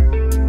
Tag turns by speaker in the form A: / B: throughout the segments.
A: Música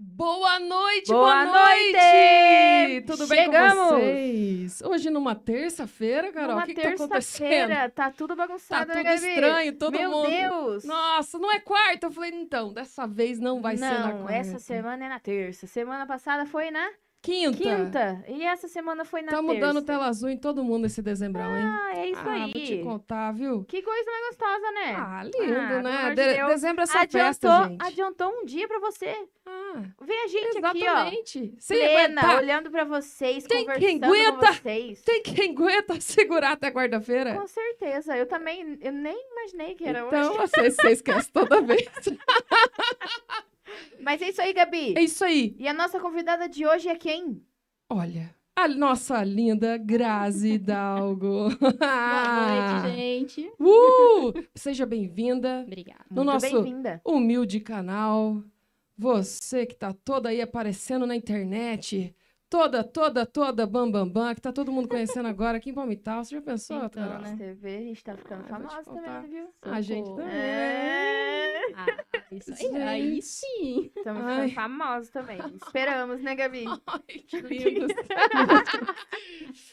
A: Boa noite, boa,
B: Boa
A: noite!
B: noite!
A: Tudo
B: Chegamos!
A: bem com vocês? Hoje numa terça-feira, Carol, o
B: Numa
A: que, que tá acontecendo?
B: terça-feira, tá tudo
A: Tá
B: bagunçado, né,
A: tudo
B: Gabi?
A: estranho, todo
B: Meu
A: mundo.
B: Deus!
A: Nossa, não é quarta? Eu falei, então, dessa vez não vai ser na
B: Não,
A: quarta.
B: essa semana é na terça. Semana passada foi na
A: Quinta.
B: quinta. E essa semana foi na
A: Estamos
B: terça.
A: dando tela azul em todo mundo esse dezembro, hein?
B: Ah, é isso
A: ah,
B: aí.
A: vou te contar, viu?
B: Que coisa mais gostosa, né?
A: Ah, lindo,
B: pelo
A: né?
B: amor de
A: De-
B: Deus.
A: dezembro é só
B: adiantou,
A: festa, gente.
B: adiantou um dia pra você.
A: Ah,
B: Vem a gente aqui, ó.
A: exatamente. Sem
B: plena,
A: aguentar.
B: olhando pra vocês,
A: Tem quem
B: conversando com
A: aguenta?
B: vocês.
A: Tem quem aguenta segurar até quarta-feira?
B: Com certeza. Eu também, eu nem imaginei que era
A: Então,
B: hoje.
A: você, você esquece toda vez.
B: Mas é isso aí, Gabi.
A: É isso aí.
B: E a nossa convidada de hoje é quem?
A: Olha, a nossa linda Grazi Hidalgo.
C: Boa noite, gente.
A: Uh! Seja bem-vinda
C: Obrigada.
A: no
B: Muito
A: nosso
B: bem-vinda.
A: humilde canal. Você que tá toda aí aparecendo na internet, toda, toda, toda bam bam bam, que tá todo mundo conhecendo agora aqui em Palmital. Você já pensou,
C: Então,
A: Carol?
C: né?
B: Você vê, a gente tá ficando
A: Ah, eu vou te
B: famosa
A: contar.
B: também, viu?
A: A gente
C: Socorro.
A: também.
B: É.
C: Ah, isso aí, aí sim.
B: Estamos
A: Ai.
B: ficando famosos também. Esperamos, né, Gabi?
A: Ai, que lindo.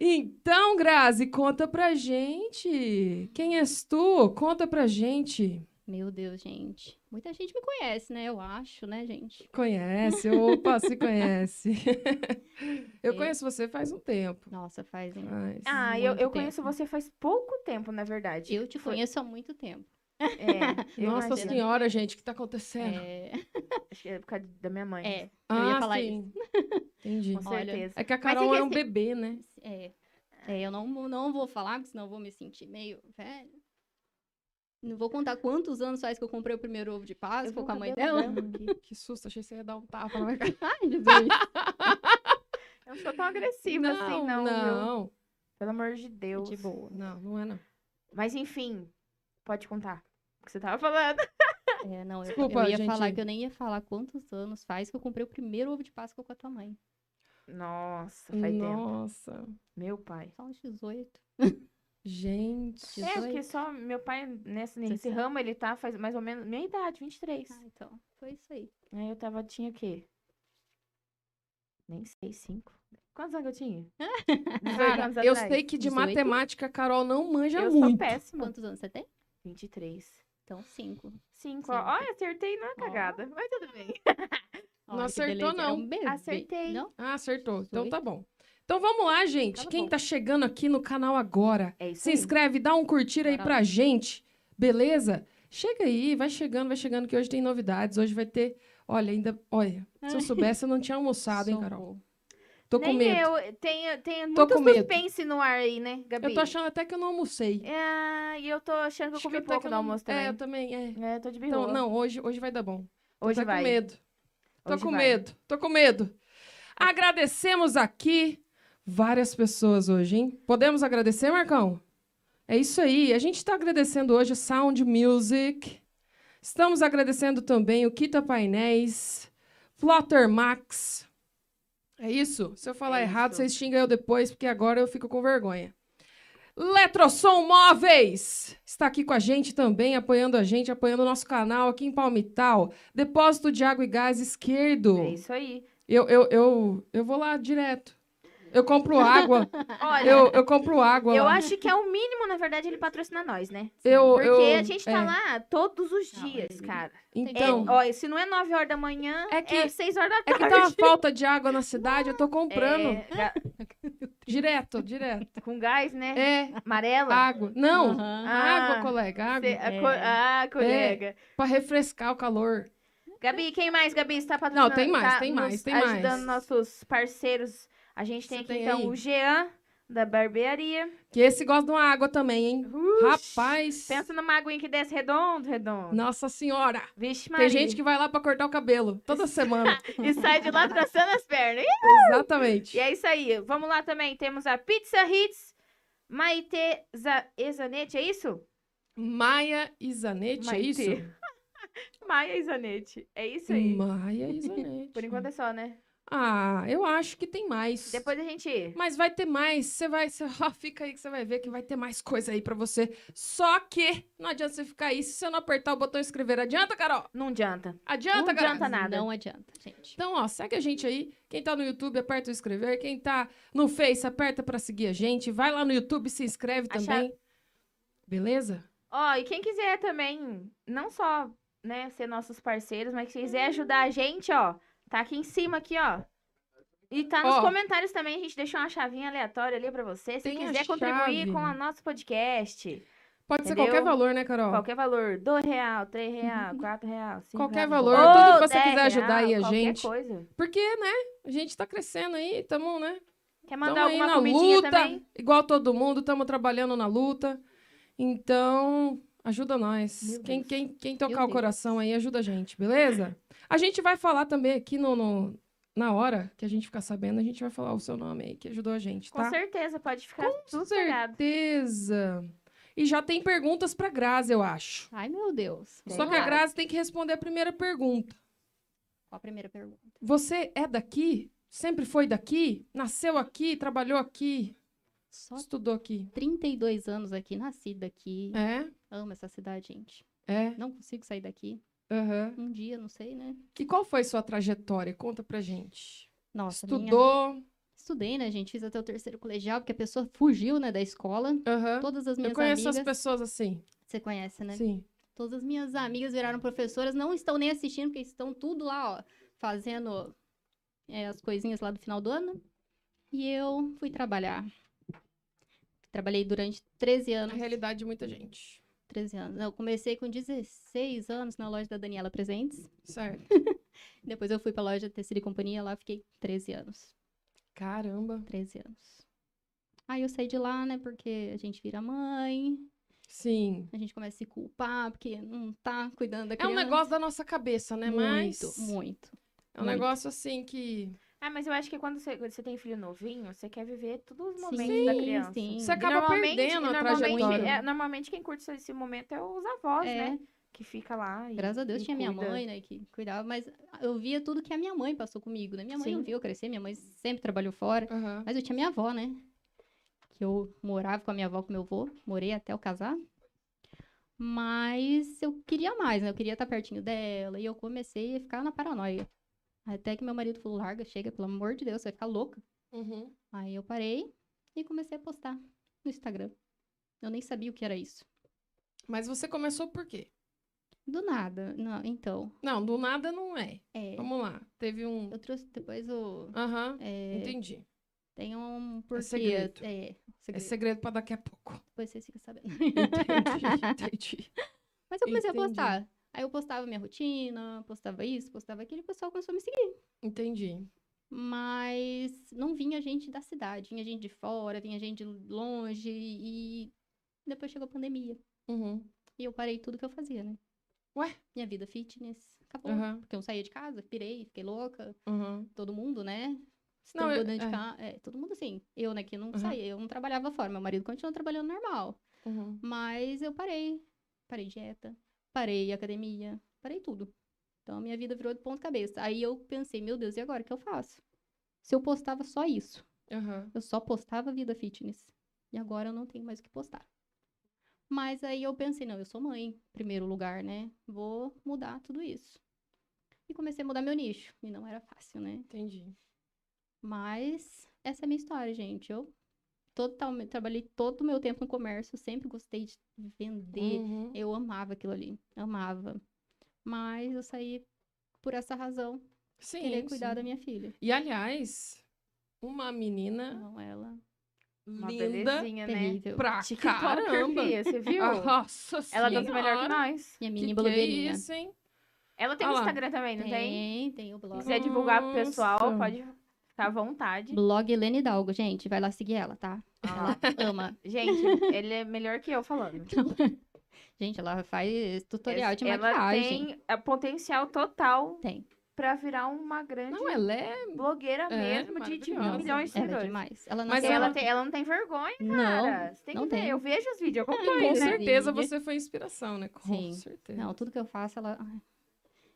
A: então, Grazi, conta pra gente. Quem és tu? Conta pra gente.
C: Meu Deus, gente. Muita gente me conhece, né? Eu acho, né, gente?
A: Conhece, opa, se conhece. Eu
C: É.
A: conheço você faz um tempo.
C: Nossa, faz. um- hein?
A: Mas...
B: Ah, eu,
C: muito
B: eu conheço
C: tempo.
B: você faz pouco tempo, na verdade.
C: Eu te
B: Foi-
C: conheço há muito tempo.
B: É, eu
A: Nossa
B: imagino.
A: senhora, gente, o que tá acontecendo?
C: É,
B: Acho que é por causa da minha mãe.
C: é,
A: ah,
C: eu ia falar
A: sim. Entendi.
B: Com
C: Olha,
B: certeza.
A: É que a
B: Mas
A: Carol
B: é que
A: era um
B: assim-
A: bebê, né?
C: isso. É, É, eu não, não vou falar, porque senão eu vou me sentir meio velha. Não vou contar quantos anos faz que eu comprei o primeiro ovo de
B: Eu
C: Páscoa
B: vou
C: com a mãe
B: cabelo
C: dela.
B: branco aqui.
A: Que susto, achei que você ia dar um tapa na minha cara.
C: Ai, Jesus.
B: Eu não sou tão agressiva assim, não. viu?
A: não,
B: Pelo amor de Deus.
C: De boa.
A: não, não é não.
B: Mas enfim, pode contar o que você tava falando.
C: É, não, eu, eu
A: Desculpa,
C: ia falar
A: gente.
C: que eu nem ia falar quantos anos faz que eu comprei o primeiro ovo de Páscoa com a tua mãe.
B: Nossa, faz tempo.
A: Nossa,
B: Meu pai.
C: Só uns 18.
A: gente.
B: É,
C: 18?
B: porque só meu pai, nesse, nesse
C: 17.
B: ramo, ele tá faz mais ou menos minha idade, 23.
C: Ah, então. Foi isso aí.
B: Aí eu tava, tinha o quê? Nem sei, 5. Quantos anos que eu tinha? 18 anos
A: Cara, eu
B: atrás.
A: sei que de
C: 18?
A: matemática a Carol não manja
B: Eu sou
A: muito.
B: péssima.
C: Quantos anos você tem?
B: 23.
C: Então, cinco.
B: 5.
C: Cinco.
B: Olha, acertei na
C: Ó.
B: cagada. Mas tudo bem.
C: Olha
A: Não
C: que
A: acertou,
C: beleza, era
A: não.
C: um bebê.
B: Acertei.
C: Não?
A: Ah, acertou. Então tá
C: Dezoito.
A: bom. Então vamos lá, gente.
C: Tá
A: Quem
C: bom.
A: tá chegando aqui no canal agora,
B: É isso
A: se
B: aí.
A: inscreve, dá um curtir aí
C: Bora
A: pra gente, beleza? Chega aí, vai chegando, vai chegando, que hoje tem novidades. Hoje vai ter. Olha, ainda. Olha, se eu soubesse, eu não tinha almoçado, hein, Carol?
C: Socorro.
A: Tô
B: Nem
A: com medo. Eu...
B: eu. Tem, tem
A: Tô
B: muito
A: com medo.
B: suspense no ar aí, né, Gabi?
A: tô achando até que eu não almocei.
B: É, e eu tô achando que eu
A: Acho
B: comi
A: até
B: pouco
A: eu
B: do
A: não-
B: almoço também.
A: É, eu também, é.
B: É, eu tô de birra.
A: Então, não, hoje, hoje vai dar bom. Tô
B: Hoje
A: até
B: vai.
A: com medo. Tô
B: Hoje
A: com
B: vai.
A: medo, tô com medo. Agradecemos aqui várias pessoas hoje, hein? Podemos agradecer, Marcão? É isso aí. A gente está agradecendo hoje a Sound Music. Estamos agradecendo também o Kita Painéis, Plotter Max. É isso? Se eu falar
B: É
A: errado,
B: isso.
A: vocês xingam eu depois, porque agora eu fico com vergonha. Letrosom Móveis está aqui com a gente também, apoiando a gente, apoiando o nosso canal aqui em Palmital. Depósito de água e gás esquerdo.
B: É isso aí.
A: Eu, eu, eu, eu vou lá direto. Eu compro água.
B: Olha, eu,
A: eu, eu compro água. lá.
B: acho que é o mínimo, na verdade, ele patrocina nós, né?
A: Eu,
B: Porque
A: eu-
B: a gente tá
A: é.
B: lá todos os
C: Não,
B: dias,
C: ele-
B: cara.
A: Então,
B: é, olha, se não é 9 horas da manhã,
A: É
B: é,
A: que-
B: 6 horas da
A: é que
B: tarde.
A: tá uma falta de água na cidade, eu tô comprando.
B: É, ga-
A: Direto, direto.
B: com gás, né?
A: É,
B: Amarela.
A: água. Não,
C: Aham.
A: água,
B: Ah,
A: colega, água.
B: Cê-
A: Pra
B: a co- Ah,
A: É.
B: colega.
A: refrescar o calor.
B: Gabi, quem mais, Gabi? Está patrocinando?
A: Não, tem mais,
B: tá
A: tem
B: nos
A: mais, tem mais.
B: ajudando nossos parceiros. A gente tem
A: Você
B: aqui,
A: tem
B: então,
A: aí?
B: o Jean, da barbearia.
A: Que esse gosta de uma água também, hein?
B: Ux,
A: Rapaz.
B: Pensa numa aguinha que desce redondo, redondo.
A: Nossa senhora.
B: Vixe, Maria.
A: Tem gente que vai lá pra cortar o cabelo toda semana.
B: E sai de lá traçando as pernas. E
A: Exatamente.
B: é isso aí. Vamos lá também. Temos a Pizza Hits, Maite Za- Ezanete, é isso?
A: Maia e Zanetti, é
B: Maite.
A: isso?
B: Maia Ezanete. É isso aí.
A: Maia e Zanetti.
B: Por enquanto é só, né?
A: Ah, eu acho que tem mais.
B: Depois a gente.
A: Mas vai ter mais. Você vai. Você, ó, fica aí que você vai ver que vai ter mais coisa aí pra você. Só que não adianta você ficar aí se você não apertar o botão inscrever. Adianta, Carol?
B: Não adianta.
A: Adianta,
B: Não
A: Carol?
B: adianta nada.
C: Não adianta, gente.
A: Então, ó, segue a gente aí. Quem tá no YouTube, aperta o inscrever. Quem tá no Face, aperta pra seguir a gente. Vai lá no YouTube, se inscreve
B: Achar-
A: também. Beleza?
B: Ó, e quem quiser também, não só, né, ser nossos parceiros, mas se quiser ajudar a gente, ó, tá aqui em cima, aqui, ó. E tá nos
A: Ó.
B: comentários também, a gente deixou uma chavinha aleatória ali pra você. Se
A: Tem a
B: quiser contribuir
A: chave.
B: com o nosso podcast,
A: Pode ser
B: Entendeu?
A: qualquer valor, né, Carol?
B: qualquer valor, dois real, três real, quatro real, cinco
A: Qualquer
B: real,
A: valor,
B: ou
A: tudo que você
B: dez
A: quiser ajudar aí a
B: qualquer
A: gente.
B: coisa.
A: Porque, né? A gente tá crescendo aí, tamo, né?
B: Quer
A: Tamo
B: mandar
A: aí
B: alguma
A: na
B: comidinha
A: luta,
B: também?
A: igual todo mundo, tamo trabalhando na luta. Então, ajuda nós.
B: Meu
A: Quem,
B: Deus.
A: quem, quem tocar
C: Meu
A: o coração aí, ajuda a gente, beleza? A gente vai falar também aqui no, no- na hora que a gente ficar sabendo, a gente vai falar o seu nome aí, que ajudou a gente,
B: Com
A: tá?
B: certeza, pode ficar
A: Com
B: sossegado.
A: certeza. E já tem perguntas pra Grazi, eu acho.
C: Ai, meu Deus.
B: Tem
A: Só
C: Vamos
A: que a
C: lá.
B: várias.
A: Grazi tem que responder a primeira pergunta.
C: Qual a primeira pergunta?
A: Você é daqui? Sempre foi daqui? Nasceu aqui? Trabalhou aqui?
C: Só
A: Estudou aqui?
C: 32 anos aqui, nascida aqui.
A: É?
C: Amo essa cidade, gente.
A: É?
C: Não consigo sair daqui.
A: Aham.
C: Um dia, não sei, né?
A: E qual foi sua trajetória? Conta pra gente.
C: Nossa, minha-
A: Estudou?
C: Estudei, né, gente? Fiz até o terceiro colegial, porque a pessoa fugiu, né, da escola.
A: Aham.
C: Todas as
A: Eu
C: minhas
A: conheço
C: amigas...
A: as pessoas assim.
C: Você conhece, né?
A: Sim.
C: Todas as minhas amigas viraram professoras, não estão nem assistindo, porque estão tudo lá, ó, fazendo é, as coisinhas lá do final do ano. E eu fui trabalhar. Trabalhei durante 13
A: Na
C: anos.
A: realidade de muita gente.
C: 13 anos. Eu comecei com 16 anos na loja da Daniela Presentes.
A: Certo.
C: Depois eu fui pra loja Tecido e Companhia, lá fiquei 13 anos.
A: Caramba.
C: 13 anos. Aí eu saí de lá, né, porque a gente vira mãe,
A: Sim.
C: a gente começa a se culpar, porque não tá cuidando da
A: É um
C: criança.
A: negócio da nossa cabeça, né? Mas.
C: Muito, muito.
A: É um
C: muito.
A: negócio assim que.
B: Ah, mas eu acho que quando você, quando você tem filho novinho, você quer viver todos os
C: Sim,
B: momentos da criança. é
C: sim.
A: Você
B: E
A: acaba
B: normalmente-
A: perdendo a
B: normalmente,
A: trajetória.
B: é, normalmente quem curte esse momento é os avós,
C: É,
B: né? Que fica lá. E,
C: graças a Deus
B: e
C: tinha minha
B: cuida.
C: mãe, né, que cuidava, mas eu via tudo que a minha mãe passou comigo, né? Minha mãe não
B: Sim.
C: viu eu crescer, minha mãe sempre trabalhou fora,
A: Aham.
C: mas eu tinha minha avó, né? Que eu morava com a minha avó, com meu avô, morei até eu casar. Mas eu queria mais, né? Eu queria estar pertinho dela, e eu comecei a ficar na paranoia. Até que meu marido falou: larga, chega, pelo amor de Deus, você vai ficar louca.
A: Uhum.
C: Aí eu parei e comecei a postar no Instagram. Eu nem sabia o que era isso.
A: Mas você começou por quê?
C: Do nada. Não, então.
A: Não, do nada não é.
C: É,
A: Vamos lá. Teve um.
C: eu trouxe depois o.
A: Aham.
C: É,
A: Entendi.
C: tem um porquê.
A: segredo.
C: É,
A: É
C: segredo.
A: segredo pra daqui a pouco.
C: Depois vocês ficam sabendo.
A: Entendi. entendi.
C: Mas eu comecei
A: Entendi.
C: a postar. Aí eu postava minha rotina, postava isso, postava aquilo, e o pessoal começou a me seguir.
A: Entendi.
C: Mas não vinha gente da cidade, vinha gente de fora, vinha gente de longe, e depois chegou a pandemia.
A: Uhum.
C: E eu parei tudo que eu fazia, né?
A: Ué?
C: Minha vida fitness. Acabou.
A: Aham.
C: Porque eu saía de casa, pirei, fiquei louca.
A: Uhum.
C: Todo mundo, né? Se
A: Não, eu-
C: trancou dentro de
A: é. Uhum.
C: casa. É, todo mundo assim. Eu, né, que não
A: Aham.
C: saía. Eu não trabalhava fora. Meu marido continuou trabalhando normal.
A: Uhum.
C: Mas eu parei. Parei dieta. Parei academia. Parei tudo. Então, a minha vida virou de ponta cabeça. Aí eu pensei, meu Deus, e agora? O que eu faço? Se eu postava só isso.
A: Aham.
C: Eu só postava vida fitness. E agora eu não tenho mais o que postar. Mas aí eu pensei, não, eu sou mãe, em primeiro lugar, né? Vou mudar tudo isso. E comecei a mudar meu nicho. E não era fácil, né?
A: Entendi.
C: Mas essa é a minha história, gente. Eu totalmente trabalhei todo o meu tempo no comércio, sempre gostei de vender.
A: Uhum.
C: Eu amava aquilo ali, amava. Mas eu saí por essa razão,
A: Sim,
C: querer cuidar
A: sim.
C: da minha filha.
A: E aliás, uma menina
C: Não, ela
B: Uma
A: linda
B: belezinha, Ah. né?
C: terrível.
A: pra
B: TikToker,
A: caramba.
B: fia, você viu?
A: Ah, Nossa
B: Ela
A: senhora.
B: dança melhor que nós.
C: Minha
A: Que
C: mini
A: que é
C: blogueirinha.
A: isso, hein?
B: Ela tem um
A: Ah lá.
B: Instagram também, não tem?
C: Tem, tem o
B: Se
C: blog.
B: quiser divulgar pro pessoal,
A: Nossa.
B: pode ficar à vontade.
C: Blog Helena Hidalgo, gente. Vai lá seguir ela, tá?
B: Ah,
C: Ela ama.
B: Gente, ele é melhor que eu falando.
C: Gente, ela faz tutorial de
B: ela
C: maquiagem.
B: tem é, potencial total
C: Tem.
B: pra virar uma grande
A: Não, ela é...
B: blogueira
A: É,
B: mesmo de, de
A: maravilhosa.
B: milhões de
C: Ela é
B: seguidores.
C: demais. Ela não
A: Mas
C: tem-
B: ela,
A: ela-
B: tem- ela não tem vergonha, cara.
C: Não,
B: Você tem
C: não
B: que ver.
C: tem.
B: Eu vejo os vídeos, eu
A: Com
B: acompanho, né?
A: certeza
C: Maravilha.
A: você foi inspiração, né? Com
C: Sim.
A: certeza.
C: Não, tudo que eu faço, ela... ai,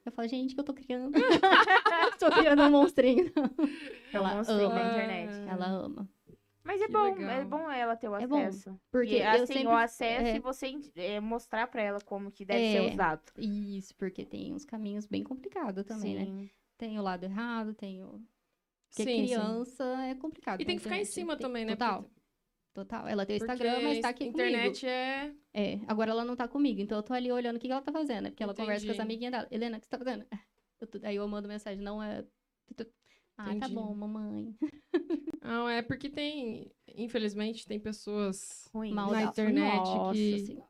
C: Eu falo, gente, que eu tô criando. tô criando um monstrinho.
B: É um
C: Ela
B: monstrinho da
A: ama. Hum.
B: internet.
C: Ela ama.
B: Mas é
A: Que
B: bom, é
A: legal.
B: bom ela ter o
C: É bom,
B: acesso.
C: Porque
B: Porque assim,
C: eu sempre...
B: o acesso
C: é.
B: e você eh, mostrar pra ela como que deve
C: É,
B: ser usado.
C: Isso, porque tem uns caminhos bem complicados também, né?
B: Sim.
C: Tem o lado errado, tem o... Porque
A: Sim, sim.
C: criança é complicado.
A: E
C: na
A: tem que ficar em
C: internet,
A: cima
C: tem-
A: também, né?
C: Total,
A: Porque-
C: total. Ela tem o
A: porque
C: Instagram, mas tá aqui comigo.
A: internet é...
C: É, agora ela não tá comigo, então eu tô ali olhando o que que ela tá fazendo, né? Porque ela conversa com as
A: Entendi.
C: amiguinhas dela. Helena, o que você tá fazendo? Eu tô- Aí eu mando mensagem, não é. Ah, tá
A: Entendi.
C: bom, mamãe.
A: Não, é porque tem... Infelizmente, tem pessoas
B: Ruim.
A: Mal-
C: Maldosa.
A: internet
C: Nossa
A: que-
C: Senhora.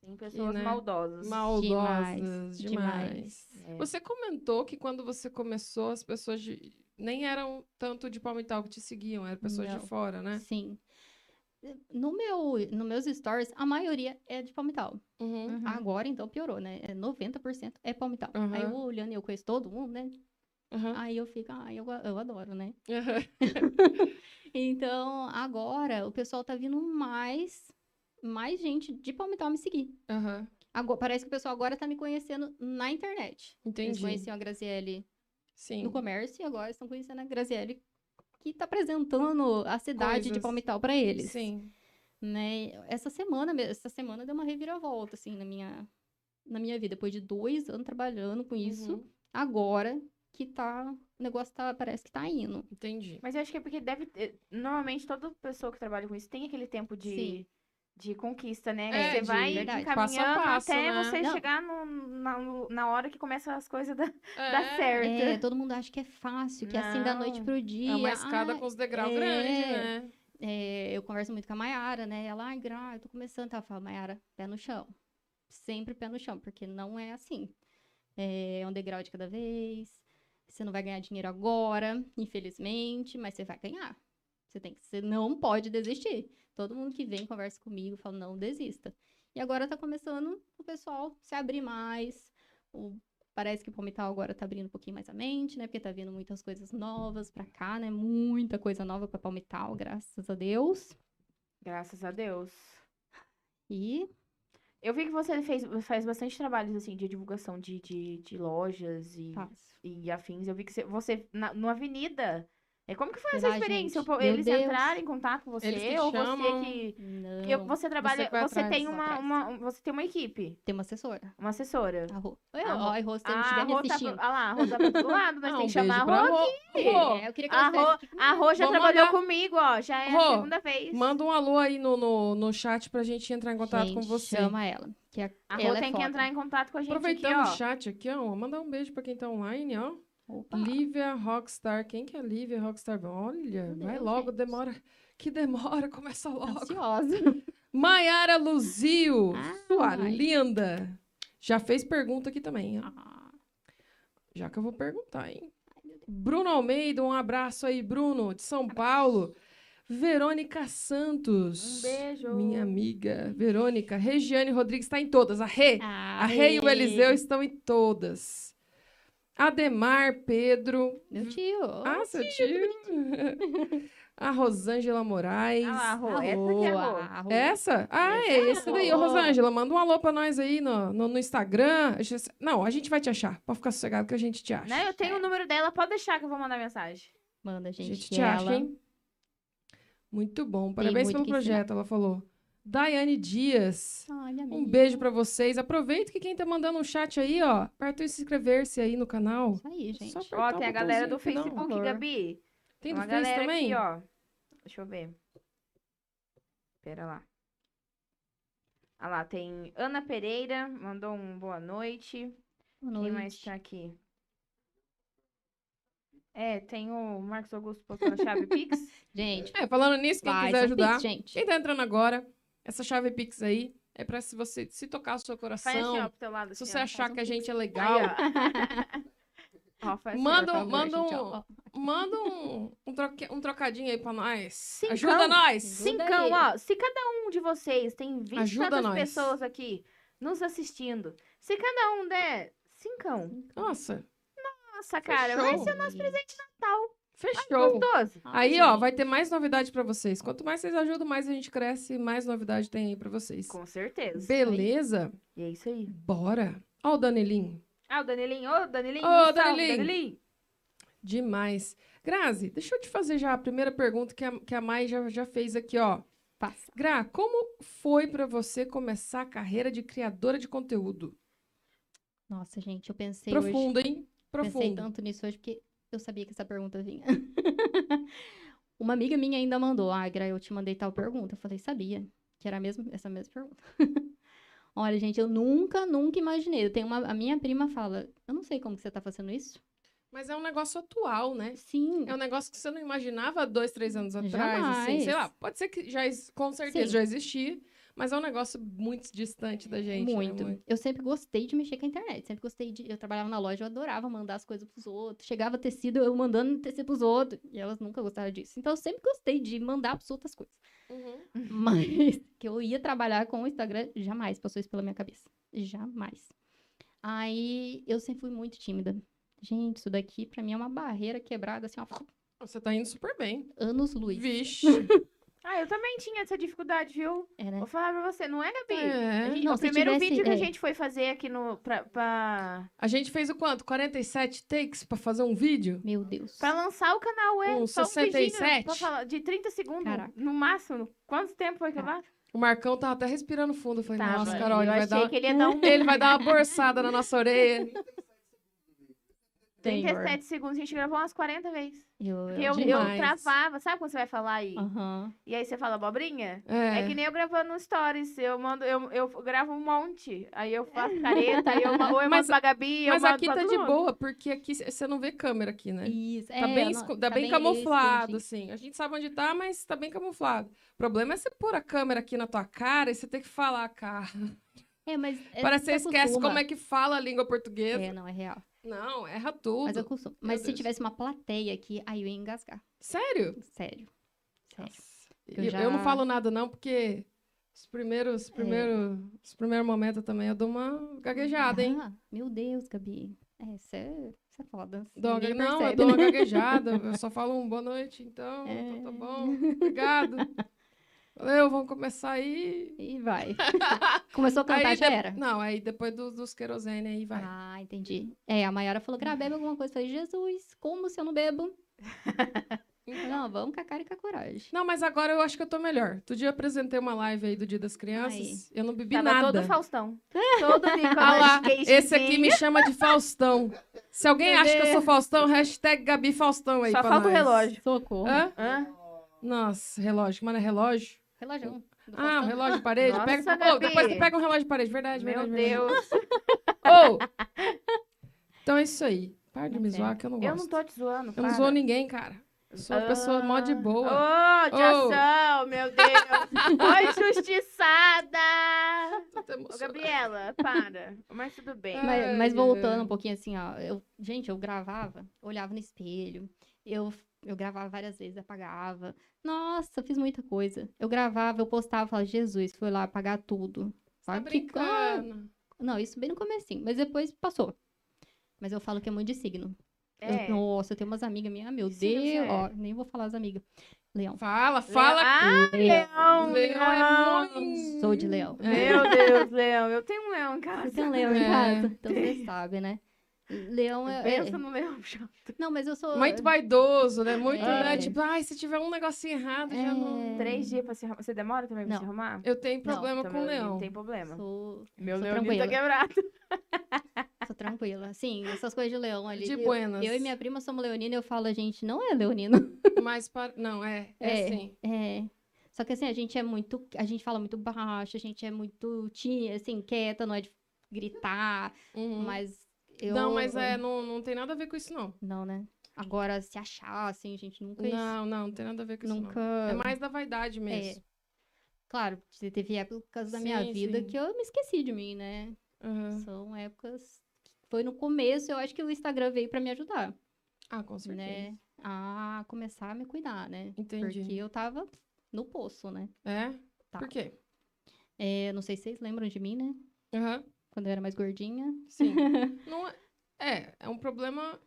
B: Tem pessoas
A: né?
B: maldosas.
A: maldosas demais.
B: É.
A: Você comentou que quando você começou, as pessoas de- nem eram tanto de Palmital que te seguiam, eram pessoas
C: Não.
A: de fora, né?
C: Sim. No meu, no meus stories, a maioria é de Palmital.
A: Uhum.
B: Uhum.
C: Agora, então, piorou, né? É 90% é Palmital. Aí eu
A: Aham.
C: vou olhando e eu conheço todo mundo, né?
A: Aham.
C: Aí eu fico, ah, eu, eu adoro, né?
A: Aham.
C: Então, agora, o pessoal tá vindo mais, mais gente de Palmital me seguir.
A: Aham.
C: Agora- parece que o pessoal agora tá me conhecendo na internet. Eles
A: Entendi.
C: conheciam a Graziele
A: Sim.
C: no comércio e agora estão conhecendo a Graziele que tá apresentando a cidade de
A: Coisas.
C: Palmital pra eles.
A: Sim.
C: Né? Essa semana, mesmo- essa semana deu uma reviravolta assim na minha na minha vida, depois de dois anos trabalhando com isso,
A: Uhum.
C: agora que tá o negócio tá parece que tá indo.
A: Entendi.
B: Mas eu acho que é porque deve. ter- Normalmente toda pessoa que trabalha com isso tem aquele tempo de.
C: Sim.
B: De conquista, né?
A: É,
B: você
A: de-
B: vai
C: verdade.
B: encaminhando
A: Passo a passo,
B: até
A: né?
B: você
C: Não.
B: chegar no, na, no- na hora que começa as coisas da,
A: É,
B: dar certo.
C: É, todo mundo acha que é fácil, que é assim da noite
B: Não.
C: pro dia.
A: É uma escada
C: Ah,
A: com os degraus
C: é.
A: grandes, né?
C: É, eu converso muito com a Mayara, né? Ela, ai, Gra, eu tô começando. Ela fala, Mayara, pé no chão. Sempre pé no chão, porque não é assim. É um degrau de cada vez. Você não vai ganhar dinheiro agora, infelizmente, mas você vai ganhar. Você tem que, você não pode desistir. Todo mundo que vem conversa comigo, fala, não desista. E agora tá começando o pessoal se abrir mais. O- parece que o Palmital agora tá abrindo um pouquinho mais a mente, né? Porque tá vindo muitas coisas novas pra cá, né? Muita coisa nova pra Palmital, graças a Deus.
B: Graças a Deus.
C: E
B: Eu vi que você fez, faz bastante trabalhos assim de divulgação de, de, de lojas e
C: fácil.
B: e afins. Eu vi que você, você na, numa avenida. É, como que foi
C: Levar
B: essa experiência?
C: gente.
B: O po-
C: Meu
B: Eles
C: Deus.
B: entraram em contato com você
A: Eles que
B: ou
A: chamam.
B: você que
C: Não.
B: eu- você trabalha,
A: vai
B: você,
A: atrás,
B: tem
C: vai
B: uma,
C: atrás.
B: uma um- você tem uma equipe,
C: Tem uma assessora.
B: uma assessora.
C: A Rô. Oi,
B: A Rô.
C: ó, a Rô, se não
B: a
C: estiver me
B: Rô tá,
C: assistindo.
B: ah lá, a Rô tá do lado, nós
A: Ah,
B: tem
A: um
B: que chamar a
A: beijo pra
B: Rô.
A: Rô.
B: aqui.
A: Rô,
C: É, eu queria que
B: A
C: ela
B: Rô, a Rô já
A: Vamos
B: trabalhou
A: mandar-
B: comigo, ó, já é
A: Rô,
B: a segunda vez.
A: Manda um alô aí no, no, no chat pra gente entrar em contato com
C: Gente,
A: você.
C: Chama ela. Que a,
B: A Rô
C: ela é
B: tem que
C: foda.
B: entrar em contato com a gente
A: Aproveitando
B: aqui, ó.
A: o chat aqui, ó, mandar um beijo pra quem tá online, ó.
C: Opa.
A: Lívia Rockstar. Quem que é Lívia Rockstar? Olha,
C: Meu
A: vai
C: Deus,
A: logo,
C: gente.
A: demora. Que demora, começa logo.
C: Ansiosa. Ah,
A: Maiara Luzio,
C: Ai.
A: sua linda. Já fez pergunta aqui também, ó.
C: Ah,
A: Já que eu vou perguntar, hein? Bruno Almeida, um abraço aí, Bruno, de São Paulo. Verônica Santos.
B: Um beijo.
A: Minha amiga. Verônica. Regiane Rodrigues está em todas. A Rê. A Rê e o
C: aê.
A: Eliseu estão em todas. Ademar, Pedro.
C: Meu tio.
A: Ah, seu tio. A Rosângela Moraes.
B: Ah lá, a Rô,
C: A
B: essa aqui é a
C: Rô,
B: Rô.
C: a Rô.
A: Essa? Ah, é essa daí. Ô,
C: Rô.
A: Rosângela, manda um alô pra nós aí no, no, no Instagram. A gente- Não, a gente vai te achar. Pode ficar sossegado que a gente te acha.
B: Né? Eu tenho o número dela, pode deixar que eu vou mandar mensagem.
C: Manda,
A: A
C: gente.
A: gente
C: que
A: te acha,
C: ela-
A: hein? Muito bom. Parabéns
C: muito
A: pelo
C: que ensinar.
A: projeto, ela falou. Daiane Dias.
C: Olha,
A: Um
C: amiga.
A: beijo pra vocês. Aproveita que quem tá mandando um chat aí, ó, para tu inscrever-se aí no canal.
C: Isso aí, gente.
A: Só
B: Ó,
A: apertar o
B: tem a galera do
A: botãozinho final.
B: Facebook,
C: Por favor.
B: Gabi.
A: Tem do
B: uma
A: Face
B: galera
A: também?
B: aqui, ó. Deixa eu ver. Pera lá. Ah lá, tem Ana Pereira, mandou um boa noite.
C: Boa
B: Quem mais
C: noite.
B: tá aqui? É, tem o Marcos Augusto postou a chave Pix.
C: Gente,
A: É, falando nisso, quem
C: vai,
A: quiser
C: são
A: ajudar.
C: Pix, gente.
A: Quem tá entrando agora, essa chave Pix aí é pra se você se tocar o seu
B: Faz assim, ó,
A: coração.
B: pro teu lado.
A: Se
B: assim,
A: você
B: ó.
A: achar que a gente é legal,
B: Aí, ó. Ó, faz assim, ó.
A: Manda
C: Por
A: um-
C: favor,
A: manda
C: gente,
A: um-
C: ó, ó.
A: manda um, um, troque- um trocadinho aí pra nós.
B: Cincão.
A: Ajuda nós!
C: Ajuda
B: Cincão,
C: aí.
B: ó. Se cada um de vocês tem 20 e
A: Ajuda
B: tantas
A: nós.
B: pessoas aqui nos assistindo, se cada um der cincão,
A: Nossa,
B: nossa, cara, vai
A: Fechou.
B: ser o nosso presente de Natal.
A: fechou!
B: Gostoso.
C: Ai,
A: Aí, ó,
C: gente.
A: vai ter mais novidade pra vocês. Quanto mais vocês ajudam, mais a gente cresce, mais novidade tem aí pra vocês.
B: Com certeza.
A: Beleza?
B: E é isso aí.
A: Bora! Ó o Danelinho.
B: Ah, o Danilinho. Ô, Danilinho.
A: Ô,
B: um salve,
A: Danilinho.
B: Danilinho.
A: Demais. Grazi, deixa eu te fazer já a primeira pergunta que a, que a Mai já, já fez aqui, ó.
C: Passa.
A: Gra, como foi pra você começar a carreira de criadora de conteúdo?
C: Nossa, gente, eu pensei hoje.
A: Profundo, hein?
C: Pensei
A: Profundo.
C: tanto nisso hoje porque eu sabia que essa pergunta vinha. Uma amiga minha ainda mandou, ah, Gra, eu te mandei tal pergunta. Eu falei, sabia, que era a mesma, essa mesma pergunta. Olha, gente, eu nunca, nunca imaginei. Eu tenho uma, a minha prima fala, eu não sei como que você tá fazendo isso.
A: Mas é um negócio atual, né?
C: Sim,
A: É um negócio que você não imaginava há dois, três anos atrás, assim,
C: Jamais.
A: sei lá. Pode ser que já, ex- com certeza
C: Sim.
A: já existia, mas é um negócio muito distante da gente. né?
C: muito. Eu sempre gostei de mexer com a internet. Sempre gostei de. Eu trabalhava na loja, eu adorava mandar as coisas pros outros. Chegava tecido, eu mandando tecido pros outros. E elas nunca gostaram disso. Então eu sempre gostei de mandar pros outras coisas.
A: Uhum.
C: Mas que eu ia trabalhar com o Instagram, jamais passou isso pela minha cabeça. Jamais. Aí eu sempre fui muito tímida. Gente, isso daqui pra mim é uma barreira quebrada, assim, ó,
A: Você tá indo super bem.
C: anos luz.
A: Vixe.
B: Ah, eu também tinha essa dificuldade, viu?
C: Era.
B: Vou falar pra você, não é, Gabi? A
A: É.
B: gente-
C: Não,
B: o
C: se
B: primeiro
C: tivesse-
B: vídeo que a
C: é.
B: gente foi fazer aqui no. Pra, pra,
A: A gente fez o quanto? 47 takes pra fazer um vídeo?
C: Meu Deus.
B: pra lançar o canal, é.
A: Um
B: só um
A: 67?
B: vídeo pra falar, de 30 segundos,
C: Caraca.
B: no máximo. Quanto tempo foi que lá?
A: O Marcão tava até respirando fundo. Eu falei,
B: Tava,
A: nossa, Carol, ele
B: eu
A: vai,
B: achei
A: dar...
B: que ele ia dar um
A: ele vai dar uma borsada na nossa orelha.
C: Senhor.
B: 37 segundos, a gente gravou umas 40 vezes.
C: Eu,
B: Porque eu, eu
A: É, Demais. Ah.
B: travava, sabe quando você vai falar aí?
C: Aham.
B: E aí você fala abobrinha?
A: É.
B: É. que nem eu gravando stories, eu mando, eu, eu gravo um monte. Aí eu faço careta, aí eu, ma- ou eu
A: Mas-
B: mando pra Gabi, eu
A: Mas
B: mando
A: aqui
B: pra
A: tá
B: todo
A: de
B: mundo.
A: boa, porque aqui c- você não vê câmera aqui, né?
C: Isso.
A: Tá
C: é,
A: bem,
C: não-
A: esco- tá
C: tá
A: bem
C: bem
A: camuflado,
C: escondido.
A: assim. A gente sabe onde tá, mas tá bem camuflado. O problema é você pôr a câmera aqui na tua cara e você ter que falar, cara.
C: É, mas. é-
A: Parece que você
C: se
A: esquece como
C: acostuma.
A: é que fala a língua portuguesa.
C: É, não, é real.
A: Não, erra tudo.
C: Mas eu costumo. Mas se
A: Deus.
C: tivesse uma plateia aqui, aí eu ia engasgar.
A: Sério?
C: Sério. Sério.
A: Nossa.
C: Então, Eu
A: Eu,
C: já- É.
A: eu não falo nada, não, porque os primeiros, primeiros, os primeiros momentos também eu dou uma gaguejada, hein?
C: Ah, meu Deus, Gabi. É, isso é, isso é foda.
A: Dou uma
C: Ninguém
A: gague- não, é eu
C: percebe,
A: dou uma
C: né?
A: gaguejada, eu só falo um boa noite, então, então tá
C: É.
A: bom, obrigado. Valeu, vamos começar aí.
C: E vai. Começou a cantar,
A: Aí
C: já
A: de-
C: era.
A: Não, aí depois dos, dos querosene aí vai.
C: Ah, entendi. É, a Mayara falou, Gra, bebe alguma coisa. Eu falei, Jesus, como se eu não bebo?
A: Então-
C: Não, vamos com a cara e com a coragem.
A: Não, mas agora eu acho que eu tô melhor. Outro dia eu apresentei uma live aí do Dia das Crianças, eu não bebi
B: Tava
A: nada.
B: todo Faustão. Todo Nicolas
A: Ah lá,
B: Cage
A: esse aqui
B: King.
A: me chama de Faustão. Se alguém
C: Meu
A: acha que eu sou
C: Deus.
A: Faustão, hashtag Gabi Faustão aí
B: Só
A: pra
B: falta o
A: nós.
B: relógio.
C: Socorro.
A: Hã?
B: Hã?
A: Nossa, relógio. Mano, é relógio?
C: Relógio.
A: Ah,
C: tá
A: um relógio de parede.
B: Nossa,
A: pega... Ô,
B: Gabi.
A: depois você pega um relógio de parede. Verdade,
B: Meu
A: verdade, verdade.
B: Deus.
A: Ô! Então é isso aí. Para de me
C: Tá
A: zoar que eu não gosto.
B: Eu não tô te zoando,
A: Eu não
B: para. Ah.
A: zoo ninguém, cara. Eu sou uma pessoa mó de boa.
B: Ô, Jação, meu Deus. Ô, injustiçada.
A: Tô até
B: Ô,
A: emocionada.
B: Gabriela, para. Mas tudo bem.
A: Ah.
C: Mas,
A: Ai,
C: mas
A: ai.
C: voltando um pouquinho assim, ó. Eu, gente, eu gravava, olhava no espelho. Eu, eu gravava várias vezes, apagava. Nossa, fiz muita coisa. Eu gravava, eu postava, falava, Jesus, foi lá apagar tudo.
A: Tá
C: Sabe que- ah,
A: brincando.
C: Não, isso bem no comecinho, mas depois passou. Mas eu falo que é muito de signo. Eu-
B: É.
C: nossa, eu tenho umas amigas minhas, ah, meu
B: Que signo você
C: Deus,
B: é?
C: ó, nem vou falar as amigas. Leão.
A: Fala, fala.
B: Ah, Leão,
A: Leão é
B: Leão.
A: muito-
C: Sou de leão.
A: É.
B: Meu Deus, Leão. Eu tenho um leão em
C: Você
B: casa.
C: tem um leão em
A: É.
C: casa? Então você sabe, né? Leão é, é-
B: Pensa no leão. já.
C: Não, mas eu sou.
A: Muito vaidoso, né? Muito,
C: É.
A: né? Tipo, ai, se tiver um negocinho errado, já não...
C: É.
B: Três dias pra se arrumar. Você demora também pra
C: Não.
B: se arrumar?
A: Eu tenho problema
B: Então,
A: com o
B: meu leonino
A: leão.
B: Tem problema.
C: Sou,
B: Meu
C: sou
B: leonino tá
C: tranquila.
B: quebrado.
C: sou tranquila. Sim, essas coisas de leão ali.
A: De
C: eu,
A: buenas.
C: eu e minha prima somos leonina e eu falo, gente, não é leonino.
A: Mas para... Não, é. É,
C: É.
A: sim.
C: É. Só que assim, a gente é muito. A gente fala muito baixo, a gente é muito tinha, assim, quieta, não é de gritar.
A: Uhum.
C: Mas eu.
A: Não, mas é, não, não tem nada a ver com isso, não.
C: Não, né? Agora, se achar, assim, gente, nunca. isso-
A: Não, não, não tem nada a ver com isso,
C: nunca.
A: não. É mais da vaidade mesmo.
C: Claro, te- teve épocas da minha
A: Sim,
C: vida
A: sim. Hum.
C: que eu me esqueci de mim, né?
A: Aham.
C: São épocas. que Foi no começo, eu acho que o Instagram veio pra me ajudar,
A: Ah, com certeza.
C: né? A começar a me cuidar, né?
A: Entendi.
C: Porque eu tava no poço, né?
A: É?
C: Tá.
A: Por quê?
C: É, não sei se vocês lembram de mim, né?
A: Aham.
C: Quando eu era mais gordinha.
A: Sim. não é... é, é um problema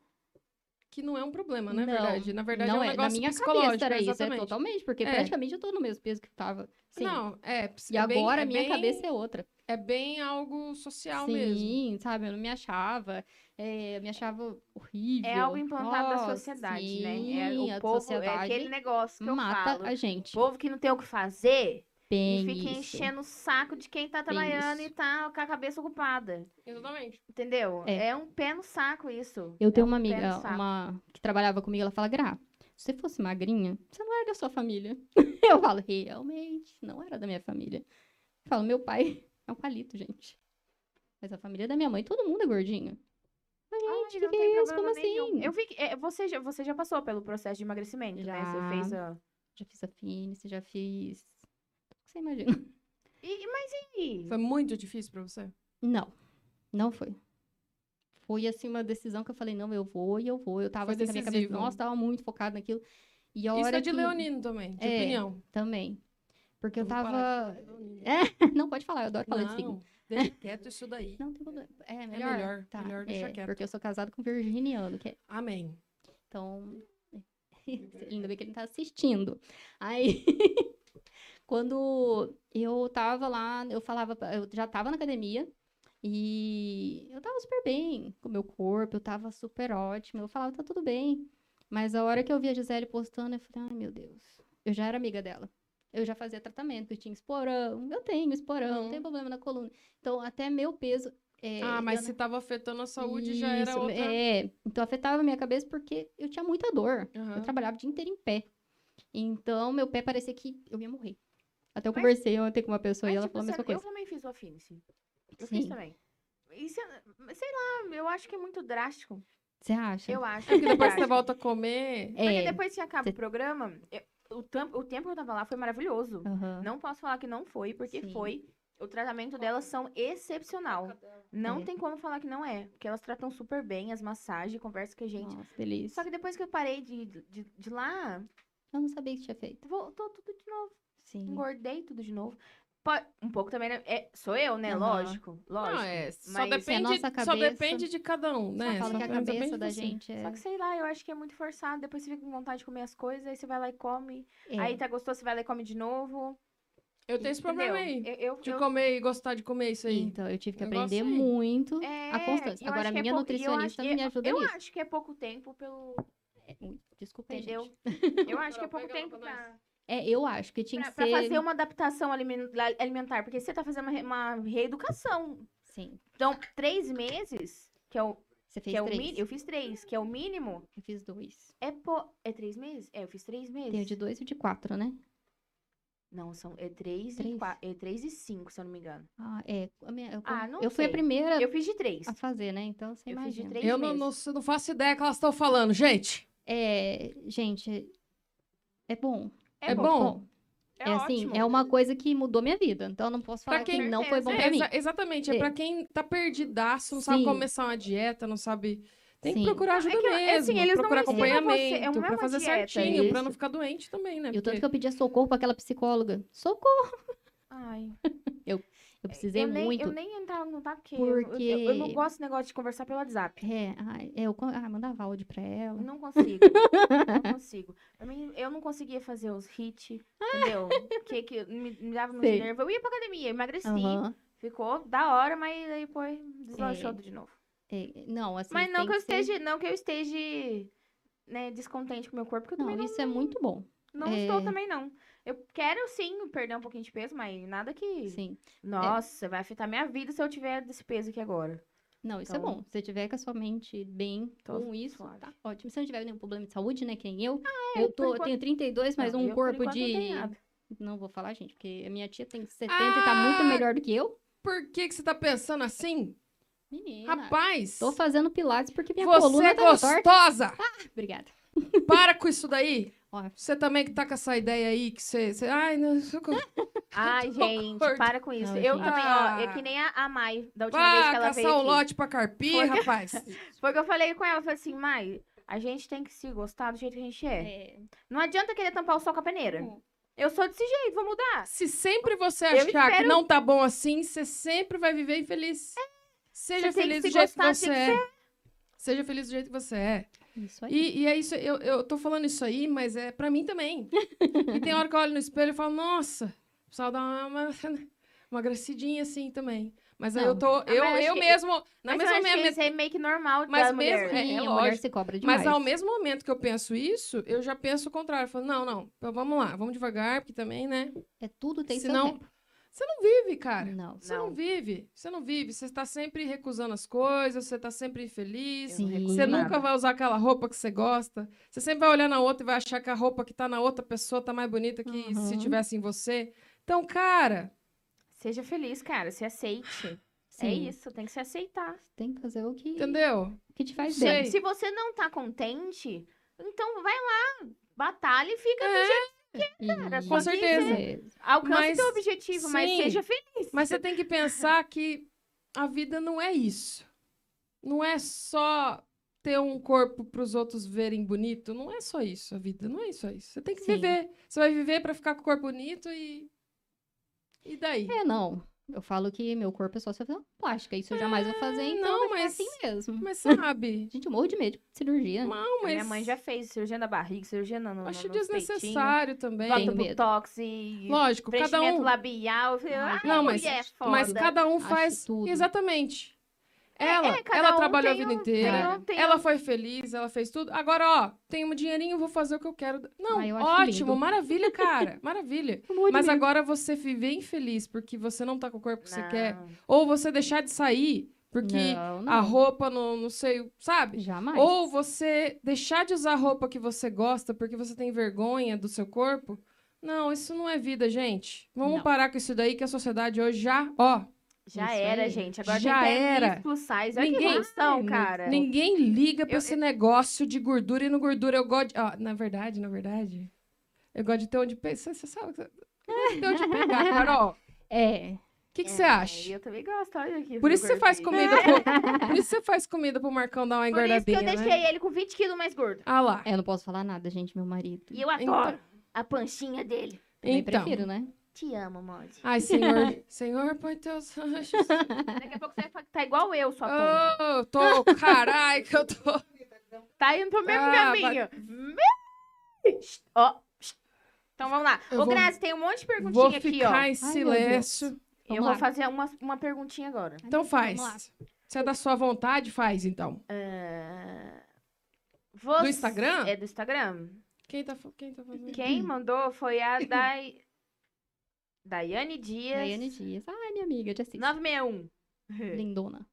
A: que não é um problema, né?
C: Não,
A: verdade. Na verdade, é
C: não
A: um
C: é, na
A: negócio
C: minha
A: psicológico.
C: cabeça era isso, é
A: exatamente.
C: totalmente, porque
A: É.
C: praticamente eu tô no mesmo peso que eu tava. Sim.
A: Não, é.
C: e
A: é bem-
C: agora
A: é
C: a minha
A: bem-
C: cabeça é outra.
A: É bem algo social
C: Sim,
A: mesmo.
C: sabe? Eu não me achava. é, eu me achava horrível.
B: É algo implantado da
C: Nossa,
B: sociedade,
C: sim,
B: né? É, o
C: a
B: povo, é
C: sociedade
B: aquele negócio que eu
C: mata
B: falo.
C: a gente.
B: O povo que não tem o que fazer e
C: Bem
B: fica
C: isso.
B: enchendo o saco de quem tá trabalhando
C: isso.
B: e tá com a cabeça ocupada.
A: Exatamente.
B: Entendeu? É,
C: É.
B: um pé no saco isso.
C: Eu
B: É
C: tenho
B: um
C: uma
B: pé no
C: amiga
B: saco.
C: uma, que trabalhava comigo, ela fala, Gra, se você fosse magrinha, você não era da sua família. Eu falo, realmente, não era da minha família. Eu falo, meu pai é um palito, gente. Mas a família da minha mãe, todo mundo é gordinho. Mas,
B: Ai,
C: gente,
B: não
C: que que
B: tem
C: é isso? Como
B: problema
C: assim?
B: nenhum. Eu vi que, é, você, já, você já passou pelo processo de emagrecimento, né? Você
C: Já.
B: fez a...
C: Já fiz a fitness, já fiz... Tudo que você imagina.
B: E, e- mas e aí?
C: Hum.
A: Foi muito difícil pra você?
C: Não, não foi. Foi, assim, uma decisão que eu falei, não, eu vou e eu vou. Eu tava
A: Foi
C: assim, na minha cabeça,
A: decisivo.
C: nossa, tava muito focada naquilo. E a
A: Isso
C: hora
A: é de
C: que...
A: Leonino também, de
C: É,
A: opinião.
C: Também. Porque eu,
A: vou parar
C: tava. É,
A: de falar de Leonino.
C: Não pode falar, eu adoro falar de signo.
A: Não, deixa quieto isso daí.
C: Não tem problema. É melhor.
A: melhor,
C: Tá,
A: melhor deixar
C: é,
A: quieto.
C: Porque eu sou casada com um virginiano, que é.
A: Amém.
C: Então. Ainda bem que ele não tá assistindo. Aí. Quando eu tava lá, eu falava, pra- eu já tava na academia e eu tava super bem com o meu corpo, eu tava super ótima, eu falava, tá tudo bem. Mas a hora que eu vi a Gisele postando, eu falei, ai meu Deus. Eu já era amiga dela. Eu já fazia tratamento, eu tinha esporão, eu tenho esporão,
A: Uhum.
C: não tem problema na coluna. Então, até meu peso. é,
A: ah, mas
C: eu
A: se tava afetando a saúde, já era
C: isso,
A: outra...
C: É, então afetava a minha cabeça porque eu tinha muita dor.
A: Aham.
C: Eu trabalhava o dia inteiro em pé. Então, meu pé parecia que eu ia morrer. Até eu conversei ontem com uma pessoa
B: Mas,
C: e ela
B: tipo,
C: falou a mesma
B: sério,
C: coisa.
B: Eu também fiz o Affinity. Eu fiz
C: Sim,
B: também. E se- sei lá, eu acho que é muito drástico.
C: você acha?
B: Eu acho.
A: Porque depois você
B: drástico.
A: volta a comer...
B: Porque
C: É.
B: depois que acaba
C: Cê-
B: o programa, eu- o, tam- o tempo que eu tava lá foi maravilhoso.
C: Aham.
B: Não posso falar que não foi, porque
C: Sim.
B: foi. O tratamento delas são excepcional.
A: um.
B: Não
C: É.
B: tem como falar que não é. Porque elas tratam super bem as massagens, conversa com a gente.
C: Nossa, delícia.
B: Só que depois que eu parei de, de, de lá,
C: Eu não sabia que tinha feito.
B: voltou tudo de novo.
C: Sim.
B: Engordei tudo de novo. Po- Um pouco também, né? É, sou eu, né?
C: Aham.
B: Lógico. Lógico.
A: Não, é, só,
B: mas-
C: Se é a
A: depende,
C: nossa
A: só
C: cabeça-
A: depende de cada um,
B: É,
A: né?
C: Só fala que a
A: depende- assim. depende
C: cabeça
A: de
C: da
A: você.
C: gente é...
B: Só que sei lá, eu acho que é muito forçado. Depois você fica com vontade de comer as coisas, aí você vai lá e come.
C: é.
B: Aí tá gostoso, você vai lá e come de novo.
A: Eu tenho esse problema aí.
B: Entendeu? Eu, eu,
A: De
B: eu-
A: comer e gostar de comer isso aí.
C: Então, eu tive que
A: Eu gosto
C: aprender
A: aí.
C: muito
B: é,
C: a constância.
B: eu
C: Agora,
B: acho
C: a
B: que é
C: minha
B: pouco- e eu acho
C: nutricionista
B: que-
C: me ajuda
B: Eu
C: nisso.
B: acho que é pouco tempo pelo.
C: Ui, Desculpa aí,
B: É, Entendeu?
C: gente.
B: Eu acho que é
A: Carol,
B: pouco
A: pega ela
B: tempo
A: pra
B: pra,
C: É, eu acho que tinha
B: pra,
C: que
B: pra
C: ser...
B: fazer um uma adaptação alimen- la- alimentar. Porque você tá fazendo uma re- uma reeducação.
C: Sim,
B: Então, três meses, que é o,
C: você fez
B: que é o
C: três.
B: mínimo. Eu fiz três, que é o mínimo.
C: Eu fiz dois.
B: É, po... é três meses? É, eu fiz três meses.
C: Tem o de dois e o de quatro, né?
B: Não, são é três, e
C: Três?
B: quatro, é três e cinco, se eu não me engano.
C: Ah, é. a minha- eu,
B: Ah, não
C: eu fui a
B: sei.
C: primeira
B: Eu fiz de três.
C: a fazer, né? Então, você
B: Eu fiz de
C: imagina.
B: três
A: Eu não,
B: meses.
A: não, não faço ideia do que elas estão falando, gente.
C: É, gente, é bom.
A: É
C: muito
A: bom.
B: É,
C: assim,
B: ótimo.
C: é uma coisa que mudou minha vida. Então, eu não posso
A: Pra
C: falar que
A: quem-
C: não foi bom
A: É,
B: Certeza,
C: pra mim.
A: exa- exatamente, é
C: É.
A: pra quem tá perdidaço, não sabe
C: Sim.
A: começar uma dieta, não sabe... Tem que
C: Sim.
A: procurar ajuda
B: que, assim,
A: mesmo,
B: eles não
A: procurar
B: ensinam você, é
A: acompanhamento,
B: uma- é
A: pra
B: uma
A: fazer
B: dieta,
A: certinho, pra
C: isso.
A: não ficar doente também, né?
C: E o tanto
A: Porque
C: que eu pedia socorro pra aquela psicóloga. Socorro!
B: Ai,
C: Eu precisei
B: É, eu nem,
C: muito.
B: Eu nem entrava no contato, porque, eu- eu-
C: Porque-
B: Eu, eu não gosto desse negócio de conversar pelo WhatsApp.
C: É, ai, é, eu con- ah, mandava áudio pra ela.
B: Não consigo. não consigo. Pra mim, eu não conseguia fazer os hits, entendeu? Porque que me, me dava nos
C: Sei.
B: nervos. Eu ia pra academia, emagreci.
C: Aham.
B: Ficou da hora, mas aí depois deslanchou
C: É.
B: de novo.
C: É, não, assim,
B: Mas não
C: tem
B: que eu
C: ser-
B: esteja, não que eu esteja né, descontente com o meu corpo, porque eu
C: Não,
B: também não,
C: isso é muito bom.
B: não estou
C: é.
B: também não. Eu quero sim perder um pouquinho de peso, mas nada que.
C: Sim. é.
B: Nossa, vai afetar minha vida se eu tiver desse peso aqui agora.
C: Não, isso é
B: Então-
C: bom. Se você tiver com a sua mente bem
B: Tô
C: com isso,
B: suave. Ah, é,
C: tá ótimo. Se não tiver nenhum problema de saúde, né? Que nem eu. eu
B: por
C: tô, eu
B: enquanto-
C: tenho 32, mas
B: Não,
C: um
B: eu, por
C: corpo
B: enquanto, não tenho
C: de.
B: nada.
C: Não vou falar, gente, porque a minha tia tem 70 e tá muito
A: Ah!
C: melhor do que eu.
A: Por que, que você tá pensando assim?
C: Menina,
A: Rapaz,
C: tô fazendo pilates porque minha
A: você
C: coluna
A: é
C: tá torta.
A: gostosa!
C: Obrigada.
A: Para com isso daí!
C: Ó.
A: Você também que tá com essa ideia aí, que você... você- Ai, não...
B: Ai,
A: Tô
B: gente,
A: gorda.
B: para com isso.
C: Não,
B: eu
C: gente. Ah,
B: também, ó, é
A: Ah.
B: que nem a, a Mai, da última vez
A: Vá
B: que ela
A: caçar
B: veio
A: o
B: aqui.
A: lote pra carpir,
B: Foi-
A: rapaz.
B: Foi que eu falei com ela, eu falei assim, Mai, a gente tem que se gostar do jeito que a gente é.
C: É,
B: Não adianta querer tampar o sol com a peneira.
C: Hum.
B: Eu sou desse jeito, vou mudar.
A: Se sempre você
B: Eu
A: achar que
B: espero- É.
A: não tá bom assim, você sempre vai viver infeliz. Seja
B: Você tem que
A: feliz
B: se
A: do jeito que
B: gostar do jeito
A: você
B: que
A: é. Você, Seja feliz do jeito que você é.
C: Isso aí.
A: E, e é isso, eu, eu tô falando isso aí, mas é pra mim também. e tem hora que eu olho no espelho e falo, nossa, o pessoal dá uma, uma, emagrecidinha assim também. Mas aí
C: Não.
A: eu tô, eu,
B: Ah, mas eu
A: eu
B: acho que-
A: mesmo, na
B: mas eu
A: mesma
B: acho que
A: me-
B: isso é meio que normal
A: Mas
B: da mulher.
A: mesmo- é,
C: Sim,
A: é
C: a mulher
A: lógico.
C: se cobra demais.
A: Mas ao mesmo momento que eu penso isso, eu já penso o contrário. Eu falo, não, não, então vamos lá, vamos devagar, porque também, né?
C: É tudo tem seu
A: Senão-
C: tempo.
A: Você não É vive, cara.
C: Não.
A: Você não.
B: Não.
A: vive. Você não vive. Você está sempre recusando as coisas, você está sempre infeliz.
C: Sim.
B: recuso
A: Você
B: nada.
A: nunca vai usar aquela roupa que você gosta. Você sempre vai olhar na outra e vai achar que a roupa que tá na outra pessoa tá mais bonita que se
C: Uhum.
A: tivesse em você. Então, cara,
B: Seja feliz, cara. Se aceite. É
C: Sim.
B: isso, tem que se aceitar.
C: Tem que fazer o que,
A: entendeu?
C: que te faz
A: Sei.
C: bem.
B: Se você não tá contente, então vai lá, batalha e fica
A: É,
B: do jeito.
C: Cara,
A: com certeza.
B: Alcance
A: Mas-
B: teu objetivo, mas
A: sim.
B: seja feliz.
A: Mas você tem que pensar que a vida não é isso. Não é só ter um corpo pros outros verem bonito. Não é só isso a vida. Não é só isso. Você tem que
C: Sim.
A: viver. Você vai viver para ficar com o corpo bonito e. E daí?
C: É, não. Eu falo que meu corpo é só cirurgia plástica. Isso eu jamais vou fazer, então
A: Ah, não,
C: vai ficar
A: mas-
C: assim mesmo.
A: Mas sabe?
C: Gente, eu morro de medo de cirurgia.
A: Não, mas.
B: Minha mãe já fez cirurgia na barriga, cirurgia na- no,
A: Acho
B: no, nos peitinhos.
A: desnecessário também.
C: Tenho
B: Bota
C: medo.
B: botox e
A: Lógico, cada
B: preenchimento
A: um.
B: labial. Eu falei,
C: Não,
B: "Ai,
A: não, mas-
B: mulher é foda.
A: Mas cada um
C: Acho
A: faz.
C: tudo.
A: Exatamente.
B: É,
A: Ela,
B: é, cada
A: ela
B: um
A: trabalhou a
B: tem
A: vida
B: um-
A: inteira.
B: tem um- tem
A: Ela
B: um-
A: foi feliz, ela fez tudo. Agora, ó, tenho um dinheirinho, vou fazer o que eu quero. Não,
C: Ah, eu acho
A: ótimo,
C: lindo.
A: maravilha, cara. Maravilha.
C: Eu morro de
A: Mas
C: medo.
A: agora você viver infeliz porque você não tá com o corpo que você
B: Não.
A: quer. Ou você deixar de sair porque
C: Não,
A: a
C: não.
A: roupa não, não sei, sabe?
C: Jamais.
A: Ou você deixar de usar a roupa que você gosta porque você tem vergonha do seu corpo. Não, isso não é vida, gente. Vamos
C: Não.
A: parar com isso daí que a sociedade hoje já, ó,
B: Já
C: Isso
B: era,
C: aí.
B: gente. Agora
A: Já
B: tem até
A: era.
B: miss plus size. Olha
A: Ninguém-
B: que evolução, cara.
A: ninguém liga pra
B: Eu-
A: esse negócio de gordura e não gordura. Eu gosto, de, ó, na verdade, na verdade, eu gosto de ter onde pegar. Você sabe? que- Eu gosto de ter onde pegar, Carol. O
C: É.
A: que que
B: É,
A: você acha?
B: Eu também gosto, olha aqui.
A: Por isso você faz comida
B: gordinho.
A: pro, Por isso você faz comida pro Marcão dar uma
B: Por isso que
A: engordadinha,
B: eu
A: né?
B: deixei ele com 20 quilos mais gordo.
A: Ah lá.
C: É, Eu não posso falar nada, gente, meu marido.
B: E eu adoro a panchinha dele.
C: Também
A: Então.
C: prefiro, né?
B: Te amo, Monte.
A: Ai, Senhor, Senhor, põe teus anjos
B: Daqui a pouco você vai falar que tá igual eu,
A: Ah,
B: sua tonta.
A: Ô, eu tô, carai, que eu tô.
B: Tá indo pro mesmo
A: Ah,
B: caminho. Me- Ó. Então vamos lá.
A: Eu
B: Ô,
A: vou-
B: Grazi, tem um monte de
A: Vou
B: perguntinha aqui, ó.
A: ficar em silêncio.
B: Eu
C: Vamos
B: vou
C: lá.
B: fazer uma, uma perguntinha agora.
A: então faz.
C: Vamos lá.
A: Se é da sua vontade, faz então.
B: Ah, você-
A: Do Instagram?
B: É do Instagram.
A: Quem tá, fa- quem tá fazendo?
B: Quem mandou foi a Dai... Daiane Dias.
C: Daiane Dias. Ai, minha amiga, de assiste.
B: 961.
C: Lindona.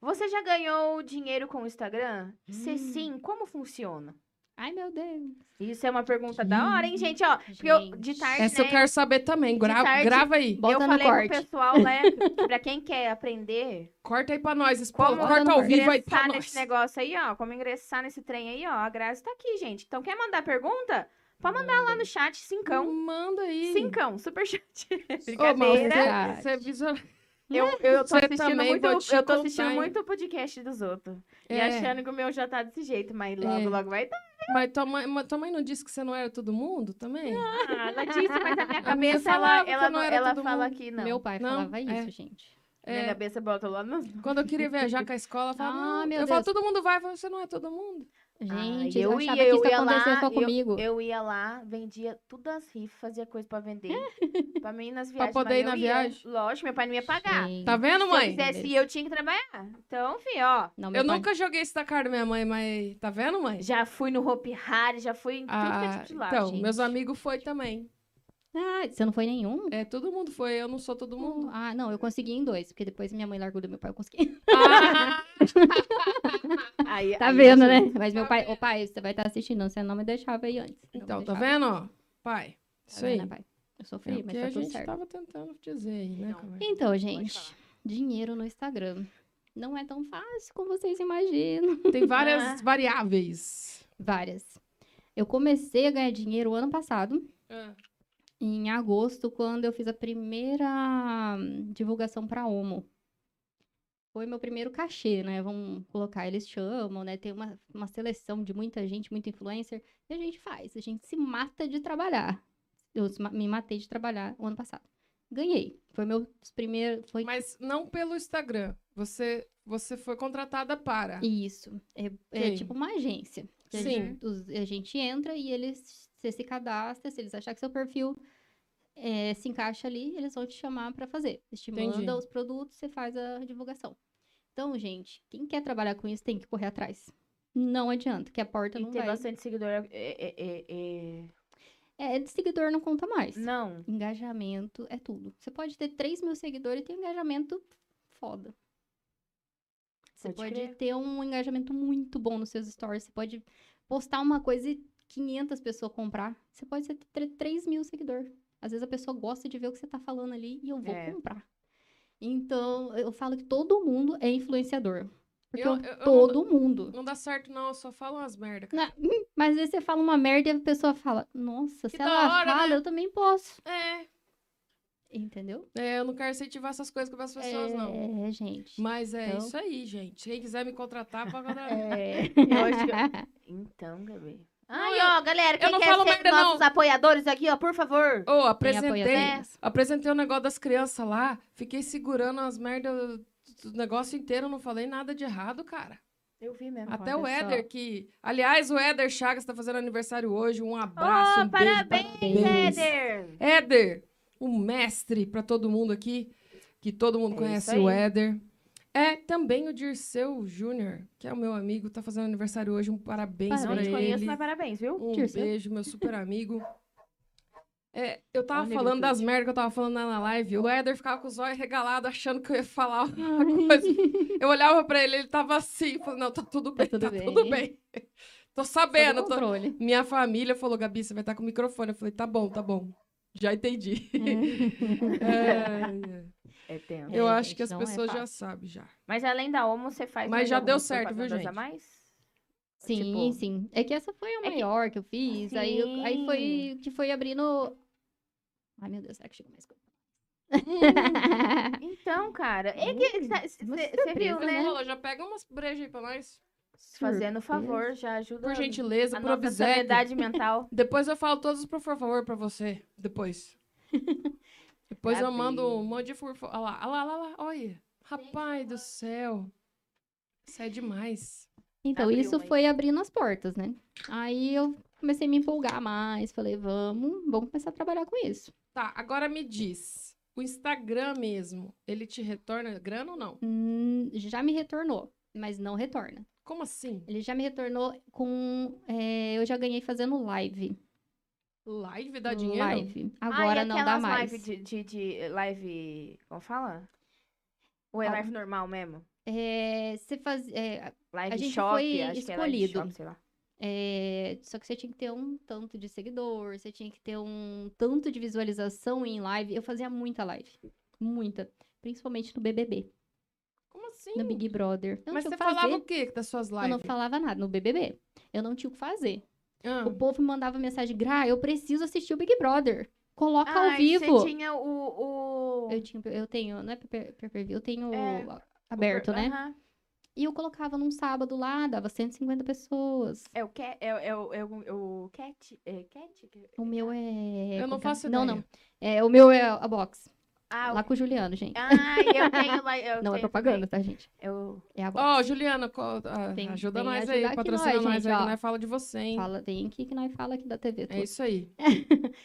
B: Você já ganhou dinheiro com o Instagram? Se
C: Hum.
B: sim, como funciona?
C: Ai, meu Deus.
B: Isso é uma pergunta da hora, hein, gente? Ó, porque eu, de
C: Gente.
B: tarde,
A: Essa É, eu
B: né,
A: quero saber também. Gra-
B: De tarde-
A: Grava aí.
C: Bota
B: eu
C: no
B: falei pro
C: corte.
B: pessoal, né? pra quem quer aprender,
A: Corta aí pra nós, Espola.
B: como
A: Corta ao vivo aí pra
B: ingressar
A: nós.
B: nesse negócio aí, ó. Como ingressar nesse trem aí, ó. A Grazi tá aqui, gente. Então, quer mandar pergunta? Pode mandar lá no chat, cincão.
A: Manda aí.
B: Cincão, super chat.
A: Ô, Mal,
B: Brincadeira.
A: você- você visual- Né?
B: Eu, eu tô
A: Você
B: assistindo
A: também,
B: muito,
A: vou te
B: eu tô
A: contar,
B: assistindo
A: hein?
B: muito o podcast dos outros. E
A: É,
B: achando que o meu já tá desse jeito, mas logo,
A: É.
B: logo vai tá. dar.
A: Mas tua mãe, mas tua mãe não disse que você não era todo mundo também?
B: Ah, ela disse, mas a minha
A: A minha
B: cabeça,
A: falava
B: ela,
A: que
B: ela,
A: eu não
B: não-
A: era
B: ela
A: todo
B: fala
A: mundo.
B: que não.
C: Meu pai
A: Não,
C: falava
A: é.
C: isso, gente.
B: Minha
A: É,
B: cabeça bota lá no...
A: quando eu queria viajar com a escola, eu falava,
C: Ah,
A: não,
C: meu
A: eu falo,
C: Deus.
A: todo mundo vai, eu falo, você não é todo mundo.
C: Gente,
B: eu
C: eu, achava
B: ia-
C: que
B: eu
C: isso ia
B: ia lá,
C: acontecer só comigo.
B: Eu ia lá, vendia tudo as rifas, fazia coisa pra vender. pra mim ir nas viagens.
A: É. poder
B: mas
A: ir na
B: eu ia.
A: viagem?
B: Lógico, meu pai não ia pagar.
C: Gente.
A: Tá vendo,
B: Se eu
A: mãe?
B: quisesse ir, eu tinha que trabalhar. Então, fi, ó.
C: Não, meu
A: Eu
C: pai-
A: nunca joguei esse da cara da minha mãe, mas tá vendo, mãe?
B: Já fui no Hopi Hari, já fui em tudo que é
A: Ah,
B: tipo de lá.
A: então,
C: gente.
A: meus amigos foi também.
C: Ah, você não foi em nenhum?
A: É, todo mundo foi, eu não sou todo mundo.
C: Ah, não, eu consegui em dois, porque depois minha mãe largou do meu pai, eu consegui.
A: Ah,
B: Aí-
C: Tá
B: aí
C: vendo,
B: eu-
C: né? Mas meu
A: Tá
C: pai, ô pai, você vai estar assistindo, não, você não me deixava aí antes. Não me
A: então, tá
C: deixava.
A: vendo, ó? Pai,
C: Tá
A: isso aí.
C: vendo, pai? Eu
A: É
C: sofri,
A: o
C: mas
A: que
C: tá
A: a
C: tudo
A: gente
C: certo.
A: tava tentando dizer aí, né?
B: Não.
A: Carmen?
C: Então,
B: Pode
C: gente,
B: falar.
C: dinheiro no Instagram não é tão fácil como vocês imaginam.
A: Tem
C: Ah.
A: várias variáveis.
C: Várias. Eu comecei a ganhar dinheiro ano passado, em agosto, quando eu fiz a primeira hum, divulgação para Omo. Foi meu primeiro cachê, né? Vamos colocar, eles chamam, né? Tem uma, uma seleção de muita gente, muito influencer, e a gente faz, a gente se mata de trabalhar. Eu se ma- me matei de trabalhar o ano passado. Ganhei. Foi meu primeiro. Foi
A: Mas não pelo Instagram. Você Você foi contratada para.
C: Isso. É, é
A: Sim.
C: tipo uma agência. que a
A: Sim.
C: gente- os- A gente entra e eles você se cadastra, se eles acharem que seu perfil é, se encaixa ali, eles vão te chamar para fazer. Eles te
A: Entendi.
C: mandam os produtos, você faz a divulgação. Então, gente, quem quer trabalhar com isso tem que correr atrás. Não adianta, que a porta
B: E
C: não
B: ter
C: vai.
B: bastante seguidor é- é- é- é- é-
C: É, de seguidor não conta mais.
B: Não.
C: Engajamento é tudo. Você pode ter 3 mil seguidores e ter um engajamento foda. Você
B: Pode
C: pode,
B: crer.
C: ter um engajamento muito bom nos seus stories. Você pode postar uma coisa e 500 pessoas comprar. Você pode ter- ter 3 mil seguidores. Às vezes a pessoa gosta de ver o que você tá falando ali e eu vou
B: É.
C: comprar. Então, eu falo que todo mundo é influenciador. Porque
A: Eu-
C: eu-
A: eu- eu não-
C: todo mundo.
A: Não dá certo, não. Eu só falo umas merda.
C: Na- hum, Mas às vezes você fala uma merda e a pessoa fala, nossa,
A: Que
C: se
A: da
C: ela
A: hora, né?"
C: fala, eu também posso.
A: É.
C: Entendeu?
A: é, eu não quero incentivar essas coisas com as pessoas, não.
C: É, gente.
A: Mas é
C: Então-
A: isso aí, gente. Quem quiser me contratar, pode contratar.
B: É...
C: Hoje
B: Então, Gabi.
A: Não,
B: Aí,
A: eu-
B: ó, galera, quem
A: não
B: quer
A: falo
B: ser
A: merda,
B: nossos apoiadores aqui, ó, por favor. Né?
A: Ô, apresentei.
C: apoiadores.
A: Apresentei o negócio das crianças lá. Fiquei segurando as merdas do negócio inteiro. Não falei nada de errado, cara.
B: Eu vi mesmo.
A: Até o Éder, que. Aliás, o Éder Chagas tá fazendo aniversário hoje. Um abraço.
B: Oh,
A: um beijo pra
B: parabéns,
A: Parabéns.
B: Éder.
A: Éder, o mestre para todo mundo aqui, que todo mundo
B: É
A: conhece
B: isso
A: o
B: aí.
A: Éder. É também o Dirceu Júnior, que é o meu amigo, tá fazendo aniversário hoje. Um parabéns,
B: Não
A: pra
B: te
C: Parabéns.
A: ele.
B: conheço, mas parabéns, viu?
A: Um
C: Dirceu.
A: beijo, meu super amigo. É, eu tava
B: Olha a
A: falando das
B: negritude.
A: merdas que eu tava falando lá na live. O Éder ficava com os olhos regalados, achando que eu ia falar alguma coisa. Eu olhava pra ele, ele tava assim, falando, não, tá tudo bem, tá
C: tudo
A: tudo bem.
C: bem."
A: Tô
C: Sob
A: sabendo, tô-
C: controle.
A: minha família falou, Gabi, você vai estar com o microfone. Eu falei, tá bom, tá bom. Já entendi. É,
B: É tempo.
A: eu
C: É,
A: acho
C: gente,
A: que as
C: não é
A: pessoas já
C: fácil.
A: sabem já.
B: Mas além da Omo, você faz.
A: Mas
B: mais
A: já deu
B: algumas
A: certo, viu,
B: propagandas a
A: gente?
B: mais?
C: Sim,
B: Tipo-
C: sim. É que essa foi a
B: que-
C: maior que eu fiz. Aí, eu- aí foi
B: Sim.
C: que foi abrindo. Ai, meu Deus, será que chegou mais coisa?
A: Hum,
B: Então, cara, é que
C: Hum, uma
A: é
B: você viu,
C: surpresa,
B: né?
A: Lola, já pega umas brejas aí pra nós.
B: Fazendo favor,
C: Surpresa.
B: já ajuda
A: Por
B: a
A: gentileza,
C: tá
A: por
B: nossa
A: obséquio.
B: sanidade mental.
A: Depois eu falo todos os por favor pra você. Depois. Depois eu
C: Tá
B: Gabi.
A: mando um monte de furfo. Olha lá, olha lá, olha lá. Olha. Rapaz do céu. Isso é demais.
C: Então,
B: Abriu
C: isso
B: uma aí.
C: foi abrindo as portas, né? Aí eu comecei a me empolgar mais. Falei, vamos, vamos começar a trabalhar com isso.
A: Tá, agora me diz. O Instagram mesmo, ele te retorna grana ou não?
C: Hum, já me retornou, mas não retorna.
A: Como assim?
C: Ele já me retornou com. é, eu já ganhei fazendo live.
A: Live dá dinheiro?
C: Live.
B: ah,
C: Agora
B: e
C: não dá
B: aquelas
C: mais.
B: Live de, de, de live. Como fala? Ou é
C: Qual?
B: live normal mesmo?
C: É, você faz, é,
B: Live
C: gente
B: shop,
C: foi
B: acho que é live
C: escolhido.
B: shop, sei lá.
C: é, só que você tinha que ter um tanto de seguidor, você tinha que ter um tanto de visualização em live. Eu fazia muita live. Muita. Principalmente no BBB,
A: Como assim?
C: no Big Brother. Eu não
A: Mas
C: tinha
A: você
C: o que fazer.
A: falava o quê das suas lives?
C: Eu não falava nada no BBB. Eu não tinha o que fazer.
A: Ah,
C: O povo me mandava mensagem, Gra, eu preciso assistir o Big Brother. Coloca ao
B: Ah, e
C: vivo.
B: Você tinha o. o...
C: Eu, tinha, eu tenho, não é pay per view, eu tenho
B: É,
C: aberto,
B: o-
C: né?
B: Aham.
C: E eu colocava num sábado lá, dava 150 pessoas.
B: É o cat. É, é, o- é, o- é o cat. É cat? que-
C: O meu é.
A: Eu não
C: como que é?
A: faço
C: Não,
A: ideia.
C: não. É, o meu é a box.
B: Ah, o...
C: lá com o Juliano, gente.
B: ah, eu tenho lá. Eu
C: não é
B: tenho
C: propaganda, tá, gente?
B: também. Eu...
C: É a box.
A: Ó, Juliana, co- ah,
C: Tem-
A: ajuda
C: tem
A: nós
C: ajudar
A: aí,
C: aqui
A: patrocina nós,
C: nós, gente,
A: aí, que
C: ó.
A: nós fala de você, hein?
C: Fala, tem aqui que nós fala aqui da TV.
A: É
C: tudo.
A: isso aí.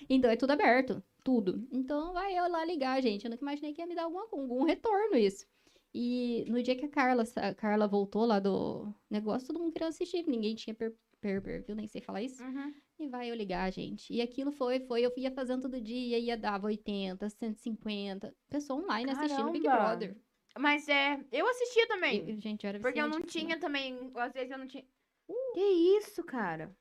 C: Então é tudo aberto, tudo. Então vai eu lá ligar, gente. Eu nunca imaginei que ia me dar alguma- algum retorno isso. E no dia que a Carla, sa- a Carla voltou lá do negócio, todo mundo queria assistir. Ninguém tinha per, per, per view, nem sei falar isso.
B: Uhum.
C: E vai eu ligar, gente. E aquilo foi, foi. Eu ia fazendo todo dia, ia dava 80, 150. Pessoa online assistindo Big
B: Caramba!
C: Brother.
B: Mas é. Eu assistia também.
C: Eu, gente, eu era
B: Porque eu não
C: viciadíssima.
B: tinha também. Às vezes eu não tinha. Que isso, cara?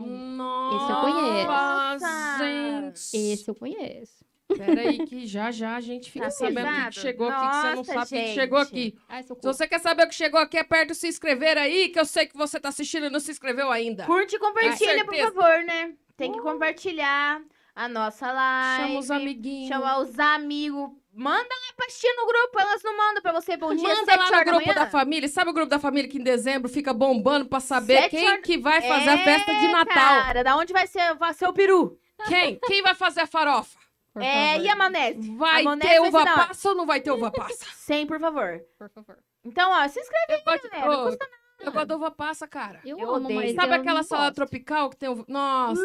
A: um
C: Ai,
A: Nossa,
B: conheço.
A: gente.
C: esse eu conheço.
A: Peraí que já já a gente fica
B: Tá
A: sabendo o que que
B: pesado?
A: chegou aqui, que você não
B: Nossa,
A: sabe o que que
B: gente.
A: chegou aqui.
C: Ai,
A: Se
C: socorro.
A: você quer saber o que chegou aqui, aperta o se inscrever aí, que eu sei que você tá assistindo e não se inscreveu ainda.
B: Curte e compartilha,
A: Tá. Com
B: por
A: certeza. Oh.
B: favor, né? Tem que compartilhar a nossa live.
A: Chama os amiguinhos.
B: Chamar os amigos. Manda lá pra tia no grupo. Elas não mandam pra você. Bom dia,
A: Manda
B: sete
A: lá
B: horas
A: no grupo
B: manhã.
A: da família. Sabe o grupo da família que em dezembro fica bombando pra saber
B: Sete
A: quem
B: horas-
A: que vai fazer a festa de
B: É,
A: Natal?
B: Cara, da onde vai ser, vai ser o peru?
A: Quem? Quem vai fazer a farofa?
C: Por
B: é,
C: favor.
B: e a manete?
A: Vai
B: A Monete
A: ter
B: vai
A: uva
B: ser da hora.
A: passa ou não vai ter uva passa?
B: Sem, por favor.
C: Por favor.
B: Então, ó, se inscreve
A: Eu gosto,
B: aí, galera.
A: Ô,
B: Não custa
A: eu gosto do uva passa, cara.
C: Eu,
B: é, Eu
C: amo,
B: odeio.
C: mas
A: Sabe
C: eu
A: aquela
C: não
A: salada
C: gosto.
A: tropical que tem o... Nossa!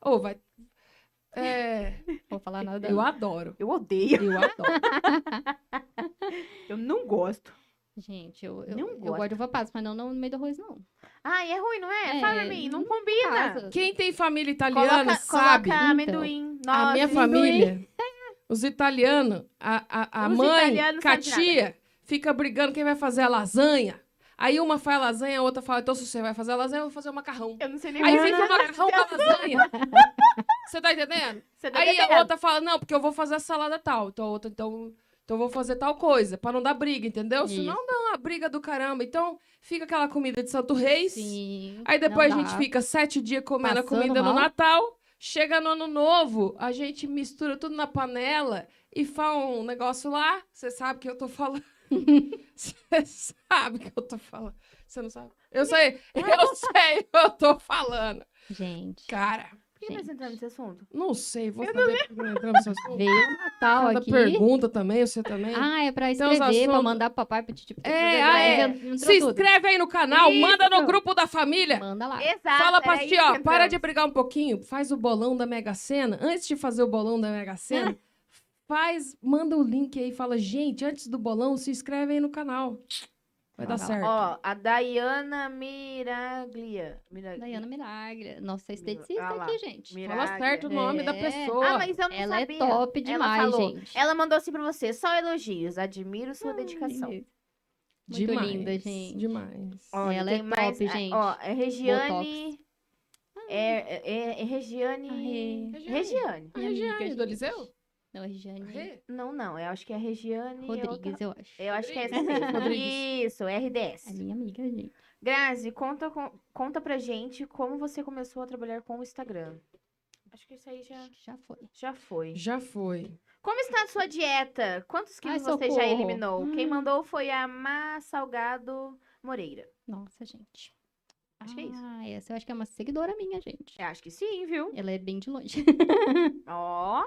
A: Ô, vai... É,
C: Vou falar nada.
A: eu adoro.
B: Eu odeio.
A: Eu adoro.
B: Eu não gosto.
C: Gente, eu, eu,
B: Não
C: eu
B: gosto.
C: gosto de uva passa, mas não, não no meio do arroz, não.
B: Ai, é ruim, não é?
C: É,
B: Fala pra mim, não
C: não
B: combina.
C: Casa.
A: Quem tem família italiana
B: Coloca,
A: sabe.
B: coloca
C: Então,
B: amendoim. Nossa,
A: a minha
B: amendoim.
A: família, os italianos, a, a, a
B: Os
A: mãe,
B: italianos
A: com a
B: sabem de nada.
A: tia, fica brigando quem vai fazer a lasanha. Aí uma faz a lasanha, a outra fala, então se você vai fazer a lasanha, eu vou fazer o macarrão.
B: Eu não sei nem
A: Aí
B: como
A: fica o
B: você
A: macarrão
B: sabe.
A: com a lasanha. Você tá entendendo?
B: Você tá
A: Aí a
B: entendendo?
A: outra fala, não, porque eu vou fazer a salada tal. Então a outra, então, então eu vou fazer tal coisa, pra não dar briga, entendeu? Senão
C: Isso.
A: dá uma briga do caramba. Então fica aquela comida de Santo Reis.
C: Sim.
A: é? Aí depois a
C: não
A: gente
C: dá.
A: fica sete dias comendo a
C: Passando
A: comida no
C: mal.
A: Natal. Chega no ano novo, a gente mistura tudo na panela e faz um negócio lá. Você sabe que eu tô falando. Você sabe que eu tô falando. Você não sabe? Eu sei, eu sei, eu tô falando.
C: Gente,
A: Cara,
B: Por que nós entramos tá nesse assunto?
A: não sei, vou saber porque não entramos nesse assunto.
C: veio o Natal
A: Cada
C: Ah, aqui.
A: pergunta também, você também.
C: Ah, é pra
A: Tem uns
C: escrever, pra
A: assuntos-
C: mandar pro papai, pro tio. pro
A: É,
C: tio,
A: ah,
C: aí
A: é.
C: entrou
A: Se
C: tudo.
A: inscreve aí no canal,
B: Isso.
A: manda no grupo da família.
C: Manda lá.
B: Exato.
A: Fala
B: era
A: pra ti,
B: isso
A: ó, para
B: que entramos.
A: de brigar um pouquinho, faz o bolão da Mega Sena. Antes de fazer o bolão da
C: Ah.
A: Mega Sena, faz, manda o link aí, fala, gente, antes do bolão, se inscreve aí no canal. Vai dar
C: Vai lá.
A: certo.
B: Ó, a Dayana Miraglia. Miraglia.
C: Daiana Milagre. Nossa esteticista
B: Ah lá.
C: aqui, gente.
B: Miraglia.
A: fala certo o nome da
C: É.
A: pessoa.
B: Ah, mas eu não
C: Ela
B: sabia.
C: é top demais,
B: Ela falou.
C: gente.
B: Ela mandou assim pra você, só elogios, admiro sua dedicação.
C: muito linda, gente.
A: Demais.
B: Ó,
C: Ela
B: tem
C: é
B: mais,
C: top,
B: ah,
C: gente.
B: Ó, é Regiane... É, é, é, é Regiane...
C: Arre.
A: Regiane.
B: Regiane.
A: A
C: Minha
A: Regiane
C: amiga,
A: do
C: gente.
A: Eliseu?
C: Não, a Regiane
A: Rê?
B: Não, não, eu acho que é Regiane... outra-
C: Rodrigues, eu acho.
B: Eu acho que é essa
A: Rodrigues.
B: mesmo.
A: Rodrigues.
B: Isso,
C: É
B: RDS.
C: minha amiga, gente.
B: Grazi, conta, com- conta pra gente como você começou a trabalhar com o Instagram. Acho que isso aí já,
C: Já foi.
B: já foi.
A: Já foi.
B: Como está a sua dieta? Quantos
C: Ai,
B: quilos você já
C: socorro.
B: eliminou? Quem
C: Hum.
B: mandou foi a Má Salgado Moreira.
C: Nossa, gente.
B: Acho que é isso.
C: Ah, essa eu acho que é uma seguidora minha, gente.
B: Eu acho que sim, viu?
C: Ela é bem de longe.
B: Ó,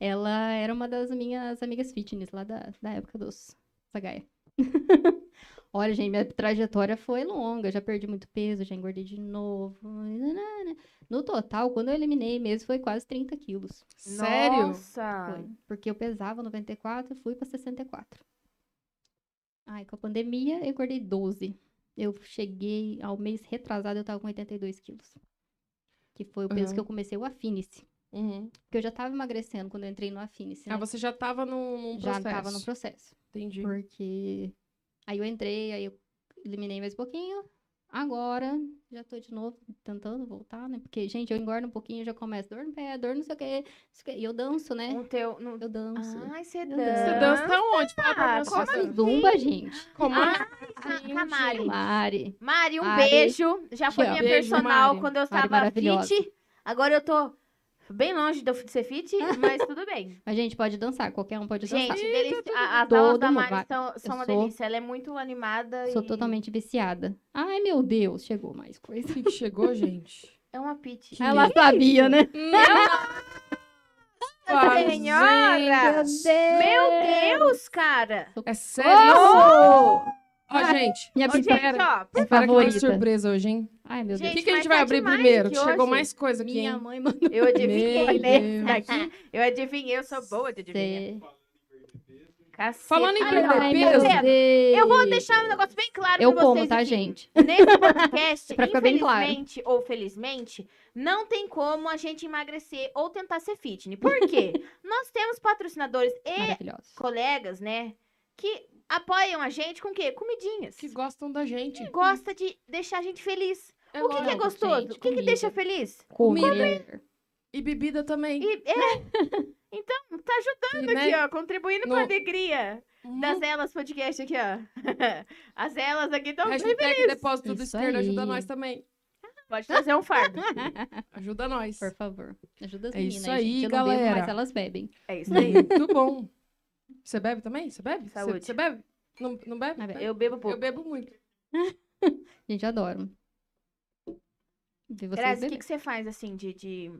C: Ela era uma das minhas amigas fitness lá da, da época dos da Gaia. Olha, gente, minha trajetória foi longa. Já perdi muito peso, já engordei de novo. nanana. No total, quando eu eliminei mesmo, foi quase 30 quilos.
A: Sério?
B: Nossa.
C: Foi. Porque eu pesava 94 e fui pra 64. Aí, com a pandemia, eu engordei 12. Eu cheguei ao mês retrasado, eu tava com 82 quilos. Que foi o peso que eu comecei o Afinice.
A: Uhum.
C: Porque eu já tava emagrecendo quando eu entrei no Afinice, né?
A: Ah, você já tava num, num
C: já
A: processo.
C: tava no processo.
A: Entendi.
C: Porque aí eu entrei, aí eu eliminei mais um pouquinho. Agora já tô de novo tentando voltar, né? Porque, gente, eu engordo um pouquinho, já começo dor no pé, dor não sei o quê. não sei o quê. E eu danço, né?
B: O Um teu... No...
C: Eu danço.
A: Ah.
B: Ai, você
C: Meu Deus.
A: Você
B: dança.
A: dança onde? Fala pra
B: Ah,
A: nós,
B: como
A: você
B: assim?
A: dança.
C: Zumba, gente.
A: Como
B: Ah,
A: assim,
B: Ca- Camari.
A: gente?
C: Mari.
B: Mari, um
C: Mari.
B: beijo. Já foi
C: Te amo.
B: minha
A: Beijo,
B: personal
A: Mari.
B: quando eu
C: Mari
B: estava
C: maravilhosa.
B: fit. Agora eu tô bem longe de eu ser fit, mas tudo bem.
C: Mas, gente, pode dançar. Qualquer um pode
B: Gente,
C: dançar.
B: delici... a- as
C: Todo
B: aulas da
C: mundo
B: Mari
C: vai.
B: são, são uma
C: sou-
B: delícia. Ela é muito animada
C: Sou
B: e
C: totalmente viciada. Ai, meu Deus. Chegou mais coisa.
A: O que que chegou, gente?
B: é uma pit.
C: Ela sabia, né?
A: Nossa
B: Senhora! Meu
C: É.
B: Deus, cara!
A: É sério?
C: Socorro!
A: Ó, gente.
C: Minha
A: ó,
B: Ô, gente,
A: espera.
B: ó,
C: Minha
A: Espera que tem
C: favorita.
A: surpresa hoje, hein?
C: Ai, meu
A: O
C: Deus.
B: Gente,
A: que, que a gente
B: mas
A: vai
B: tá
A: abrir
B: demais
A: primeiro?
B: aqui
A: Que Chegou
B: hoje.
A: mais coisa aqui,
C: Minha
A: hein?
C: mãe mandou
B: eu adivinhei,
A: Meu
B: né?
A: Deus.
B: Eu adivinhei, eu sou boa de adivinhar.
C: ser.
B: Caceta.
A: Falando em
B: Ai,
A: perder
B: não,
A: peso,
B: tá vendo? Eu vou
C: Deus.
B: deixar um negócio bem claro
C: Eu
B: pra vocês
C: como, tá,
B: aqui.
C: gente?
B: Nesse podcast,
C: Pra ficar bem claro.
B: infelizmente ou felizmente, não tem como a gente emagrecer ou tentar ser fitness. Por quê? Nós temos patrocinadores e
C: Maravilhosa.
B: colegas, né, que apoiam a gente com o quê? Comidinhas.
A: Que gostam da gente.
B: Gosta de deixar a gente feliz.
A: É
B: o que, que é
A: lógico.
C: lógico,
B: gostoso?
C: gente,
B: o que, que
C: comida.
B: deixa feliz?
C: Comer.
A: E bebida também.
B: E, é, então, tá ajudando
A: E,
B: aqui,
A: né,
B: ó, contribuindo com
A: No-
B: a alegria das
C: Uhum.
A: hum,
B: Elas Podcast aqui, ó. As Elas aqui estão...
A: Hashtag depósito do
C: Isso
A: esquerdo ajuda
C: aí.
A: nós também.
B: Pode trazer um fardo.
A: Ajuda nós.
C: Por favor. Ajuda as
A: É
C: meninas,
A: isso
C: gente.
A: aí,
C: Eu não bebo,
A: galera.
C: mas elas bebem.
B: É isso aí.
A: Muito bom. Você bebe também? Você bebe? Você-
B: Saúde.
A: Você bebe? Não, não bebe?
C: Não bebo.
B: Eu bebo pouco.
A: Eu bebo muito.
C: Gente, adoro. Ver vocês
B: Grazi, o que,
C: beberem.
B: que você faz assim de, de-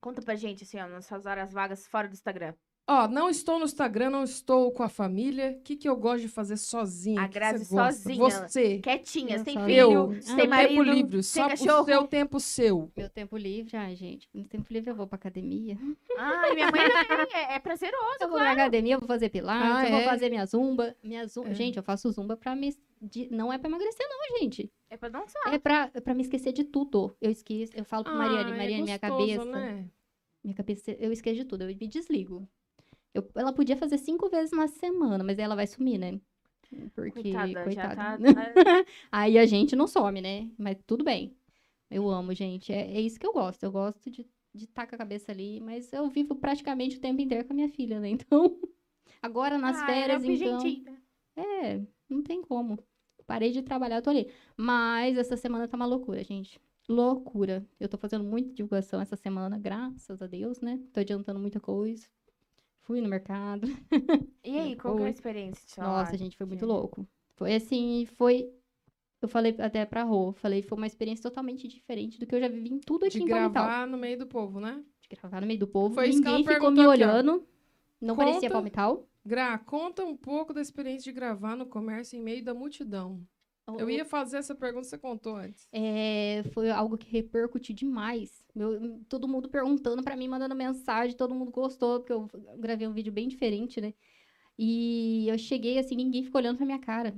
B: Conta pra gente, assim, ó, nas suas horas vagas fora do Instagram.
A: Ó, não estou no Instagram, não estou com a família. O que, que eu gosto de fazer sozinha?
B: A
A: O que
B: Grazi
A: você gosta?
B: sozinha.
A: Você.
B: Quietinha, sem
C: Engraçado.
B: filho,
A: Eu.
C: Tem
A: Seu
B: sem
A: tempo
B: marido,
A: livre.
B: sem
A: Só o
B: cachorro.
A: seu tempo seu.
C: Meu tempo livre, ai, gente. No tempo livre eu vou pra academia.
B: Ai, minha mãe também, é, é prazeroso,
C: Eu vou
B: claro.
C: pra academia, eu vou fazer pilates,
A: Ah,
C: eu vou
A: é?
C: fazer minha zumba. Minha zumba.
A: É.
C: Gente, eu faço zumba pra me. de- Não é pra emagrecer, não, gente.
B: É pra dançar.
C: É pra, pra me esquecer de tudo. Eu esqueço, eu falo pra Mariane,
A: Ah, é
C: Mariane, minha
A: gostoso,
C: cabeça.
A: né?
C: Minha cabeça, eu esqueço de tudo, eu me desligo. Eu- ela podia fazer cinco vezes na semana, mas aí ela vai sumir, né? Porque,
B: Coitada,
C: coitada.
B: já tá... tá-
C: Aí a gente não some, né? Mas tudo bem. Eu amo, gente. É, é isso que eu gosto. Eu gosto de estar com a cabeça ali, mas eu vivo praticamente o tempo inteiro com a minha filha, né? Então, agora nas
B: Ah, era
C: férias,
B: o
C: então.
B: pigentinho.
C: É, não tem como. Parei de trabalhar, eu tô ali. Mas essa semana tá uma loucura, gente. Loucura. Eu tô fazendo muita divulgação essa semana, graças a Deus, né? Tô adiantando muita coisa. Fui no mercado.
B: E aí, qual que é a experiência? de
A: Então,
B: falar?
C: Nossa, gente, foi muito
B: gente.
C: louco. Foi assim, foi. Eu falei até pra Rô, falei, foi uma experiência totalmente diferente do que eu já vivi em tudo aqui
A: De
C: em Palmital.
A: gravar no meio do povo, né?
C: De gravar no meio do povo.
A: Foi isso que ela
C: Ninguém ficou me
A: perguntou aqui, ó.
C: olhando. Não parecia
A: Conta.
C: Palmital.
A: Gra, conta um pouco da experiência de gravar no comércio em meio da multidão. Eu ia fazer essa pergunta, você contou antes.
C: É, foi algo que repercutiu demais. Meu- todo mundo perguntando pra mim, mandando mensagem, todo mundo gostou, porque eu gravei um vídeo bem diferente, né? E eu cheguei assim, ninguém ficou olhando pra minha cara.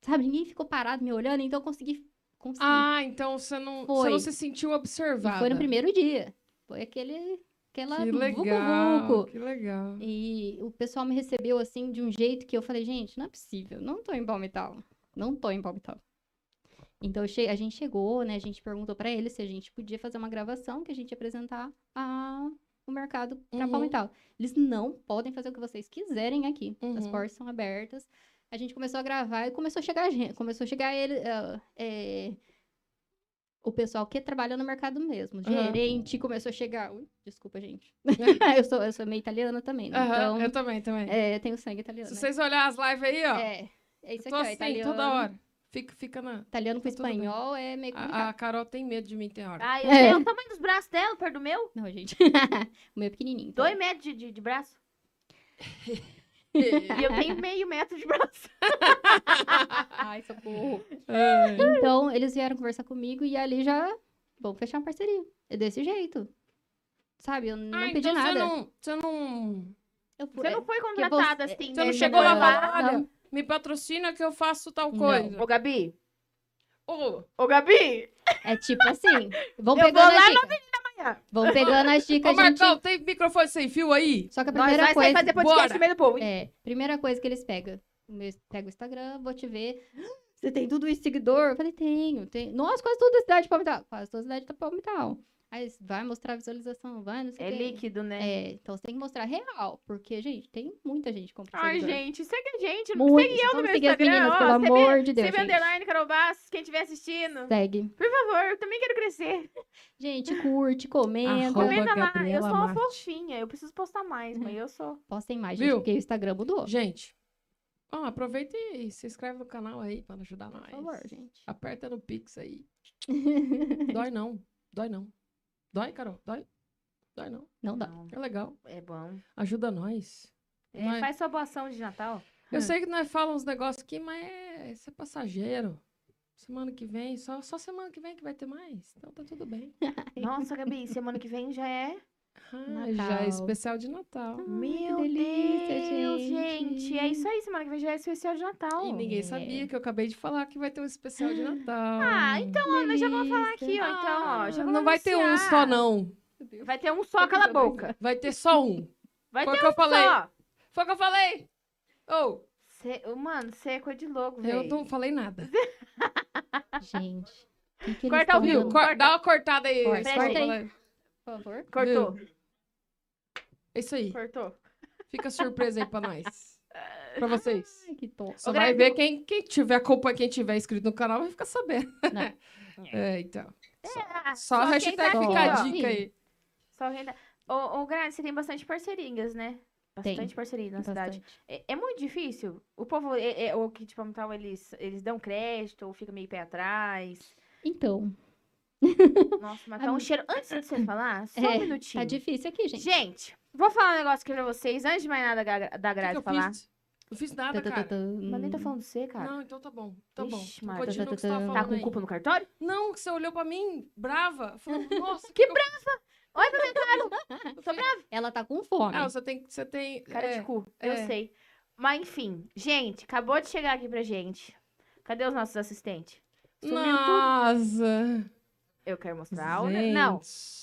C: Sabe, ninguém ficou parado me olhando, então eu consegui. consegui.
A: Ah, então você não, você
C: Foi.
A: não se sentiu
C: e
A: observada.
C: foi no primeiro dia. Foi aquele. Aquela
A: Que
C: vucu-vucu.
A: legal, que legal.
C: E o pessoal me recebeu assim de um jeito que eu falei, gente, não é possível, não tô em Palmital. Não tô em Palmital. Então eu che- a gente chegou, né? A gente perguntou pra ele se a gente podia fazer uma gravação que a gente ia apresentar a- o mercado pra
A: Uhum.
C: Palmital. Eles não podem fazer o que vocês quiserem aqui. As
A: Uhum.
C: portas são abertas. A gente começou a gravar e começou a chegar gente, começou a chegar ele, ah, é, o pessoal que trabalha no mercado mesmo.
A: Aham.
C: Gerente começou a chegar. Ui, desculpa, gente. Ah, eu, sou, eu sou meio italiana também, né?
A: Aham,
C: então,
A: eu também, também.
C: é, tenho sangue italiano.
A: se
C: né?
A: vocês olharem as lives aí, ó,
C: É, é isso
A: tô
C: aqui, ó,
A: assim
C: italiano.
A: toda hora. Fica, fica na...
C: Italiano com
A: Tá tudo bem.
C: espanhol é meio complicado.
A: A, a Carol tem medo de mim, tem hora.
B: Ai, eu
C: É.
B: sei o tamanho dos braços dela, perto do meu.
A: ah.
C: Não, gente. o meu é pequenininho. então.
B: Dois metros de, de, de braço. E
A: É.
C: Ah.
B: eu tenho meio metro de braço.
C: Ai, socorro. Então, eles vieram conversar comigo e ali já... Vamos fechar uma parceria. É desse jeito. Sabe, eu não
A: Ah,
C: pedi
A: então
C: nada.
A: Você não, você não
C: Eu é, fui...
B: Você não foi
C: vou-
B: contratada assim,
A: você não
B: né,
A: chegou lá e
B: Giovana?
A: falou, olha, me patrocina que eu faço tal
C: Não.
A: coisa.
B: Ô, Gabi.
A: Ô,
B: Ô, Gabi.
C: É tipo assim, vão
B: Eu vou
C: pegando
B: lá
C: as
B: no
C: dicas. Vão pegando as
A: ô,
C: dicas, gente...
A: Marcão, tem microfone sem fio aí?
C: Só que a
B: Nós
C: primeira
B: vai
C: coisa...
B: sair fazer podcast
A: bora.
B: no meio do povo.
C: É, primeira coisa que eles pegam. Eles pegam o Instagram, vou te ver. Você tem tudo isso, seguidor? Eu falei, tenho, tenho. Nossa, quase toda a cidade de Palmital. Quase toda a cidade de Palmital. Aí eles, vai mostrar a visualização, vai, não sei
B: É
C: o quê.
B: líquido, né?
C: É, então você tem que mostrar real, porque, gente, tem muita gente com
B: Ai,
C: seguidor.
B: gente, segue a gente. Não
C: Muito.
B: segue eu no
C: Vamos
B: meu
C: seguir as
B: Instagram.
C: meninas,
B: ó,
C: pelo
B: CB,
C: amor de Deus,
B: CB
C: gente.
B: Underline, Carol Bass, quem estiver assistindo.
C: Segue.
B: Por favor, eu também quero crescer.
C: Gente, curte, comenta.
A: Arroba.
B: Comenta lá. Eu
A: Gabriela
B: sou uma
A: Marte.
B: fofinha. Eu preciso postar mais, mas eu sou.
C: Posta imagem,
A: Viu?
C: porque o Instagram mudou.
A: Gente, ó, aproveita e se inscreve no canal aí pra ajudar nós.
C: Por favor, gente.
A: Aperta no Pix aí. Dói não. Dói não. Dói, Carol? Dói? Dói não.
C: Não dá.
B: Não,
A: É legal.
B: É bom.
A: Ajuda nós.
B: É,
A: Mas-
B: Faz sua boa ação de Natal.
A: Eu
B: Hum.
A: sei que nós falamos uns negócios aqui, mas é, isso é passageiro. Semana que vem, só, só semana que vem que vai ter mais. Então tá tudo bem.
B: Nossa, Gabi, semana que vem já é.
A: Ah, já é
C: Natal.
A: especial de Natal.
B: Meu
C: delícia,
B: Deus, gente.
C: gente.
B: É isso aí, semana que vem já é especial de Natal.
A: E ninguém
C: é.
A: sabia que eu acabei de falar que vai ter um especial de Natal.
B: Ah, então, ó, nós já vamos falar aqui, ó. Então, ó,
A: Ah,
B: já vamos
A: não vai ter um
B: anunciar.
A: só, não.
B: Vai ter um só, cala a boca.
A: Vai ter só um.
B: Vai
A: Foi
B: ter
A: o que eu
B: um
A: falei.
B: só.
A: Foi o que eu falei. Ou,
B: Cê, ô, mano, você é coisa de louco, velho.
A: eu não falei nada.
C: Gente. o que que eles
B: Corta
C: tão
B: ao vivo,
C: dando?
A: Viu? Cor- dá uma cortada aí. né?
C: Corta,
A: só
B: corta
C: aí.
A: falando.
C: Por favor.
B: Cortou,
A: É isso aí.
B: cortou.
A: Fica surpresa aí pra nós. Pra vocês.
C: Ai, que top.
A: Só
B: Ô,
A: vai
B: Grazi,
A: ver quem, quem tiver acompanha, quem tiver inscrito no canal vai ficar sabendo.
C: Não.
A: É, então.
B: Ah,
A: Só a
B: quem
A: hashtag
B: tá aqui,
A: fica a
B: ó.
A: dica aí.
B: Só quem tá... Ô, ô, Grazi, você tem bastante parceirinhas, né?
C: Tem.
B: Bastante parceria na cidade.
C: né, Bastante.
B: É, é muito difícil? O povo, é, é, ou que, tipo, tal, eles, eles dão crédito, ou fica meio pé atrás.
C: Então,
B: Nossa, mas tá um cheiro. Antes de você falar, só
C: É,
B: um minutinho.
C: Tá difícil aqui, gente.
B: Gente, vou falar um negócio aqui pra vocês, antes de mais nada da Gra- da
A: O que que
B: Grazi
A: eu
B: falar.
A: fiz? Não fiz nada,
C: Tá, tá,
A: cara.
C: tá, tá.
B: Mas nem tô falando de você, cara.
A: Não, então tá bom. Tá bom.
B: Ixi,
A: Então
B: Marta,
A: Continua o que você tá
C: tá, tá,
A: falando
C: tá.
B: tá com
A: aí.
B: culpa no cartório?
A: Não, que você olhou pra mim, brava. Falou, nossa,
B: Que
A: brava.
B: Olha pra mim,
A: Eu tô brava.
C: Ela tá com fome.
A: Ah, você tem. Você tem.
B: cara
A: é,
B: de cu.
A: é.
B: Eu sei. Mas enfim, gente, acabou de chegar aqui pra gente. Cadê os nossos assistentes? Sumiu tudo.
A: Nossa.
B: Eu quero mostrar a aula. Não.
A: Gente.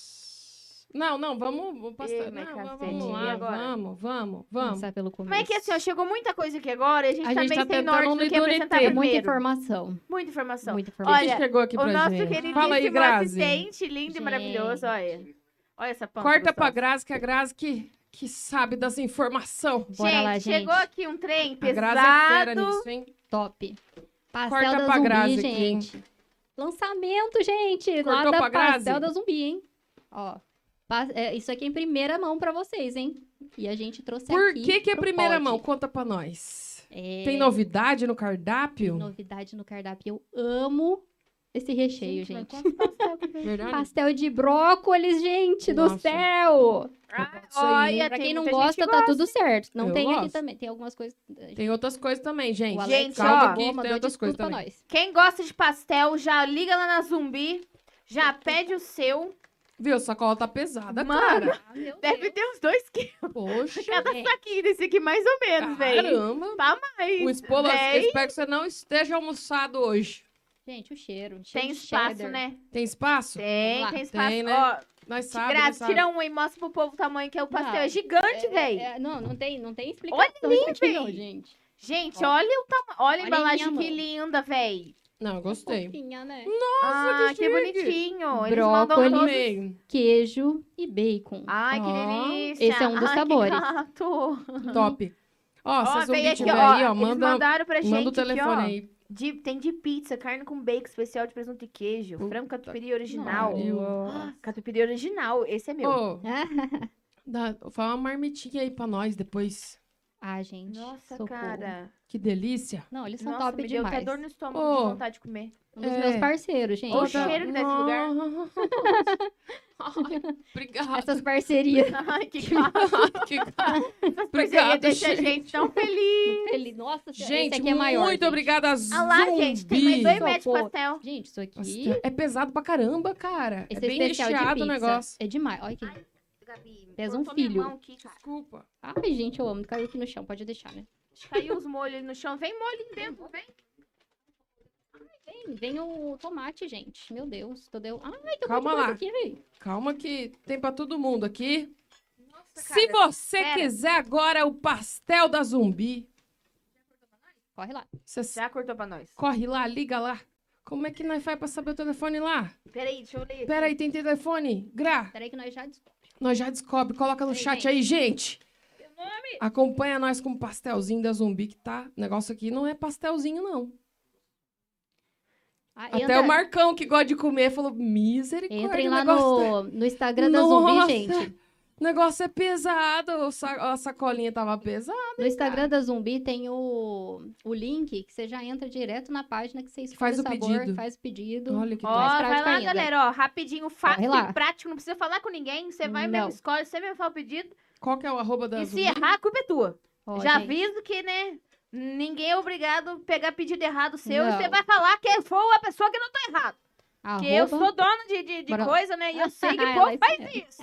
A: Não, não, vamos. vamos passar.
B: Ih, mas
A: não,
B: cacete,
A: vamos
C: e
A: lá,
B: agora?
A: vamos, vamos, vamos.
C: Começar pelo começo.
B: Mas é que assim, ó, chegou muita coisa aqui agora e a gente
A: A
B: tá
A: gente
B: meio
A: tá
B: sem
A: tentando
B: norte do que
A: não
B: apresentar
A: deter.
B: primeiro.
C: Muita informação.
B: Muita informação.
C: Muita
A: O
C: informação.
A: que que
B: olha,
A: chegou aqui
B: O
A: pra
B: nosso
A: gente?
B: queridíssimo
A: Fala aí, Grazi.
B: assistente, lindo e
C: Gente.
B: maravilhoso, olha. Olha essa pampa
A: Corta pra
B: gostosa.
A: Grazi, que é a Grazi que, que sabe das informações.
C: Bora
B: gente,
C: lá,
B: chegou
C: gente.
B: aqui um trem
A: A Grazi é fera
B: pesado.
A: nisso, hein?
C: Top. Pastel
A: Corta
C: da
A: pra
C: Zumbi,
A: Grazi aqui, hein?
C: gente. Lançamento, gente.
A: Cortou
C: lá da
A: pra Grazi?
C: Pastel da Zumbi, hein? Ó. pa- é, isso aqui é em primeira mão pra vocês, hein? E a gente trouxe
A: Por
C: aqui.
A: que, que é
C: pro
A: primeira
C: pod.
A: mão? Conta pra nós.
C: É,
A: Tem novidade no cardápio?
C: novidade no cardápio. Eu amo esse recheio,
B: mas
C: gente.
B: quantos pastel que veio?
A: Verdade?
C: Pastel de brócolis, gente,
A: Nossa.
C: do céu!
B: Ah,
A: Isso aí,
B: olha,
C: pra
B: tem
C: quem não
B: muita gente
C: gosta,
B: que
C: tá tudo certo. Não
A: Eu
C: tem aqui
A: gosto.
C: também. Tem algumas coisas.
A: Tem outras coisas também, gente.
C: o Alex
B: Gente,
A: Calma
B: ó,
A: aqui,
C: mandou
A: tem
C: de
A: outras
C: tudo
A: coisas
C: pra
A: também.
C: nós.
B: Quem gosta de pastel, já liga lá na Zumbi, já pede o seu.
A: Viu? A sacola tá pesada,
B: Mano,
A: cara.
B: Deve ter uns dois quilos
A: Poxa.
B: aqui desse aqui, mais ou menos, velho.
A: Caramba.
B: Mas,
A: O Espolo,
B: véi,
A: espero que você não esteja almoçado hoje.
C: Gente, o cheiro. cheiro
B: tem
C: de
B: espaço,
C: cheddar.
B: né?
A: Tem espaço?
B: Tem,
C: lá.
B: tem espaço.
A: Tem, né?
B: Ó,
A: Nós sabemos. nós
B: Grazi,
A: sabe.
B: tira um e mostra pro povo o tamanho que é o pastel.
C: Não,
B: é gigante, velho.
C: É, não, não tem, não tem explicação. Olha isso aqui,
B: véi.
C: não, gente.
B: Gente,
C: Ó.
B: olha o tamanho. Olha
C: Olha
B: a
C: em
B: embalagem
C: minha
B: que
C: mão.
B: linda, velho.
A: Não, gostei.
C: Fofinha, né?
B: Ah,
A: que
B: que
A: chique.
B: bonitinho. Eles
C: Brócolis.
B: mandam todos.
A: Amei.
C: Queijo e bacon.
B: Ai, que
A: Ó,
B: delícia.
C: esse é um dos
B: Ai, que
C: sabores.
B: gato.
A: Top. Ó, se
B: Ó,
A: a zumbi
B: veio aqui,
A: tiver
B: ó,
A: aí, ó,
B: eles
A: manda,
B: mandaram pra gente
A: manda o
B: aqui, ó,
A: telefone aí.
B: de- tem de pizza, carne com bacon, especial de presunto e queijo,
A: Puta
B: frango catupiry original.
A: pariu.
B: Ah, Catupiry original, esse é meu.
A: Ô,
C: Ah,
A: dá, fala uma marmitinha aí pra nós depois.
C: Ah, gente.
B: Nossa,
C: socorro.
B: cara.
A: Que delícia.
C: Não, eles são
B: Nossa,
C: top
B: me deu
C: demais.
B: até dor no estômago de
A: Ô.
B: vontade de comer.
C: Um dos
A: É.
C: meus parceiros, gente.
B: O
A: Outra-
B: cheiro que dá esse lugar.
A: Ai, Obrigada.
C: Essas parcerias.
B: Ai, que gato.
A: Que
B: Obrigada,
A: Obrigado,
B: deixa a gente tão feliz.
C: Ele- Nossa,
A: Gente,
C: esse aqui é maior.
A: muito
C: gente.
A: obrigada,
B: Olha lá, gente, tem mais dois
A: Zumbi.
B: metros de
C: Socorro.
B: pastel.
C: Gente, isso aqui.
A: Nossa, é pesado pra caramba, cara.
C: Esse
A: é bem
C: especial de
A: recheado o
C: pizza
A: negócio.
C: É demais. Olha aqui.
B: Gabi,
C: Pesa um
B: cortou minha
C: filho.
B: mão aqui, cara.
A: Desculpa.
C: Ai, gente, eu amo. Caiu aqui no chão, pode deixar, né?
B: Caiu os molhos ali no chão. Vem molho dentro, vem.
C: Vem, vem o tomate, gente. Meu Deus, tô deu. Ai, tô
A: Calma lá.
C: aqui, velho.
A: Calma que tem pra todo mundo aqui.
B: Nossa,
A: Se
B: cara.
A: você
B: pera.
A: quiser agora o pastel da zumbi,
C: Corre lá.
A: você
B: Já cortou pra nós.
A: corre lá, liga lá. Como é que nós faz pra saber o telefone lá?
B: Peraí, deixa eu ler.
A: Pera aí, tem telefone? Gra,
C: Peraí que nós já descobrimos.
A: nós já descobre. Coloca no
C: Aí,
A: chat
C: gente.
A: aí, gente. Acompanha nós com o pastelzinho da zumbi que tá. O negócio aqui não é pastelzinho, não.
C: Ah,
A: Até
C: entra-
A: o Marcão, que gosta de comer, falou: misericórdia.
C: Entrem
A: o
C: lá
A: negócio tá-
C: no, no Instagram da
A: Nossa,
C: Zumbi, gente.
A: O negócio é pesado. o sa- A sacolinha tava pesada.
C: No Instagram da Zumbi tem o, o link que você já entra direto na página que você escolhe
A: Faz o
C: sabor,
A: pedido.
C: faz o pedido.
A: Olha que
B: Ó,
A: top.
C: mais
B: vai
C: prático
B: lá,
C: ainda.
B: galera, ó, rapidinho, fácil
C: Corre lá.
B: e prático, não precisa falar com ninguém, você vai mesmo,
C: Não.
B: escolhe, você mesmo faz o pedido,
A: Qual que é o arroba da
B: e se
A: Zumbi?
B: errar, a culpa é tua.
C: Ó,
B: Já
C: gente,
B: aviso que, né, ninguém é obrigado a pegar pedido errado seu, e
C: Não.
B: você vai falar que foi a pessoa que não tá errada, porque eu
C: arroba-
B: sou dona de, de, de
C: Bora lá.
B: coisa, né, e eu sei que o
C: Ela
B: povo
C: é
B: faz
C: séria.
B: isso.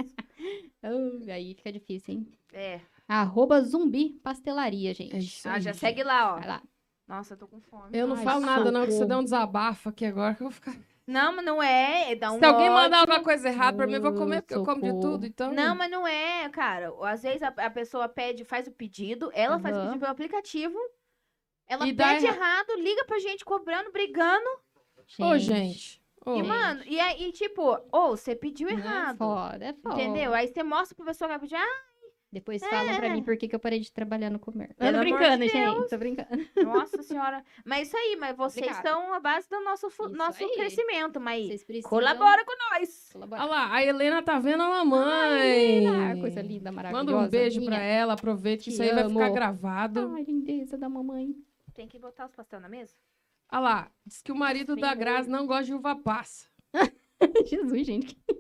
C: Ah, aí fica difícil, hein?
B: É,
C: Arroba Zumbi Pastelaria, gente.
A: É isso
B: ah,
A: aí,
B: já
A: gente.
B: segue lá, ó.
C: Vai lá.
B: Nossa, eu tô com fome.
A: Eu não
C: Ai,
A: falo nada, não, que você
C: socorro. Tá
A: dá um desabafo aqui agora que eu vou ficar. assim.
B: Não, mas não é, dá um
A: se alguém
B: ódio.
A: mandar alguma coisa errada pra mim, eu vou
C: Ô,
A: comer, porque eu como de
C: socorro.
A: tudo, então.
B: Não, mas não é, cara. Às vezes a, a pessoa pede, faz o pedido, ela faz o
C: Aham.
B: pedido pelo aplicativo, ela
A: E dá
B: pede
A: erra-
B: errado, liga pra gente cobrando, brigando.
A: Ô, gente. Ô,
B: E, mano, e aí, tipo, ou você pediu
C: não É
B: errado.
C: foda, é foda.
B: Entendeu? Aí você mostra pra pessoa que vai pedir, ah,
C: Depois falam pra mim por que, que eu parei de trabalhar no comércio. Eu
B: Pelo
C: tô
B: amor de
C: brincando,
B: Deus.
C: gente. Tô brincando.
B: nossa senhora. Mas isso aí, mas vocês
C: Obrigada.
B: são a base do nosso, fu-
C: Isso
B: nosso
C: aí.
B: crescimento, mas
C: Vocês precisam.
B: colabora com nós.
C: Colabora.
A: olha lá, a Helena tá vendo a mamãe.
C: Ah, coisa linda, maravilhosa.
A: Manda um beijo pra
C: minha.
A: ela, aproveita que
C: Te
A: isso aí vai ficar
C: amo.
A: gravado.
C: Ai, lindeza da mamãe.
B: Tem que botar os pastel na mesa?
A: Olha lá, diz que o marido
B: Bem
A: da
B: doido.
A: Grazi não gosta de uva passa.
C: Jesus, gente.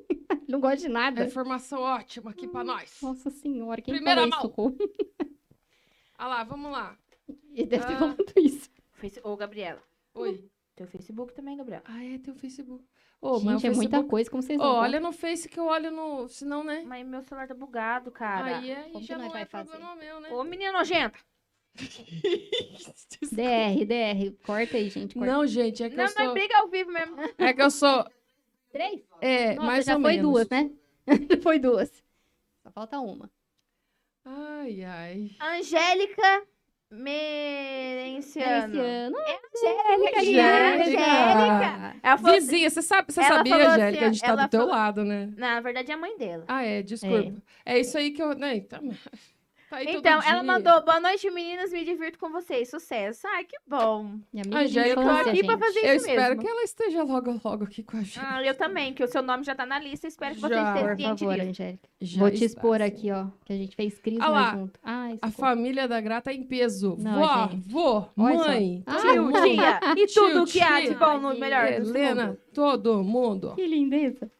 C: Não gosto de
A: É
C: nada.
A: informação ótima aqui pra nós. Olha
C: Nossa senhora, quem
A: Primeira
C: falou
A: mão.
C: isso, socorro?
A: lá, vamos lá.
C: Ele deve ter
A: Ah.
C: falado isso.
B: Face- Ô, Gabriela.
A: Oi.
B: Teu Facebook também, Gabriela.
A: Ah, é teu Facebook. Ô, mas o
C: gente, é
A: Facebook...
C: muita coisa, como vocês
A: Ô,
C: não vão-
A: olha no Face que eu olho no... Senão, né?
B: Mas meu celular tá bugado, cara.
A: Aí, é- aí
C: como que
A: já
C: nós
A: não
C: vai
A: é
C: fazer?
A: problema meu, né?
B: Ô, menina nojenta.
C: DR, DR. Corta aí, gente. Corta.
A: Não, gente, é que
B: não,
A: eu
B: mas
A: sou...
B: briga ao vivo mesmo.
A: É que eu sou...
C: Três?
A: É,
C: Nossa,
A: mais
C: já
A: ou
C: foi
A: menos.
C: duas, né? Já foi duas. Só falta uma.
A: Ai, ai.
B: Angélica Merenciano.
C: Feliciano.
B: é
C: é
B: Angélica,
A: Angélica.
B: Angélica. Ela falou...
A: Vizinha, você sabe, você
B: Ela
A: sabia,
B: falou assim,
A: Angélica, a gente tá
B: ela
A: do teu
B: falou-
A: lado, né?
B: Na verdade, é a mãe dela.
A: Ah, é, desculpa. É, isso aí que eu... Né, tá... tá aí todo
B: Então, ela
A: dia.
B: mandou boa noite, meninas, me divirto com vocês, sucesso. Ai, que bom.
C: Minha amiga
A: Angélica, tá
C: de
A: eu tô
C: infância,
B: aqui pra
C: gente.
B: fazer-
A: Eu
B: isso
A: espero
B: mesmo.
A: que ela esteja logo, logo aqui com a gente.
B: Ah, eu também, que o seu nome já tá na lista, espero que você
A: Já.
B: esteja
C: Por
B: ciente
C: favor,
B: disso.
C: Angélica.
A: Já
C: Vou te
A: está,
C: expor
A: sim.
C: aqui, ó. Que a gente fez crise
A: Ah lá,
C: junto. Ai,
A: A
C: socorro.
A: família da Grata em peso.
C: Não,
A: Vó,
C: gente.
A: vô,
C: Olha só.
A: mãe,
C: Ah,
A: tio,
C: não.
A: tia,
B: Tia, e
A: Tio,
B: tudo que há de
A: tia.
B: bom no melhor
C: Tadinha.
B: dos
A: Helena,
B: mundos.
A: todo mundo.
C: Que lindeza.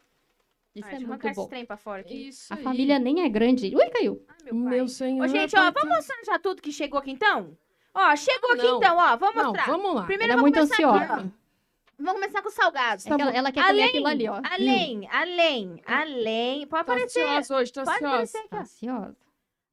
C: Isso
B: Ai,
C: é
B: deixa eu
C: muito
B: arrancar
C: bom.
B: esse trem pra fora aqui.
A: Isso
C: A
A: aí.
C: família nem é grande. Ui, caiu.
B: Ai,
A: Meu,
B: meu pai.
A: senhor.
B: Ô, gente,
A: tá-
B: ó, vamos mostrar já tudo que chegou aqui então? Ó, chegou aqui
A: Não.
B: então, ó, vamos
A: Não,
B: mostrar.
A: vamos lá.
B: Primeiro
C: Ela é
B: vamos
C: muito
B: começar aqui,
C: ansiosa.
B: ó. Vamos começar com o salgado.
A: Tá
C: É que ela,
A: bom.
C: ela quer comer aquilo ali,
B: Ah,
C: ó.
B: Além, além, além. Pode
A: Tô
B: aparecer.
A: Tá ansiosa hoje, tô
B: Pode
A: ansiosa.
B: aparecer aqui, ó.
C: Ansiosa.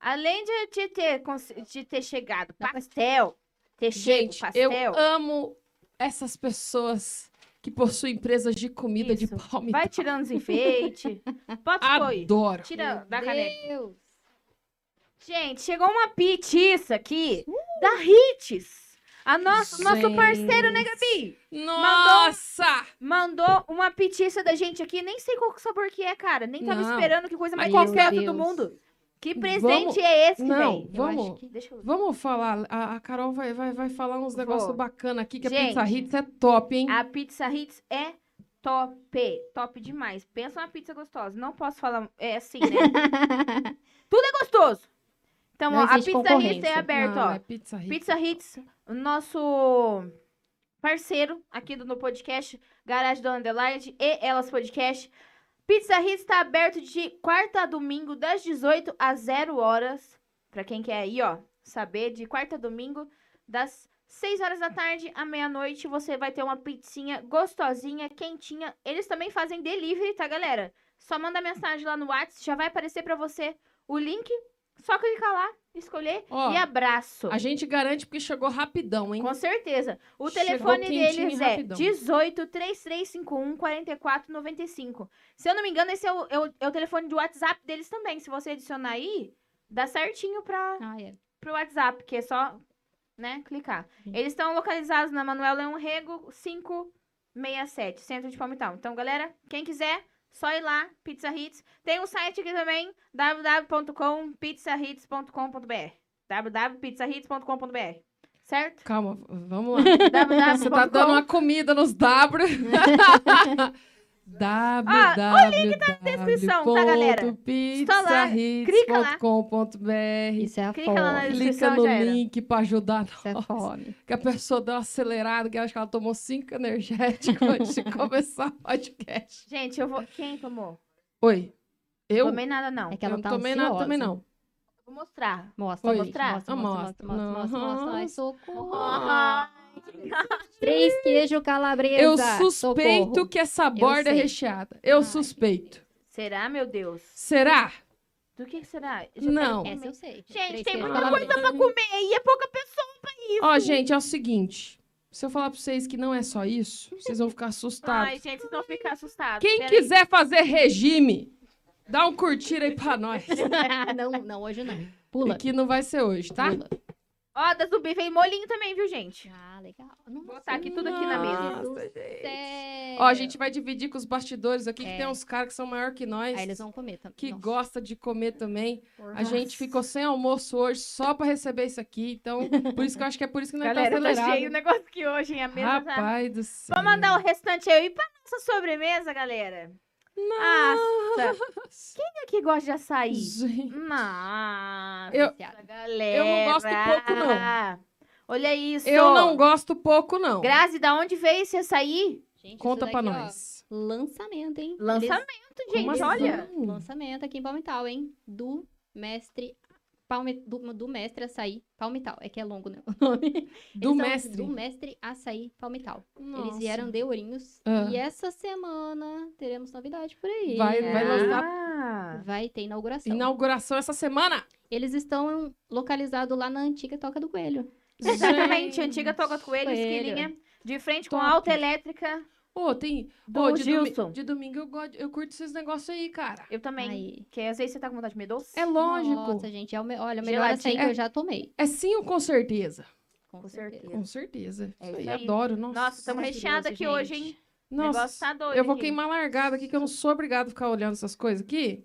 B: Além de, de ter, cons- de ter chegado pastel, ter
A: Gente,
B: chego pastel.
A: eu amo essas pessoas que possuem empresas de comida de
B: Isso.
A: palmito.
B: Vai tirando os enfeites. Pode foi.
A: Adoro.
B: Tira da caneca.
C: Deus.
B: Gente, chegou uma pitiça aqui da Hits. A nosso, nosso parceiro, né, Gabi?
A: um Nossa!
B: Mandou uma pitiça da gente aqui. Nem sei qual que sabor que é, cara. Nem tava
A: Não.
B: esperando que coisa mais
C: Meu
B: gostosa do
C: Deus.
B: mundo. Que presente
A: Vamos-
B: é esse,
A: Não,
B: velho?
A: vamos.
C: acho que-
B: Deixa eu ver.
A: Vamos falar, a, a Carol vai, vai, vai falar uns
B: Vou.
A: negócios bacanas aqui, que a
B: Gente.
A: Pizza Hits é top, hein?
B: A pizza Hits é top. Top demais. Pensa numa pizza gostosa. Não posso falar. É assim, né? Tudo é gostoso. Então,
C: Não
B: ó, a
C: existe
B: pizza Hits é
C: concorrência.
B: aberta,
A: Não,
B: ó.
A: não é Pizza Hits.
B: Pizza Hits, o nosso parceiro aqui do, no podcast, Garage do Underline e Elas Podcast. Pizza Hits está aberto de quarta a domingo, das 18 às 0 horas. Pra quem quer aí, ó, saber, de quarta a domingo, das 6 horas da tarde à meia-noite, você vai ter uma pizzinha gostosinha, quentinha. Eles também fazem delivery, tá, galera? Só manda mensagem lá no WhatsApp, já vai aparecer pra você o link. Só clicar lá, escolher
A: Ó,
B: e abraço.
A: A gente garante porque chegou rapidão, hein?
B: Com certeza. O
A: Chegou
B: telefone
A: quentinho
B: deles
A: e
B: é
A: rapidão.
B: 18 3351 4495. Se eu não me engano, esse é o, é o, é o telefone do WhatsApp deles também. Se você adicionar aí, dá certinho para
C: Ah, é.
B: pro WhatsApp, que é só, né, clicar.
C: Sim.
B: Eles estão localizados na Manuel Leão Rego 567, Centro de Palmital. Então, galera, quem quiser, só ir lá, Pizza Hits. Tem um site aqui também, www.pizzahits.com.br. www.pizzahits.com.br. Certo?
A: Calma, vamos lá. Você tá dando uma comida nos W. W,
B: Ah,
A: W, W,
B: descrição, tá, galera? Só lá, clica lá.
A: pizzahits.com.br.
C: Isso é a
B: Clica lá na
C: fome.
A: Clica
B: descrição,
A: no
B: já era.
A: link pra ajudar
C: Isso é a
A: nós.
C: fome.
A: Que a pessoa deu uma acelerada, que eu acho que ela tomou cinco energéticos antes de começar o podcast.
B: Gente, eu vou. Quem tomou?
A: Oi, eu?
B: Tomei nada, não.
C: É que
A: eu
C: ela
A: não
C: tá
A: tomei nada também
C: ansiosa.
A: não.
B: Vou mostrar.
C: Mostra,
A: Oi.
C: gente, mostra, mostra,
A: Ah,
C: mostra,
A: mostra.
C: mostra, mostra, mostra. Ai, socorro.
B: Ah,
C: Três queijo calabresa.
A: Eu suspeito
C: Socorro.
A: que essa borda é
C: sei.
A: recheada. Eu suspeito.
B: Será, meu Deus?
A: Será?
B: Do que que será? Eu já
A: Não.
B: quero
C: Essa
B: comer.
C: eu sei.
B: Gente,
C: Três
B: tem
C: queijos
B: muita
C: calabresa.
B: coisa pra comer e é pouca pessoa.
A: Ó, gente, é o seguinte. Se eu falar pra vocês que não é só isso, vocês vão ficar assustados.
B: Ai, gente, vocês vão ficar
C: tá,
B: assustados.
A: Quem
B: Peraí.
A: quiser fazer regime, dá um curtir aí pra nós.
C: Não, não, hoje não. Pula.
A: Que não vai ser hoje, tá?
C: Pula.
B: Ó, da zumbi vem molinho também, viu, gente?
C: Ah, legal. Nossa,
B: Botar aqui tudo aqui na mesa.
A: Nossa,
C: Deus
A: gente.
C: céu.
A: Ó, a gente vai dividir com os bastidores aqui, que
C: É.
A: tem uns caras que são maior que nós.
C: Aí eles vão comer também.
A: Que
C: Nossa,
A: gosta de comer também. A
C: horror.
A: gente ficou sem almoço hoje só pra receber isso aqui. Então, por isso que eu acho que é por isso que nós
B: Galera,
A: tá
B: tá
A: acelerado.
C: né?
B: cheio o negócio que hoje, hein? A mesa tá-
A: Rapaz do céu.
B: Vamos mandar o restante aí pra nossa sobremesa, galera. Nossa. Quem aqui gosta de
A: é
B: açaí?
A: Gente.
B: Nossa,
A: Eu-
B: galera.
A: gosto pouco, não.
B: Olha isso.
A: Eu não gosto pouco, não.
B: Grazi, da onde veio esse açaí?
C: Gente, isso
A: Conta pra
C: daqui, ó,
A: nós.
C: Lançamento, hein?
B: Lançamento, gente,
A: Como
B: olha.
A: assim?
C: Lançamento aqui em Palmital, hein? Do mestre. Palme, do, do mestre açaí Palmital. É que é longo, né? O nome. Eles
A: Do
C: são
A: mestre.
C: Do mestre açaí Palmital. Eles
A: Nossa.
C: vieram de Ourinhos.
A: Ah.
C: E essa semana teremos novidade por aí. né?
A: Vai- vai lançar-
B: Ah,
C: Vai ter inauguração.
A: Inauguração essa semana.
C: Eles estão localizados lá na antiga Toca do Coelho.
B: Exatamente,
A: Gente.
B: antiga Toca Coelho,
C: Coelho.
B: esquilinha. De frente com
A: Top.
B: a alta elétrica.
A: Ô, tem.
B: Do
A: Ô, de, domi-
B: Gilson.
A: de domingo eu, gosto, eu curto esses negócios aí, cara.
B: Eu também.
C: Aí.
B: Que às vezes você tá com vontade de comer doce.
A: É lógico.
C: Nossa, gente, é o me... olha, o melhor açaí
B: Gelatina.
C: que eu já tomei.
A: É sim ou com certeza?
C: Com,
B: Com
C: certeza.
B: certeza.
A: Com certeza.
B: É
A: isso aí,
B: isso aí.
A: adoro. Nossa,
B: Nossa, estamos
C: maravilhoso,
B: recheados aqui
C: gente.
B: hoje, hein? O
A: Nossa.
B: negócio tá doido.
A: Eu vou
B: aqui.
A: queimar largada aqui, que eu não sou obrigado a ficar olhando essas coisas aqui.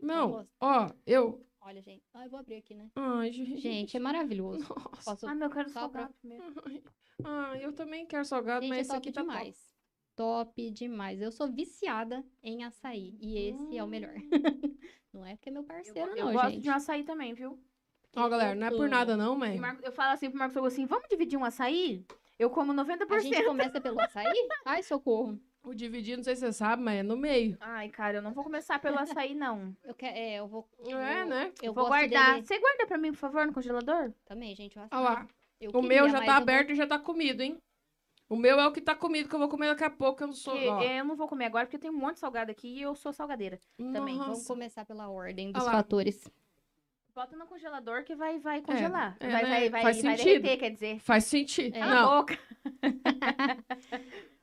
A: Não,
C: Almoço.
A: ó, eu.
C: Olha, gente. Ah, eu vou abrir aqui, né?
A: Ai, gente.
C: Gente, é maravilhoso. Posso...
B: Ah, meu, eu quero
C: Só pra-
B: salgado
A: Hum,
B: primeiro.
A: Ah, eu também quero salgado,
C: Gente,
A: mas
C: é
A: esse
C: top
A: aqui tá top.
C: demais. Top demais. Eu sou viciada em açaí. E esse é o melhor. não é porque é meu parceiro,
B: Hum. Eu,
C: não,
B: gosto
C: gente.
B: de um açaí também, viu?
A: Ó, galera, não é por
C: Amo.
A: nada não,
B: E
A: mãe.
B: Marco- eu falo assim pro Marcos, eu falo assim, vamos dividir um açaí? Eu como 90%.
C: A gente começa pelo açaí? Ai, socorro.
A: O dividir, não sei se você sabe, mas é no meio.
B: Ai, cara, eu não vou começar pelo açaí, não.
C: Eu, que... é, eu vou.
A: É,
C: eu-
A: né?
C: Eu
B: vou
C: gosto
B: guardar.
C: dele
B: Você guarda pra mim, por favor, no congelador?
C: também, gente. O açaí.
A: Olha lá.
C: Eu
A: O
C: queria,
A: meu já
C: mas
A: tá
C: eu vou-
A: aberto e já tá comido, hein? O meu é o que tá comido, que eu vou comer daqui a pouco, eu não sou.
B: Porque
A: ó.
B: eu não vou comer agora, porque tem um monte de salgado aqui e eu sou salgadeira. também,
A: Nossa.
C: Vamos começar pela ordem dos
A: Olha lá.
C: fatores.
B: Bota no congelar que vai, vai congelar.
A: é,
B: vai,
A: né?
B: vai, vai,
A: Faz
B: vai
A: sentido.
B: derreter, quer dizer.
A: Faz sentido.
C: É.
B: Cala
A: Não,
B: a boca.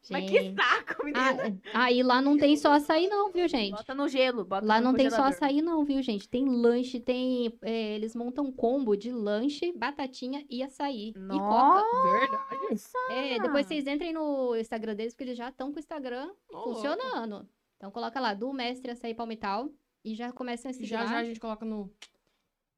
B: Mas que
C: Gente.
B: saco, menina.
A: né?
C: Ah, aí lá não tem só açaí, não, viu, gente?
B: Bota no gelo, bota
C: Lá
B: no
C: não tem só
B: congelador.
C: açaí, não, viu, gente? Tem lanche, tem. é, eles montam um combo de lanche, batatinha e açaí. E coca.
A: verdade.
C: É, depois vocês entrem no Instagram deles, porque eles já estão com o Instagram
A: Ô, louco.
C: funcionando. Então coloca lá, do mestre açaí palmital. E já começa a seguir
A: Já
C: lá,
A: já a gente coloca no.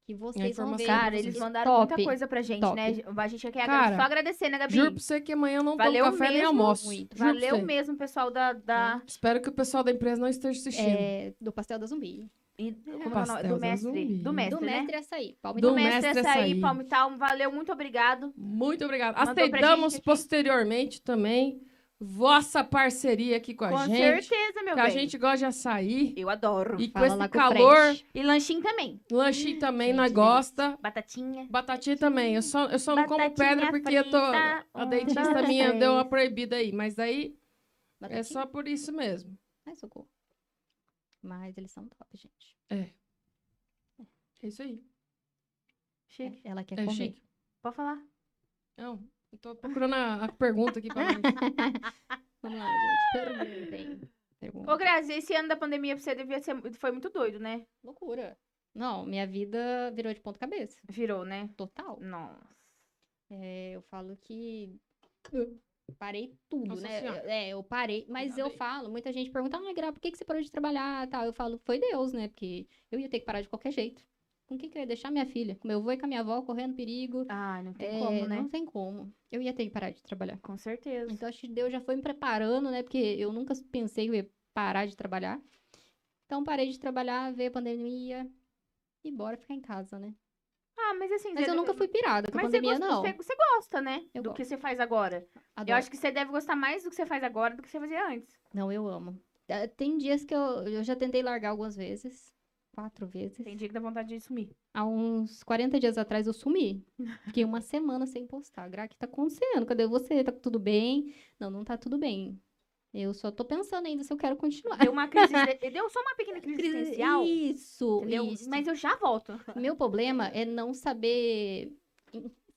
C: que vocês vão ver.
A: informação.
B: Cara, eles mandaram
C: Top.
B: muita coisa pra gente,
C: top.
B: né? A gente quer
A: Cara,
B: só agradecer, né, Gabi?
A: Juro pra você que amanhã eu não tomo
B: Valeu
A: café nem
B: mesmo,
A: almoço.
C: muito.
A: Juro pra
B: Valeu
A: você.
B: mesmo, pessoal da... da...
A: Espero que o pessoal da empresa não esteja assistindo.
C: É, do pastel da zumbi.
B: e- como é o
A: pastel
B: nome? do
A: da
B: mestre.
A: zumbi.
B: Do mestre,
C: Do
B: né?
C: mestre é açaí
A: é, Do
C: palmital.
B: Do mestre,
A: mestre
B: açaí,
A: açaí.
B: Palmo e Tal. Valeu, muito obrigado.
A: Muito obrigada.
B: Mandou pra gente
A: Aceitamos
B: aqui.
A: posteriormente também vossa parceria aqui com a
B: Com
A: gente.
B: certeza, meu
A: que a
B: bem.
A: gente gosta de açaí.
B: Eu adoro.
A: E com
C: Tá Fala lá
A: esse
C: com o
A: calor,
C: Fred.
B: E lanchinho também.
A: lanchinho também
C: Gente,
A: nós
C: delícia.
A: gosta.
B: Batatinha.
A: Batatinha também. Eu só, eu só não como
B: Batatinha
A: pedra porque eu tô.
B: frita,
A: A
C: hum.
B: um,
A: dentista
B: dois,
A: minha
B: três.
A: deu uma proibida aí. Mas daí é
C: Batatinha.
A: só por isso mesmo.
C: Ai, socorro. Mas eles são top, gente.
A: É isso aí.
B: Chique.
C: Ela quer
A: É
C: comer.
A: chique.
B: Pode falar.
A: Não, eu tô procurando a, a pergunta aqui pra mim.
C: Vamos lá, gente. Perguntem. Perguntem.
B: Ô, Grazi, esse ano da pandemia pra você devia ser... Foi muito doido, né?
C: Loucura. Não, minha vida virou de ponta cabeça.
B: Virou, né?
C: Total.
B: Nossa.
C: É, eu falo que eu parei tudo,
A: Nossa
C: né?
A: Senhora.
C: Eu- É, eu parei. Mas
A: Ainda
C: eu
A: bem.
C: falo, muita gente pergunta, ah, Gra, por que que você parou de trabalhar? Tal. Eu falo, foi Deus, né? Porque eu ia ter que parar de qualquer jeito. Com quem que eu ia deixar minha filha? Com meu avô e com a minha avó correndo perigo.
B: Ai, não tem
C: É,
B: como, né?
C: Não tem como. Eu ia ter que parar de trabalhar.
B: Com certeza.
C: Então, acho que Deus já foi me preparando, né? Porque eu nunca pensei que eu ia parar de trabalhar. Então, parei de trabalhar, veio a pandemia e bora ficar em casa, né?
B: Ah, mas assim...
C: Mas
B: você-
C: eu nunca fui pirada com a
B: Mas você
C: pandemia,
B: gosta,
C: não.
B: você, você gosta, né?
C: Eu
B: do
C: gosto.
B: que você faz agora. Eu
C: Adoro.
B: acho que você deve gostar mais do que você faz agora do que você fazia antes.
C: Não, eu amo. Eh, Tem dias que eu, eu já tentei largar algumas vezes. Quatro vezes.
B: Tem dia que dá vontade de sumir.
C: Há uns 40 dias atrás eu sumi. Fiquei uma semana sem postar. Gra, o que tá acontecendo? Cadê você? Tá tudo bem? Não, não tá tudo bem. Eu só tô pensando ainda se eu quero continuar.
B: Deu uma crise... existe- Deu só uma pequena crise
C: Crise-
B: existencial.
C: Isso,
B: Entendeu?
C: isso.
B: Mas eu já volto.
C: Meu problema é não saber,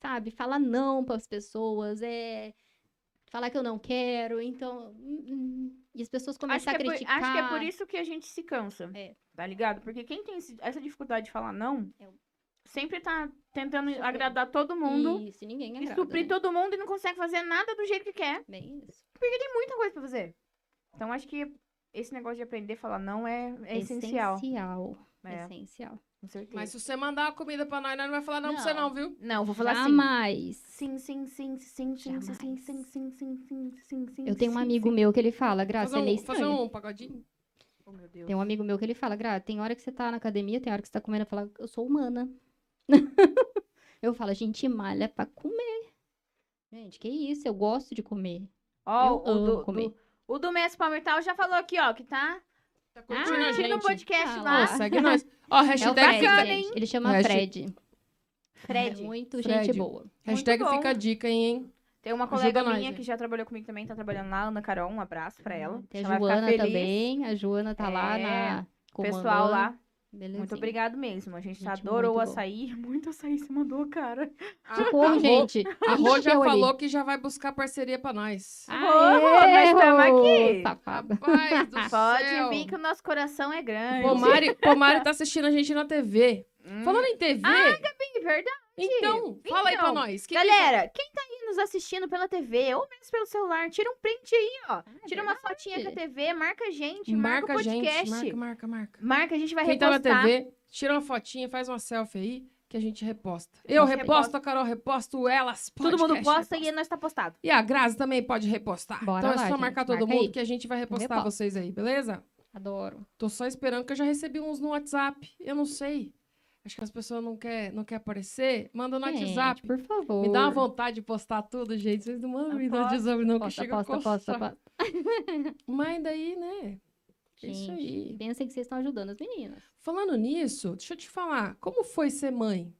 C: sabe, falar não para as pessoas, é falar que eu não quero, então. hum, hum. E as pessoas
B: Acho que,
C: começam a
B: é por,
C: criticar.
B: acho que é por isso que a gente se cansa.
C: É.
B: Tá ligado? Porque quem tem esse- essa dificuldade de falar não,
C: Eu-
B: sempre tá tentando
C: Suprir.
B: agradar todo mundo
C: Isso, ninguém
B: e
C: agrada,
B: suprir
C: né?
B: todo mundo e não consegue fazer nada do jeito que quer.
C: Bem isso.
B: Tem muita coisa pra fazer. Então acho que esse negócio de aprender a falar não é, é essencial.
C: Essencial.
B: É,
C: essencial.
B: com certeza.
A: Mas se você mandar a comida pra nós, nós não vai falar não, pra você,
C: Não.
A: não, viu?
B: Não, eu vou falar assim.
C: Jamais.
B: Sim, sim, sim, sim, sim, sim, sim,
C: Jamais.
B: sim, sim, sim, sim, sim, sim.
C: Eu tenho um
B: sim,
C: amigo meu que ele fala, Graça,
A: fazer,
C: ele é
A: um, fazer
C: estranho.
A: um pagodinho?
B: sim. Oh, meu Deus.
C: Tem um amigo meu que ele fala, Gra, tem hora que você tá na academia, tem hora que você tá comendo, eu falo, eu sou humana. eu falo, a gente malha pra comer. Gente, que isso, eu gosto de comer.
B: Ó,
C: Eu
B: o do,
C: amo comer.
B: do- O do Mestre Palmertal já falou aqui, ó, que tá
A: Tá curtindo a
B: curtindo o
A: gente.
B: podcast
C: Ah,
B: lá.
A: Ó, segue nós. Ó,
C: É o
A: hashtag,
C: Fred,
A: fica,
B: bacana, hein?
C: gente. Ele chama
A: Hashtag-
C: Fred.
B: Fred.
C: É muito
A: Fred.
C: gente boa.
A: hashtag
B: bom.
A: fica a dica, hein, hein?
B: Tem uma
A: Ajuda
B: colega
A: nós,
B: minha
A: né?
B: que já trabalhou comigo também, tá trabalhando lá, Ana Carol, um abraço pra ela.
C: Uhum. Tem
B: Ela
C: a
B: vai ficar
C: Joana
B: feliz.
C: também. A Joana tá lá
B: É,
C: na.
B: O pessoal
C: comandando.
B: lá.
C: Belezinha.
B: Muito obrigado mesmo. A gente,
C: Gente,
B: adorou o
C: muito bom.
B: açaí. Muito açaí se mandou, cara.
A: a
C: Socorro,
A: Rô-
C: Tipo, gente.
A: Ah, tá A Rô já
C: Encheu ali.
A: falou que já vai buscar parceria pra nós.
B: Aê, Rô, nós tamo aqui.
C: tá Safada.
A: Rapaz do
B: Pode
A: céu.
B: vir que o nosso coração é grande.
A: Pomari, Pomari tá assistindo a gente na TV.
B: Hum.
A: Falando em TV,
B: Sim, verdade.
A: então, fala aí pra
B: Então,
A: nós. Que
B: Galera, quem tá aí nos assistindo pela TV ou mesmo pelo celular, tira um print aí, ó. Tira uma fotinha com a TV, marca a gente,
A: que... Ah, é marca
B: marca,
A: a
B: o podcast.
A: gente, marca, marca, marca.
B: Marca, a gente vai
A: Quem tá na
B: repostar.
A: TV, tira uma fotinha, faz uma selfie aí, que a gente reposta. Eu
B: Reposta.
A: reposto, a Carol reposto, elas
B: Todo mundo
A: podcast
B: posta e
A: reposta.
B: nós tá postado.
A: E a Grazi também pode repostar.
C: Bora
A: então
C: lá,
A: é só
C: gente,
A: marcar todo
C: marca
A: mundo
C: aí.
A: que a gente vai repostar
C: Reposta.
A: vocês aí, beleza?
C: Adoro.
A: Tô só esperando que eu já recebi uns no WhatsApp. Eu não sei. Acho que as pessoas não querem não quer aparecer. Manda no
C: Gente,
A: WhatsApp.
C: Por favor.
A: Me dá uma vontade de postar tudo, gente. Vocês não mandam me dar
B: Aposta,
A: WhatsApp, não, que
C: Posta,
A: chega
C: posta,
A: a
C: posta,
A: coçar.
C: posta.
A: Mas daí, né? É Isso
C: Gente,
A: aí.
C: Pensem que vocês estão ajudando as meninas.
A: Falando nisso, deixa eu te falar. Como foi ser mãe?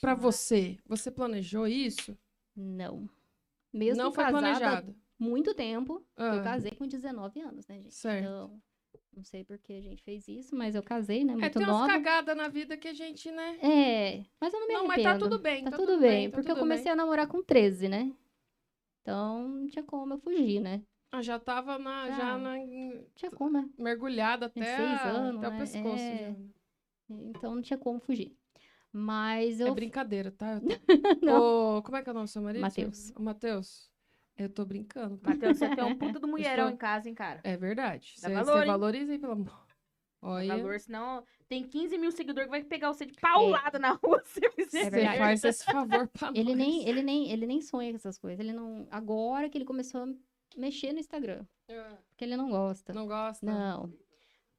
A: Pra você, você planejou isso?
C: Não. Mesmo
A: não foi
C: casada
A: planejado.
C: muito tempo, eu
A: Ah,
C: casei com 19 anos, né, gente?
A: Certo.
C: Então, não sei por que a gente fez isso, mas eu casei, né?
A: é,
C: Muito
A: tem umas
C: nova.
A: cagadas na vida que a gente, né?
C: É, mas eu não me
A: Não, mas
C: arrependo.
A: tá tudo bem.
C: Tá, tudo bem,
A: tá
C: porque eu
A: tudo bem.
C: comecei a namorar com 13, né? Então, não tinha como eu fugir, né?
A: Ah, já tava na, já
C: Ah.
A: na-
C: Não tinha como, né?
A: mergulhada até,
C: seis
A: a-
C: anos,
A: até o
C: né?
A: pescoço.
C: É.
A: já.
C: Então, não tinha como fugir. Mas
A: É
C: eu...
A: brincadeira, tá? Eu tô- Ô, como é que é o nome do seu marido?
C: Mateus.
A: O Matheus. Eu tô brincando. tá?
B: Matheus, você tem um puta do mulherão
A: Pessoal.
B: em casa, hein, cara.
A: É verdade.
B: Dá
A: Você
B: valor, hein?
A: valoriza aí, pelo amor. Olha,
B: Valor, senão tem 15 mil seguidores que vai pegar você de paulada na rua se você
A: você
B: fizer.
C: verdade.
A: É. faz esse favor pra
C: Ele
A: nós.
C: nem, ele, nem, ele nem sonha com essas coisas. Ele não... Agora que ele começou a mexer no Instagram.
A: Ah,
C: Porque ele não gosta.
A: Não gosta?
C: Não.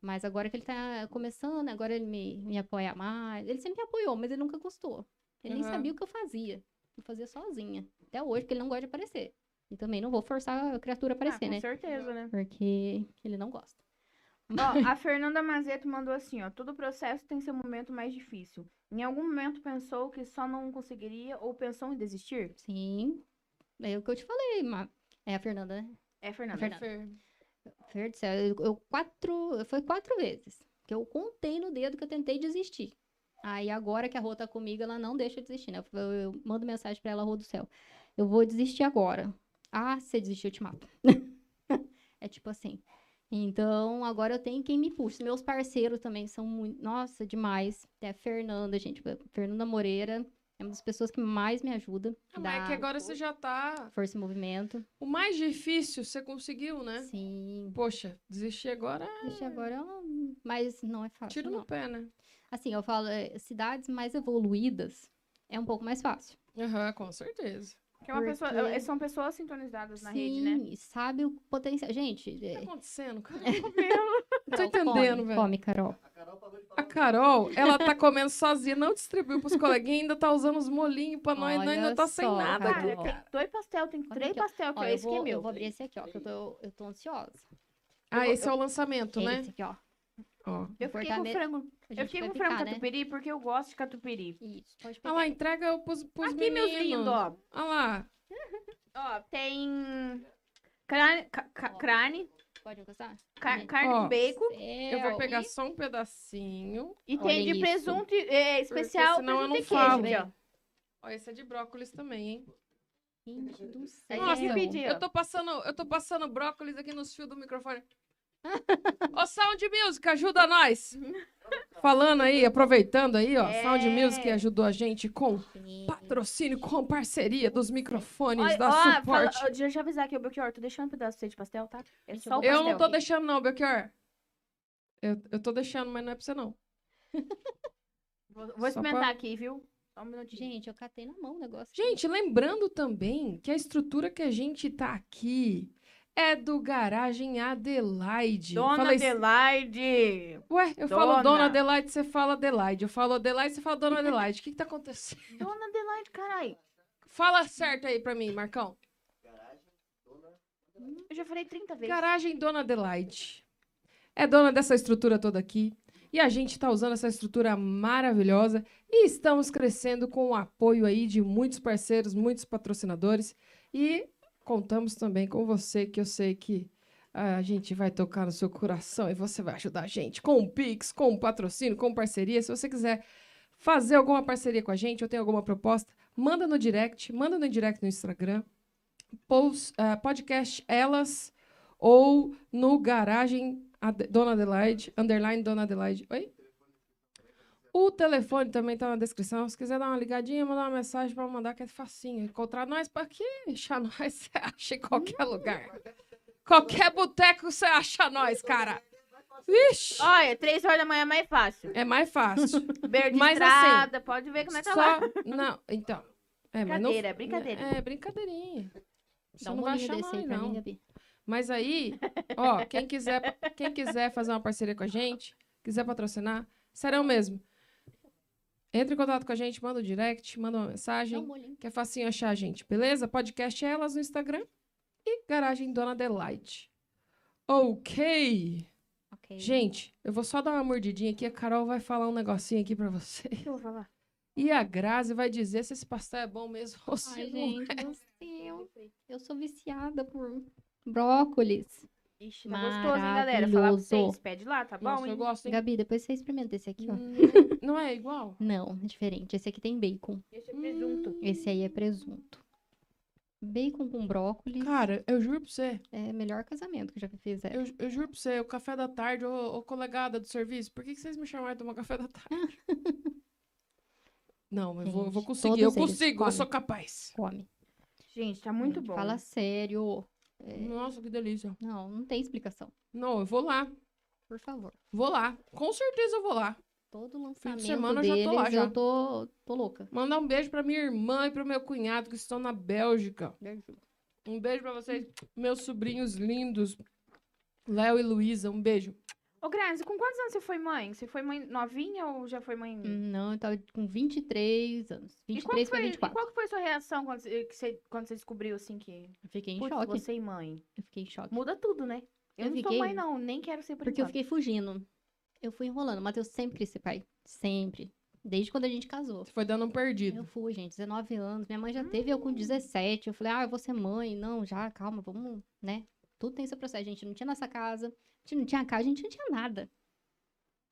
C: Mas agora que ele tá começando, agora ele me, me apoia mais. Ele sempre me apoiou, mas ele nunca gostou. Ele nem
A: Aham.
C: sabia o que eu fazia. Eu fazia sozinha. Até hoje, porque ele não gosta de aparecer. E também não vou forçar a criatura a
B: Ah,
C: aparecer,
B: com
C: né?
B: certeza, né?
C: Porque ele não gosta.
B: Ó, a Fernanda Mazeto mandou assim, ó. Todo processo tem seu momento mais difícil. Em algum momento pensou que só não conseguiria ou pensou em desistir?
C: Sim. É o que eu te falei, Ma- É a Fernanda, né?
B: É, Fernanda.
C: Fernanda.
A: Fer-
C: Fer do céu, eu, eu quatro. Foi quatro vezes. Que eu contei no dedo que eu tentei desistir. Aí agora que a Rô tá comigo, ela não deixa eu desistir, né? Eu, eu mando mensagem pra ela, Rô do céu. Eu vou desistir agora. Ah, se você desistir, eu te mato. é tipo assim. Então, agora eu tenho quem me puxa. Meus parceiros também são muito. Nossa, demais. É a Fernanda, gente. Fernanda Moreira é uma das pessoas que mais me ajuda.
A: Ah, mas é que
C: da
A: agora você já tá...
C: Força e Movimento.
A: O mais difícil você conseguiu, né?
C: Sim.
A: Poxa, desistir agora é
C: Desistir agora é um. Mas não é fácil.
A: tiro
C: não.
A: no pé, né?
C: Assim, eu falo, é, cidades mais evoluídas é um pouco mais fácil.
A: Aham, com certeza.
B: Que é uma pessoa,
C: Porque-
B: é- são pessoas sintonizadas na rede, né?
C: Sim, sabe o potencial. Gente,
A: O que
C: é,
A: tá acontecendo, cara? Não tô entendendo,
C: come,
A: velho.
C: come, Carol.
A: A Carol, ela tá comendo sozinha, não distribuiu pros coleguinhas, ainda tá usando os molinhos pra nós, nós
C: Olha
A: ainda tá sem
C: só,
A: nada
B: Cara,
A: aqui.
C: Carol.
B: tem dois pastel, tem
C: Olha
B: três
C: aqui, ó.
B: pastel, que
C: Ó,
B: é
C: eu,
B: esse que é
C: vou,
B: meu.
C: eu vou abrir esse aqui, ó, que eu tô, eu tô ansiosa.
A: Ah, esse é o lançamento,
C: é
A: né?
C: esse aqui, ó.
A: Ó.
B: Eu fiquei com
C: Fortale-
B: frango.
C: A
B: Eu
C: gente
B: fiquei
C: vai
B: com frango
C: picar, né?
B: catupiry porque eu gosto de catupiry.
C: Isso, pode
A: tá Olha
C: pegar.
A: lá, entrega eu pus, pus
B: Aqui, meus lindos, ó.
A: Olha lá.
B: Ó, tem crane, ca- ca-
C: Ó.
B: crane,
C: Pode encostar?
B: ca-
C: Ó.
B: carne com bacon
A: Eu
B: É,
A: vou pegar só um pedacinho.
B: e tem
C: Olhem
B: de
C: isso.
B: presunto e- é, especial
A: senão eu
B: presunto
A: não
B: e queijo,
A: falo.
B: aqui, ó.
A: Ó, esse é de brócolis também, hein?
C: Gente do
B: É,
C: céu.
A: Nossa,
B: dividir.
A: Eu tô passando, eu tô passando brócolis aqui nos fios do microfone. Ô, Sound Music, ajuda nós! Falando aí, aproveitando aí, ó. Sound
B: É.
A: Music ajudou a gente com
C: Gente.
A: patrocínio, com parceria dos microfones,
B: Olha,
A: da
B: ó, ah, fala,
A: suporte.
B: ó, deixa eu avisar aqui, o Belchior, tô deixando um pedaço pra você de pastel, tá? É
C: Gente,
B: só o
C: eu
A: Eu um
B: pastel.
A: não tô
C: aqui.
A: deixando, não, Belchior. Eu, eu tô deixando, mas não é pra você, não.
B: Vou, vou
A: pra-
B: experimentar aqui, viu? Só um minutinho.
C: Gente, eu catei na mão o negócio. aqui.
A: Gente, lembrando também que a estrutura que a gente tá aqui é do Garagem Adelaide.
B: Dona
A: Falei-
B: Adelaide!
A: Ué, eu falo Dona
B: Dona.
A: Adelaide, você fala Adelaide. Eu falo Adelaide, você fala Dona Adelaide. O que que tá acontecendo?
B: Dona Adelaide, caralho.
A: Fala certo aí pra mim, Marcão.
B: Eu já falei 30 vezes.
A: Garagem Dona Adelaide. É dona dessa estrutura toda aqui. E a gente está usando essa estrutura maravilhosa e estamos crescendo com o apoio aí de muitos parceiros, muitos patrocinadores. E contamos também com você, que eu sei que ah, a gente vai tocar no seu coração e você vai ajudar a gente com o Pix, com o patrocínio, com parceria. Se você quiser fazer alguma parceria com a gente ou tem alguma proposta, manda no direct, manda no direct no Instagram, post, ah, podcast Elas ou no garagem Ade- Dona Adelaide, underline Dona Adelaide. Oi? O telefone também tá na descrição. Se quiser dar uma ligadinha, mandar uma mensagem para mandar, que é facinho. Encontrar nós para aqui, achar nós, você acha em qualquer lugar. Qualquer boteco você acha nós, cara. Vixe!
B: Olha, 3 horas da manhã é mais fácil.
A: É mais fácil.
B: Verde
A: Mas
B: estrada, pode ver como é que tá lá.
A: Só... Não, então. É, mas não-
B: Brincadeira, é brincadeira.
A: É, brincadeirinha. Você
C: Dá um
A: não vai
C: bolinho
A: achar
C: desse
A: nós,
C: aí pra mim,
A: não.
C: Gabi.
A: Mas aí, ó, quem quiser, quem quiser fazer uma parceria com a gente, quiser patrocinar, serão mesmo. Entre em contato com a gente, manda um direct, manda uma
B: Tá
C: Dá um
A: mensagem,
C: bolinho.
A: que é facinho achar a gente, beleza? Podcast é Elas no Instagram e Garagem Dona Delight. Ok.
C: Ok.
A: Gente, eu vou só dar uma mordidinha aqui, a Carol vai falar um negocinho aqui pra você.
B: O que eu vou falar?
A: E a Grazi vai dizer se esse pastel é bom mesmo ou se
C: Ai,
A: não é.
C: gente, meu Deus. Eu sou viciada por brócolis.
B: Ixi, tá gostoso, hein, galera? Falar pra
C: Maravilhoso.
B: vocês, pede lá, tá bom?
A: Nossa,
B: hein?
A: eu gosto, hein?
C: Gabi, depois você experimenta esse aqui, ó.
A: Hum, Não é igual?
C: Não, é diferente. Esse aqui tem bacon.
B: Esse é presunto.
C: Esse aí é presunto. Bacon com brócolis
A: Cara, eu juro pra você,
C: é o melhor casamento que já é. fizeram.
A: eu, eu juro pra você, o café da tarde, ô, ô colegada do serviço, por que, que vocês me chamaram de tomar café da tarde? Não, eu vou, eu vou
C: Gente,
A: conseguir, eu
C: todos eles
A: consigo, eu
C: comem.
A: sou capaz.
C: Come.
B: Gente, tá muito
C: Gente,
B: bom.
A: assim.
C: Fala sério. É,
A: Nossa, que delícia.
C: Não, não tem explicação.
A: Não, eu vou lá,
C: Por favor.
A: vou lá, com certeza eu vou lá.
C: Todo lançamento
A: semana eu já tô
C: deles
A: lá, já.
C: eu tô, tô louca.
A: Mandar um beijo pra minha irmã e pro meu cunhado que estão na Bélgica.
C: Beijo.
A: Um beijo pra vocês, meus sobrinhos lindos, Léo e Luísa, um beijo.
B: Ô, Grazi, com quantos anos você foi mãe? Você foi mãe novinha ou já foi mãe...
C: Não, eu tava com 23 anos.
B: E qual que
C: 23 pra
B: foi, e
C: 24.
B: qual que foi a sua reação quando você, que você- quando você descobriu, assim, que...
C: Eu fiquei em
B: Putz,
C: choque.
B: você e mãe.
C: Eu fiquei em choque.
B: Muda tudo, né? Eu,
C: Eu
B: não sou
C: fiquei-
B: mãe, não. Nem quero ser por
C: Porque eu
B: enquanto.
C: fiquei fugindo. Eu fui enrolando. O Matheus sempre quis ser pai. Sempre. Desde quando a gente casou.
A: Você foi dando um perdido.
C: Eu fui, gente, 19 anos. Minha mãe já teve eu com 17. Eu falei, ah, eu vou ser mãe. Não, já, calma, vamos, né? Tudo tem seu processo. A gente não tinha nossa casa, a gente não tinha casa, a gente não tinha nada.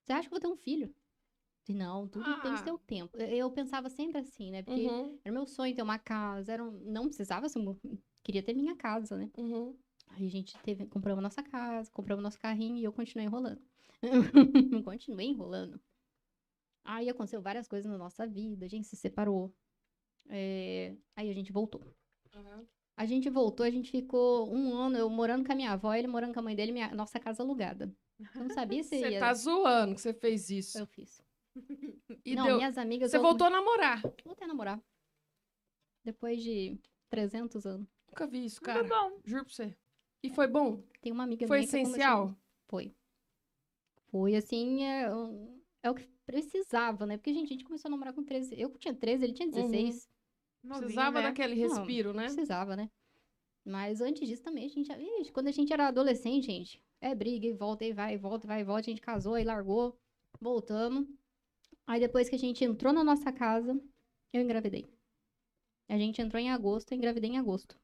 C: Você acha que eu vou ter um filho? Eu falei, Não, tudo tem
A: Ah.
C: seu tempo. Eu- Eu pensava sempre assim, né? Porque
A: Uhum,
C: era meu sonho ter uma casa. Era um... Não precisava, assim, eu queria ter minha casa, né?
A: uhum.
C: Aí a gente teve, compramos nossa casa, compramos nosso carrinho e eu continuei enrolando. continuei enrolando. Aí aconteceu várias coisas na nossa vida, a gente se separou. É, Aí a gente voltou.
A: Aham.
C: A gente voltou, a gente ficou um ano, eu morando com a minha avó, ele morando com a mãe dele, minha... nossa casa alugada. Eu não sabia se
A: Você
C: ia...
A: tá zoando que você fez isso.
C: Eu fiz.
A: E
C: não,
A: deu...
C: minhas amigas...
A: Você
C: eu-
A: voltou a namorar.
C: Voltei a namorar. Depois de 300 anos.
A: Nunca vi isso, cara.
B: Muito bom.
A: Juro pra você. E foi bom?
C: Tem assim. uma amiga
A: foi
C: minha que é começou-
A: essencial?
C: Foi. Foi, assim, é, um- é o que precisava, né? Porque, gente, a gente começou a namorar com 13. Eu tinha 13, ele
B: Uhum.
C: tinha 16.
B: Novinho,
A: Precisava
B: né?
A: daquele
C: Não,
A: respiro, né?
C: Precisava, né? Mas antes disso também, a gente. já- Ixi, quando a gente era adolescente, gente, é briga e volta, e vai, e volta, e vai, e volta. A gente casou, aí largou, voltamos. Aí depois que a gente entrou na nossa casa, eu engravidei. A gente entrou em agosto, eu engravidei em agosto.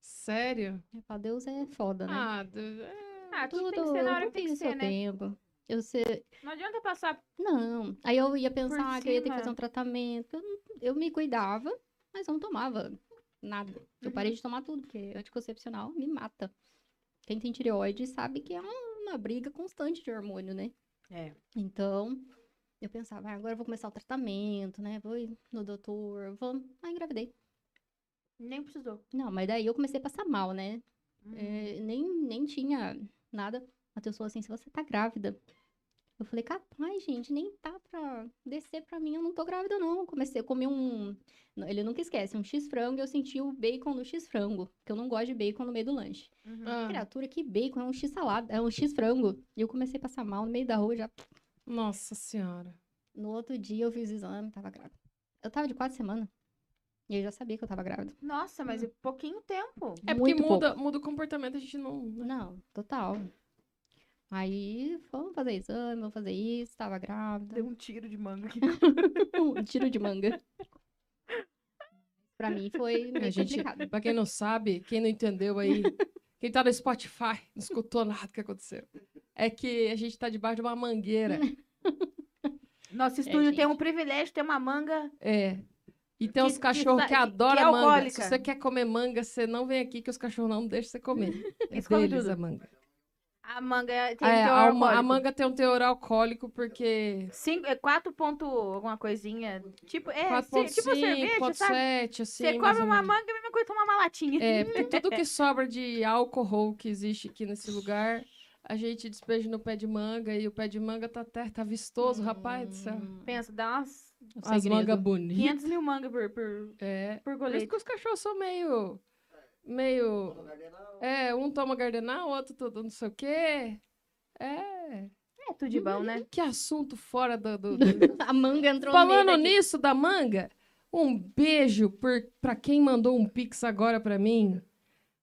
A: Sério?
C: É, Pra Deus é foda, né?
A: Ah, d- é.
B: Ah, tudo, tem que ser na hora que
C: tudo
B: tem que
C: seu
B: ser, né?
C: tempo. Eu sei,
B: Não adianta passar...
C: Não. Aí eu ia pensar que eu ia ter que
B: cima.
C: fazer um tratamento. Eu, não- eu me cuidava, mas eu não tomava nada. Eu parei de tomar tudo, porque anticoncepcional me mata. Quem tem tireoide sabe que é um- uma briga constante de hormônio, né?
B: É.
C: Então, eu pensava, "Ah, agora eu vou começar o tratamento, né? Vou ir no doutor, vou. Aí engravidei.
B: Nem precisou.
C: Não, mas daí eu comecei a passar mal, né?
B: Hum.
C: É, nem, nem tinha nada. Matheus falou assim, se você tá grávida. Eu falei, capaz, gente, nem tá pra descer pra mim, eu não tô grávida, não. Comecei a comer um. não, Ele nunca esquece, um X-frango, e eu senti o bacon no X-frango, porque eu não gosto de bacon no meio do lanche.
B: Uhum.
A: Ah,
C: Criatura, que bacon, é um X-salada, é um X-frango. E eu comecei a passar mal no meio da rua, já.
A: Nossa senhora.
C: No outro dia eu fiz o exame, tava grávida. Eu tava de quatro semanas. E eu já sabia que eu tava grávida.
B: Nossa, mas é pouquinho tempo.
A: É porque
C: Muito
A: muda, muda o comportamento, a gente não. né?
C: Não, total. Aí, vamos fazer exame, vamos fazer isso, tava grávida.
B: Deu um tiro de manga aqui.
C: Um tiro de manga. Pra mim foi meio
A: A gente,
C: complicado.
A: pra quem não sabe, quem não entendeu aí, quem tá no Spotify, não escutou nada que aconteceu. É que a gente tá debaixo de uma mangueira.
B: Nosso estúdio tem um
C: gente.
B: privilégio, tem uma manga.
A: É. E tem
B: Que-
A: uns
B: que
A: cachorros
B: sa-
A: que,
B: que- que
A: adoram
B: é
A: manga. Se
B: alcoólica.
A: você quer comer manga, você não vem aqui que os cachorros não deixam você comer. É
B: Eles comem
A: deles
B: tudo.
A: a manga.
B: A manga tem
A: Ah, é, a,
B: teor
A: ma- a
B: alcoólico.
A: manga tem um teor alcoólico porque
B: Cinco, é 4 ponto alguma coisinha. Tipo, é, se-
A: 4.5,
B: tipo cerveja, sabe?
A: 4.7, assim.
B: Você
A: mais
B: come
A: ou
B: uma
A: menos.
B: manga, a mesma coisa tomar uma latinha.
A: É, porque tudo que sobra de álcool que existe aqui nesse lugar, a gente despeja no pé de manga e o pé de manga tá até, tá vistoso, rapaz do céu.
C: Hum,
B: Pensa, dá umas
C: o
A: As
C: segredo.
A: mangas bonitas.
B: 500 mil manga por, por,
A: É.
B: por
A: Por isso
B: goleiro.
A: que os cachorros são meio. Meio. É, um toma gardenal, outro todo não sei o quê. É.
B: É tudo de bom, né?
A: Que assunto fora do. do- do-
C: A manga entrou no meio
A: Falando
C: daqui.
A: nisso da manga, um beijo por, pra quem mandou um pix agora pra mim.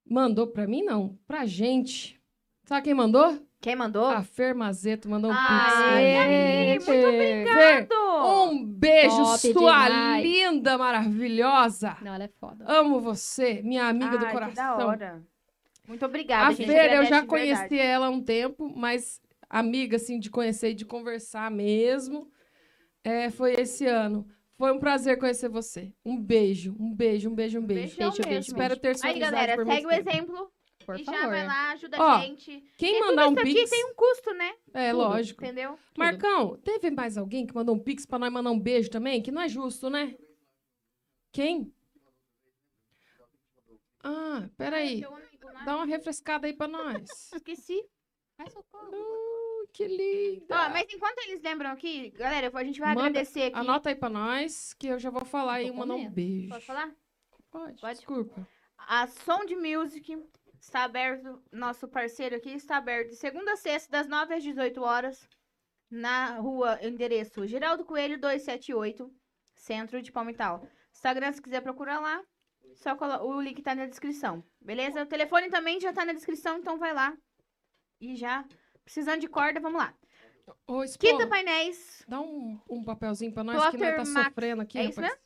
A: Mandou pra mim, não. Pra gente. Sabe quem mandou?
B: Quem mandou?
A: A Fer Mazeto mandou um pix.
B: Ah,
A: pra
B: Gabi,
A: gente.
B: muito
A: Fer,
B: Obrigado!
A: um beijo,
C: Top
A: sua
C: demais.
A: linda, maravilhosa.
C: Não, ela é foda.
A: Amo você, minha amiga do
B: Ai,
A: coração.
B: Que da hora. Muito obrigada,
A: A
B: gente.
A: Fer, eu
B: Agradece
A: já
B: de
A: conheci
B: verdade.
A: ela há um tempo, mas amiga, assim, de conhecer e de conversar mesmo, é, foi esse ano. Foi um prazer conhecer você. Um beijo, um beijo, um beijo, um beijo.
B: beijão
A: Beijo, beijo.
B: mesmo,
A: Espero ter sua
B: Aí,
A: amizade
B: galera,
A: por
B: segue
A: muito
B: o
A: tempo.
B: exemplo
C: Por
B: e já
C: favor.
B: vai lá, ajuda
A: Ó,
B: a gente.
A: Quem
B: Porque
A: mandar um
B: tudo isso
A: pix,
B: aqui tem um custo, né?
A: é
C: tudo.
A: lógico.
B: Entendeu?
A: Marcão, teve mais alguém que mandou um pix pra nós mandar um beijo também? Que não é justo, né? Quem? Ah, peraí.
B: Seu um amigo lá,
A: Dá um uma refrescada aí pra nós.
B: Esqueci.
C: Ai, socorro.
A: Ai, que linda.
B: Ó, mas enquanto eles lembram aqui, galera, eu vou- a gente vai
A: Manda-
B: agradecer aqui.
A: Anota aí pra nós, que eu já vou falar
C: Eu
A: e
C: tô com
A: mandar um
C: medo.
A: beijo.
B: Pode falar?
A: Pode,
B: Pode.
A: desculpa.
B: A Som de Music está aberto, nosso parceiro aqui está aberto de segunda a sexta, das 9 às 18 horas, na rua, endereço Geraldo Coelho 278, centro de Palmital. Instagram, se quiser procurar lá, só colo- o link tá na descrição, beleza? O telefone também já tá na descrição, então vai lá. E já, precisando de corda, vamos lá.
A: Ô, Expo,
B: Quinta Painéis,
A: dá um, um papelzinho pra nós que nós
B: Plotter
A: tá
B: Max.
A: sofrendo aqui.
B: É isso
A: rapaz.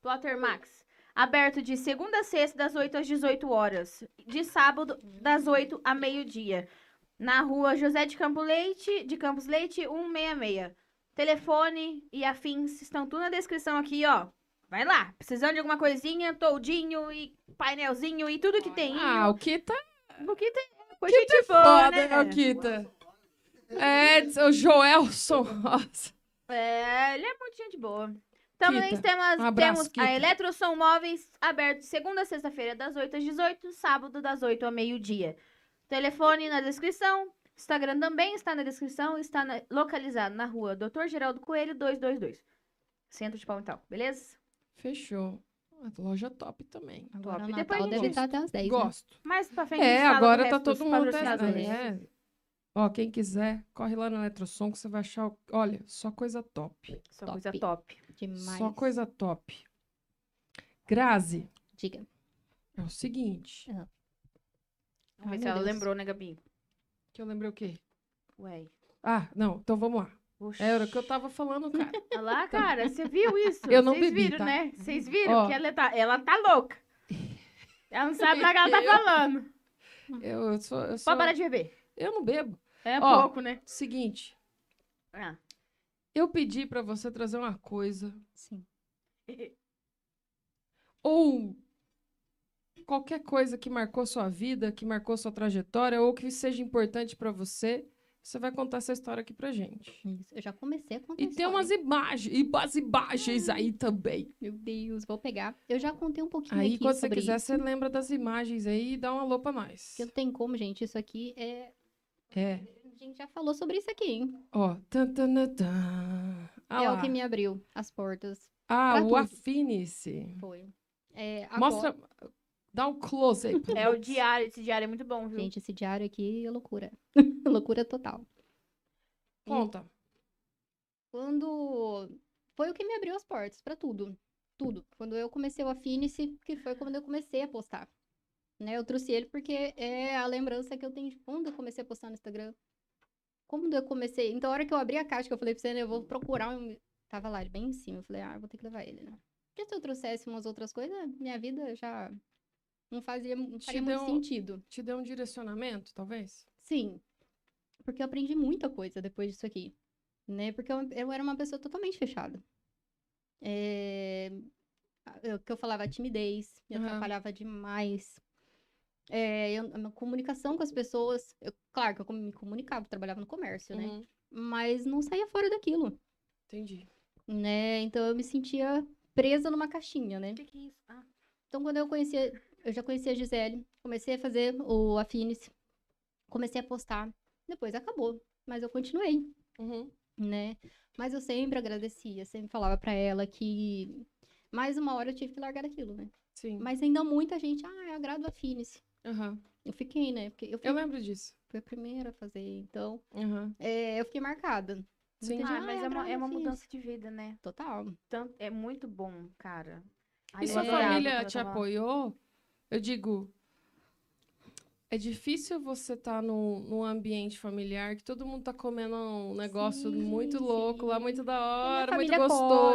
B: Plotter Max. Aberto de segunda a sexta, das 8 às 18 horas. De sábado, das 8 a meio-dia. Na rua José de Campos Leite, de Campos Leite, 166. Telefone e afins estão tudo na descrição aqui, ó. Vai lá. Precisando de alguma coisinha, toldinho e painelzinho e tudo que tem.
A: Ah, o Kita é
B: o que tem? Foi gente boa,
A: foda,
B: né?
A: né, o Kita? É, o Joelson Rosa.
B: É, ele é muito gente boa. Também
A: Kita,
B: temos,
A: um abraço,
B: temos
A: Kita.
B: a Eletrosom Móveis aberto de segunda a sexta-feira, das 8 às 18, sábado das 8 ao meio-dia. Telefone na descrição. Instagram também está na descrição. Está na- localizado na rua Dr. Geraldo Coelho 222. Centro de Palmital, beleza?
A: Fechou. Ah, Loja top também.
C: Agora
B: Top.
C: o
B: E
C: Natal
B: depois a
C: deve
B: gente-
C: estar até às 10, né?
A: Gosto.
B: Mais pra frente. a gente
A: É,
B: fala do
A: agora
B: resto
A: tá
B: dos
A: todo mundo...
B: patrocinadores.
A: É. Ó, quem quiser, corre lá no Eletrosom que você vai achar... o- Olha, só coisa top.
B: Só
C: Top.
B: coisa top.
C: Demais.
A: Só coisa top. Grazi,
C: Diga.
A: é o seguinte...
B: Vamos ver
C: Ai,
B: se
C: meu
B: ela
C: Deus.
B: lembrou, né, Gabi?
A: Que eu lembrei o quê?
B: Ué.
A: Ah, não, então vamos lá. Era o que eu
B: Oxi.
A: tava falando, cara.
B: Olha lá, cara, você viu isso?
A: Então, Eu não
B: Vocês
A: bebi,
B: viram,
A: tá?
B: né? Vocês viram
A: Ó.
B: que ela tá, ela tá louca. Ela não sabe pra que ela tá falando.
A: Eu, eu sou. Eu, sou-
B: Pode parar de beber.
A: eu não bebo.
B: É
A: Ó.
B: pouco, né?
A: Seguinte,
B: Ah.
A: eu pedi pra você trazer uma coisa
C: Sim.
A: ou qualquer coisa que marcou sua vida, que marcou sua trajetória ou que seja importante pra você. Você vai contar essa história aqui pra gente.
C: Isso, Eu já comecei a contar
A: E tem
C: Hum, história.
A: umas imagens, e umas imagens aí também.
C: Meu Deus, vou pegar. Eu já contei um pouquinho
A: Aí,
C: aqui
A: quando você
C: sobre
A: quiser,
C: isso.
A: você lembra das imagens aí e dá um alô pra nós.
C: Porque não tem como, gente. Isso aqui é...
A: É.
C: A gente já falou sobre isso aqui, hein?
A: Ó. Tan, tan, tan, tan. Ah,
C: é
A: lá.
C: o que me abriu as portas.
A: ah
C: pra
A: o
C: tudo.
A: Afine-se.
C: Foi. É, agora-
A: Mostra. Dá um close aí. pra
B: É o
A: nós.
B: diário, esse diário é muito bom, viu?
C: Gente, esse diário aqui é loucura. loucura total.
A: Conta.
C: Quando... Foi o que me abriu as portas pra tudo. tudo. Quando eu comecei o Affinity, que foi quando eu comecei a postar. Né? Eu trouxe ele porque é a lembrança que eu tenho de quando eu comecei a postar no Instagram. Quando eu comecei. Então, a hora que eu abri a caixa, que eu falei pra você, né, eu vou procurar um. Tava lá, ele bem em cima. Eu falei, ah, eu vou ter que levar ele, né? Porque se eu trouxesse umas outras coisas, minha vida já não fazia, não
A: Te
C: faria
A: deu-
C: muito sentido.
A: Te deu um direcionamento, talvez?
C: Sim. Porque eu aprendi muita coisa depois disso aqui. Né? Porque eu, eu era uma pessoa totalmente fechada. É... a- eu- que eu falava timidez, me
A: Aham.
C: atrapalhava demais. É, eu- a minha comunicação com as pessoas. eu- claro que eu com- me comunicava, trabalhava no comércio, né?
A: Uhum,
C: Mas não saía fora daquilo.
A: Entendi.
C: Né? Então eu me sentia presa numa caixinha, né?
B: O que, que é isso? Ah,
C: Então, quando eu conhecia, eu já conhecia a Gisele, comecei a fazer o Affinity, comecei a postar, depois acabou, mas eu continuei,
A: Uhum,
C: né? Mas eu sempre agradecia, sempre falava pra ela que mais uma hora eu tive que largar aquilo, né?
A: Sim.
C: Mas ainda muita gente, ah, eu agrado o Affinity.
A: Aham.
C: Eu fiquei, né? Porque eu fui,
A: Eu lembro disso.
C: fui a primeira a fazer, então
A: Aham.
C: é, eu fiquei marcada.
A: Sim.
C: Entendi.
B: ah,
C: Ah,
B: mas
C: é
B: é uma,
C: grave,
B: é uma
C: fiz.
B: mudança de vida, né?
C: Total.
B: Tanto, é muito bom, cara. Ai,
A: E
B: eu
C: É,
A: sua
B: adorava quando
A: família
B: eu
A: te
B: tava lá.
A: apoiou? Eu digo, é difícil você estar num, num ambiente familiar que todo mundo tá comendo um negócio
C: Sim,
A: muito louco lá,
C: sim.
A: muito
C: E minha
A: da hora, muito
C: família come,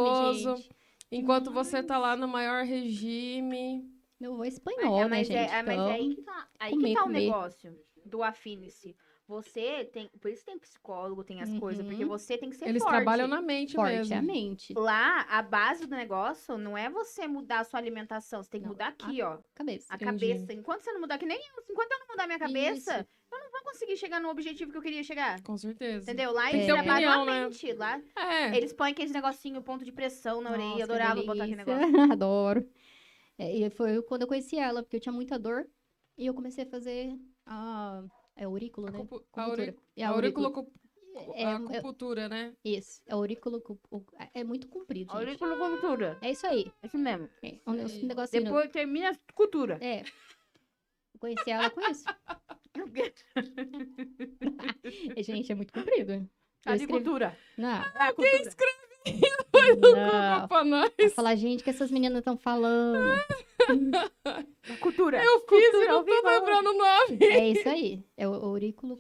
A: gostoso.
C: gente.
A: enquanto você tá lá no maior regime.
C: Meu avô é
B: Ah,
C: espanhol, né,
B: mas
C: gente?
B: é, ah, mas
C: Então,
B: é aí que tá, aí que
C: comer,
B: tá o
C: comer.
B: negócio do Affinity. Você tem. Por isso tem psicólogo, tem as coisas, porque
C: Uhum.
B: você tem que ser
A: Eles
B: forte.
A: trabalham na mente
C: forte
A: mesmo.
C: é a mente.
B: Lá, a base do negócio não é você mudar a sua alimentação. Você tem que
C: Não,
B: mudar aqui, ó.
C: Cabeça.
B: A
A: Entendi.
B: cabeça. Enquanto você não mudar, que nem eu. Enquanto eu não mudar minha cabeça,
C: Isso.
B: eu não vou conseguir chegar no objetivo que eu queria chegar.
A: Com certeza.
B: Entendeu? Lá
C: Tem
B: eles
C: que ter
B: trabalham
A: opinião,
B: a
A: né?
B: mente. Lá
A: É.
B: eles põem aqueles negocinho, ponto de pressão na orelha.
C: Nossa, que
B: Adorava botar aquele negócio.
C: delícia. Adoro. É, e foi quando eu conheci ela, porque eu tinha muita dor. E eu comecei a fazer a. É aurículo,
A: A
C: né?
A: cupu- a
C: Acupuntura. É
A: A
C: aurículo.
A: auriculocu-
C: É,
A: a
C: é-
A: acupuntura, né?
C: isso. É aurículo. É muito comprido. gente.
B: Auriculocultura.
C: É isso aí.
B: É Isso mesmo.
C: É um
A: Isso aí.
C: negocinho.
B: Depois termina a cultura.
C: É. Eu conheci ela com isso. É, gente, é muito comprido. Eu escrevi-
B: Agricultura.
C: Não.
B: Ah, cultura.
C: não.
A: Pra nós.
C: Eu falar, gente, o que essas meninas estão falando?
B: Cultura.
A: Eu fiz e
B: Cultura
A: não
B: ao vivo.
A: tô lembrando o nome.
C: É isso aí. É o aurículo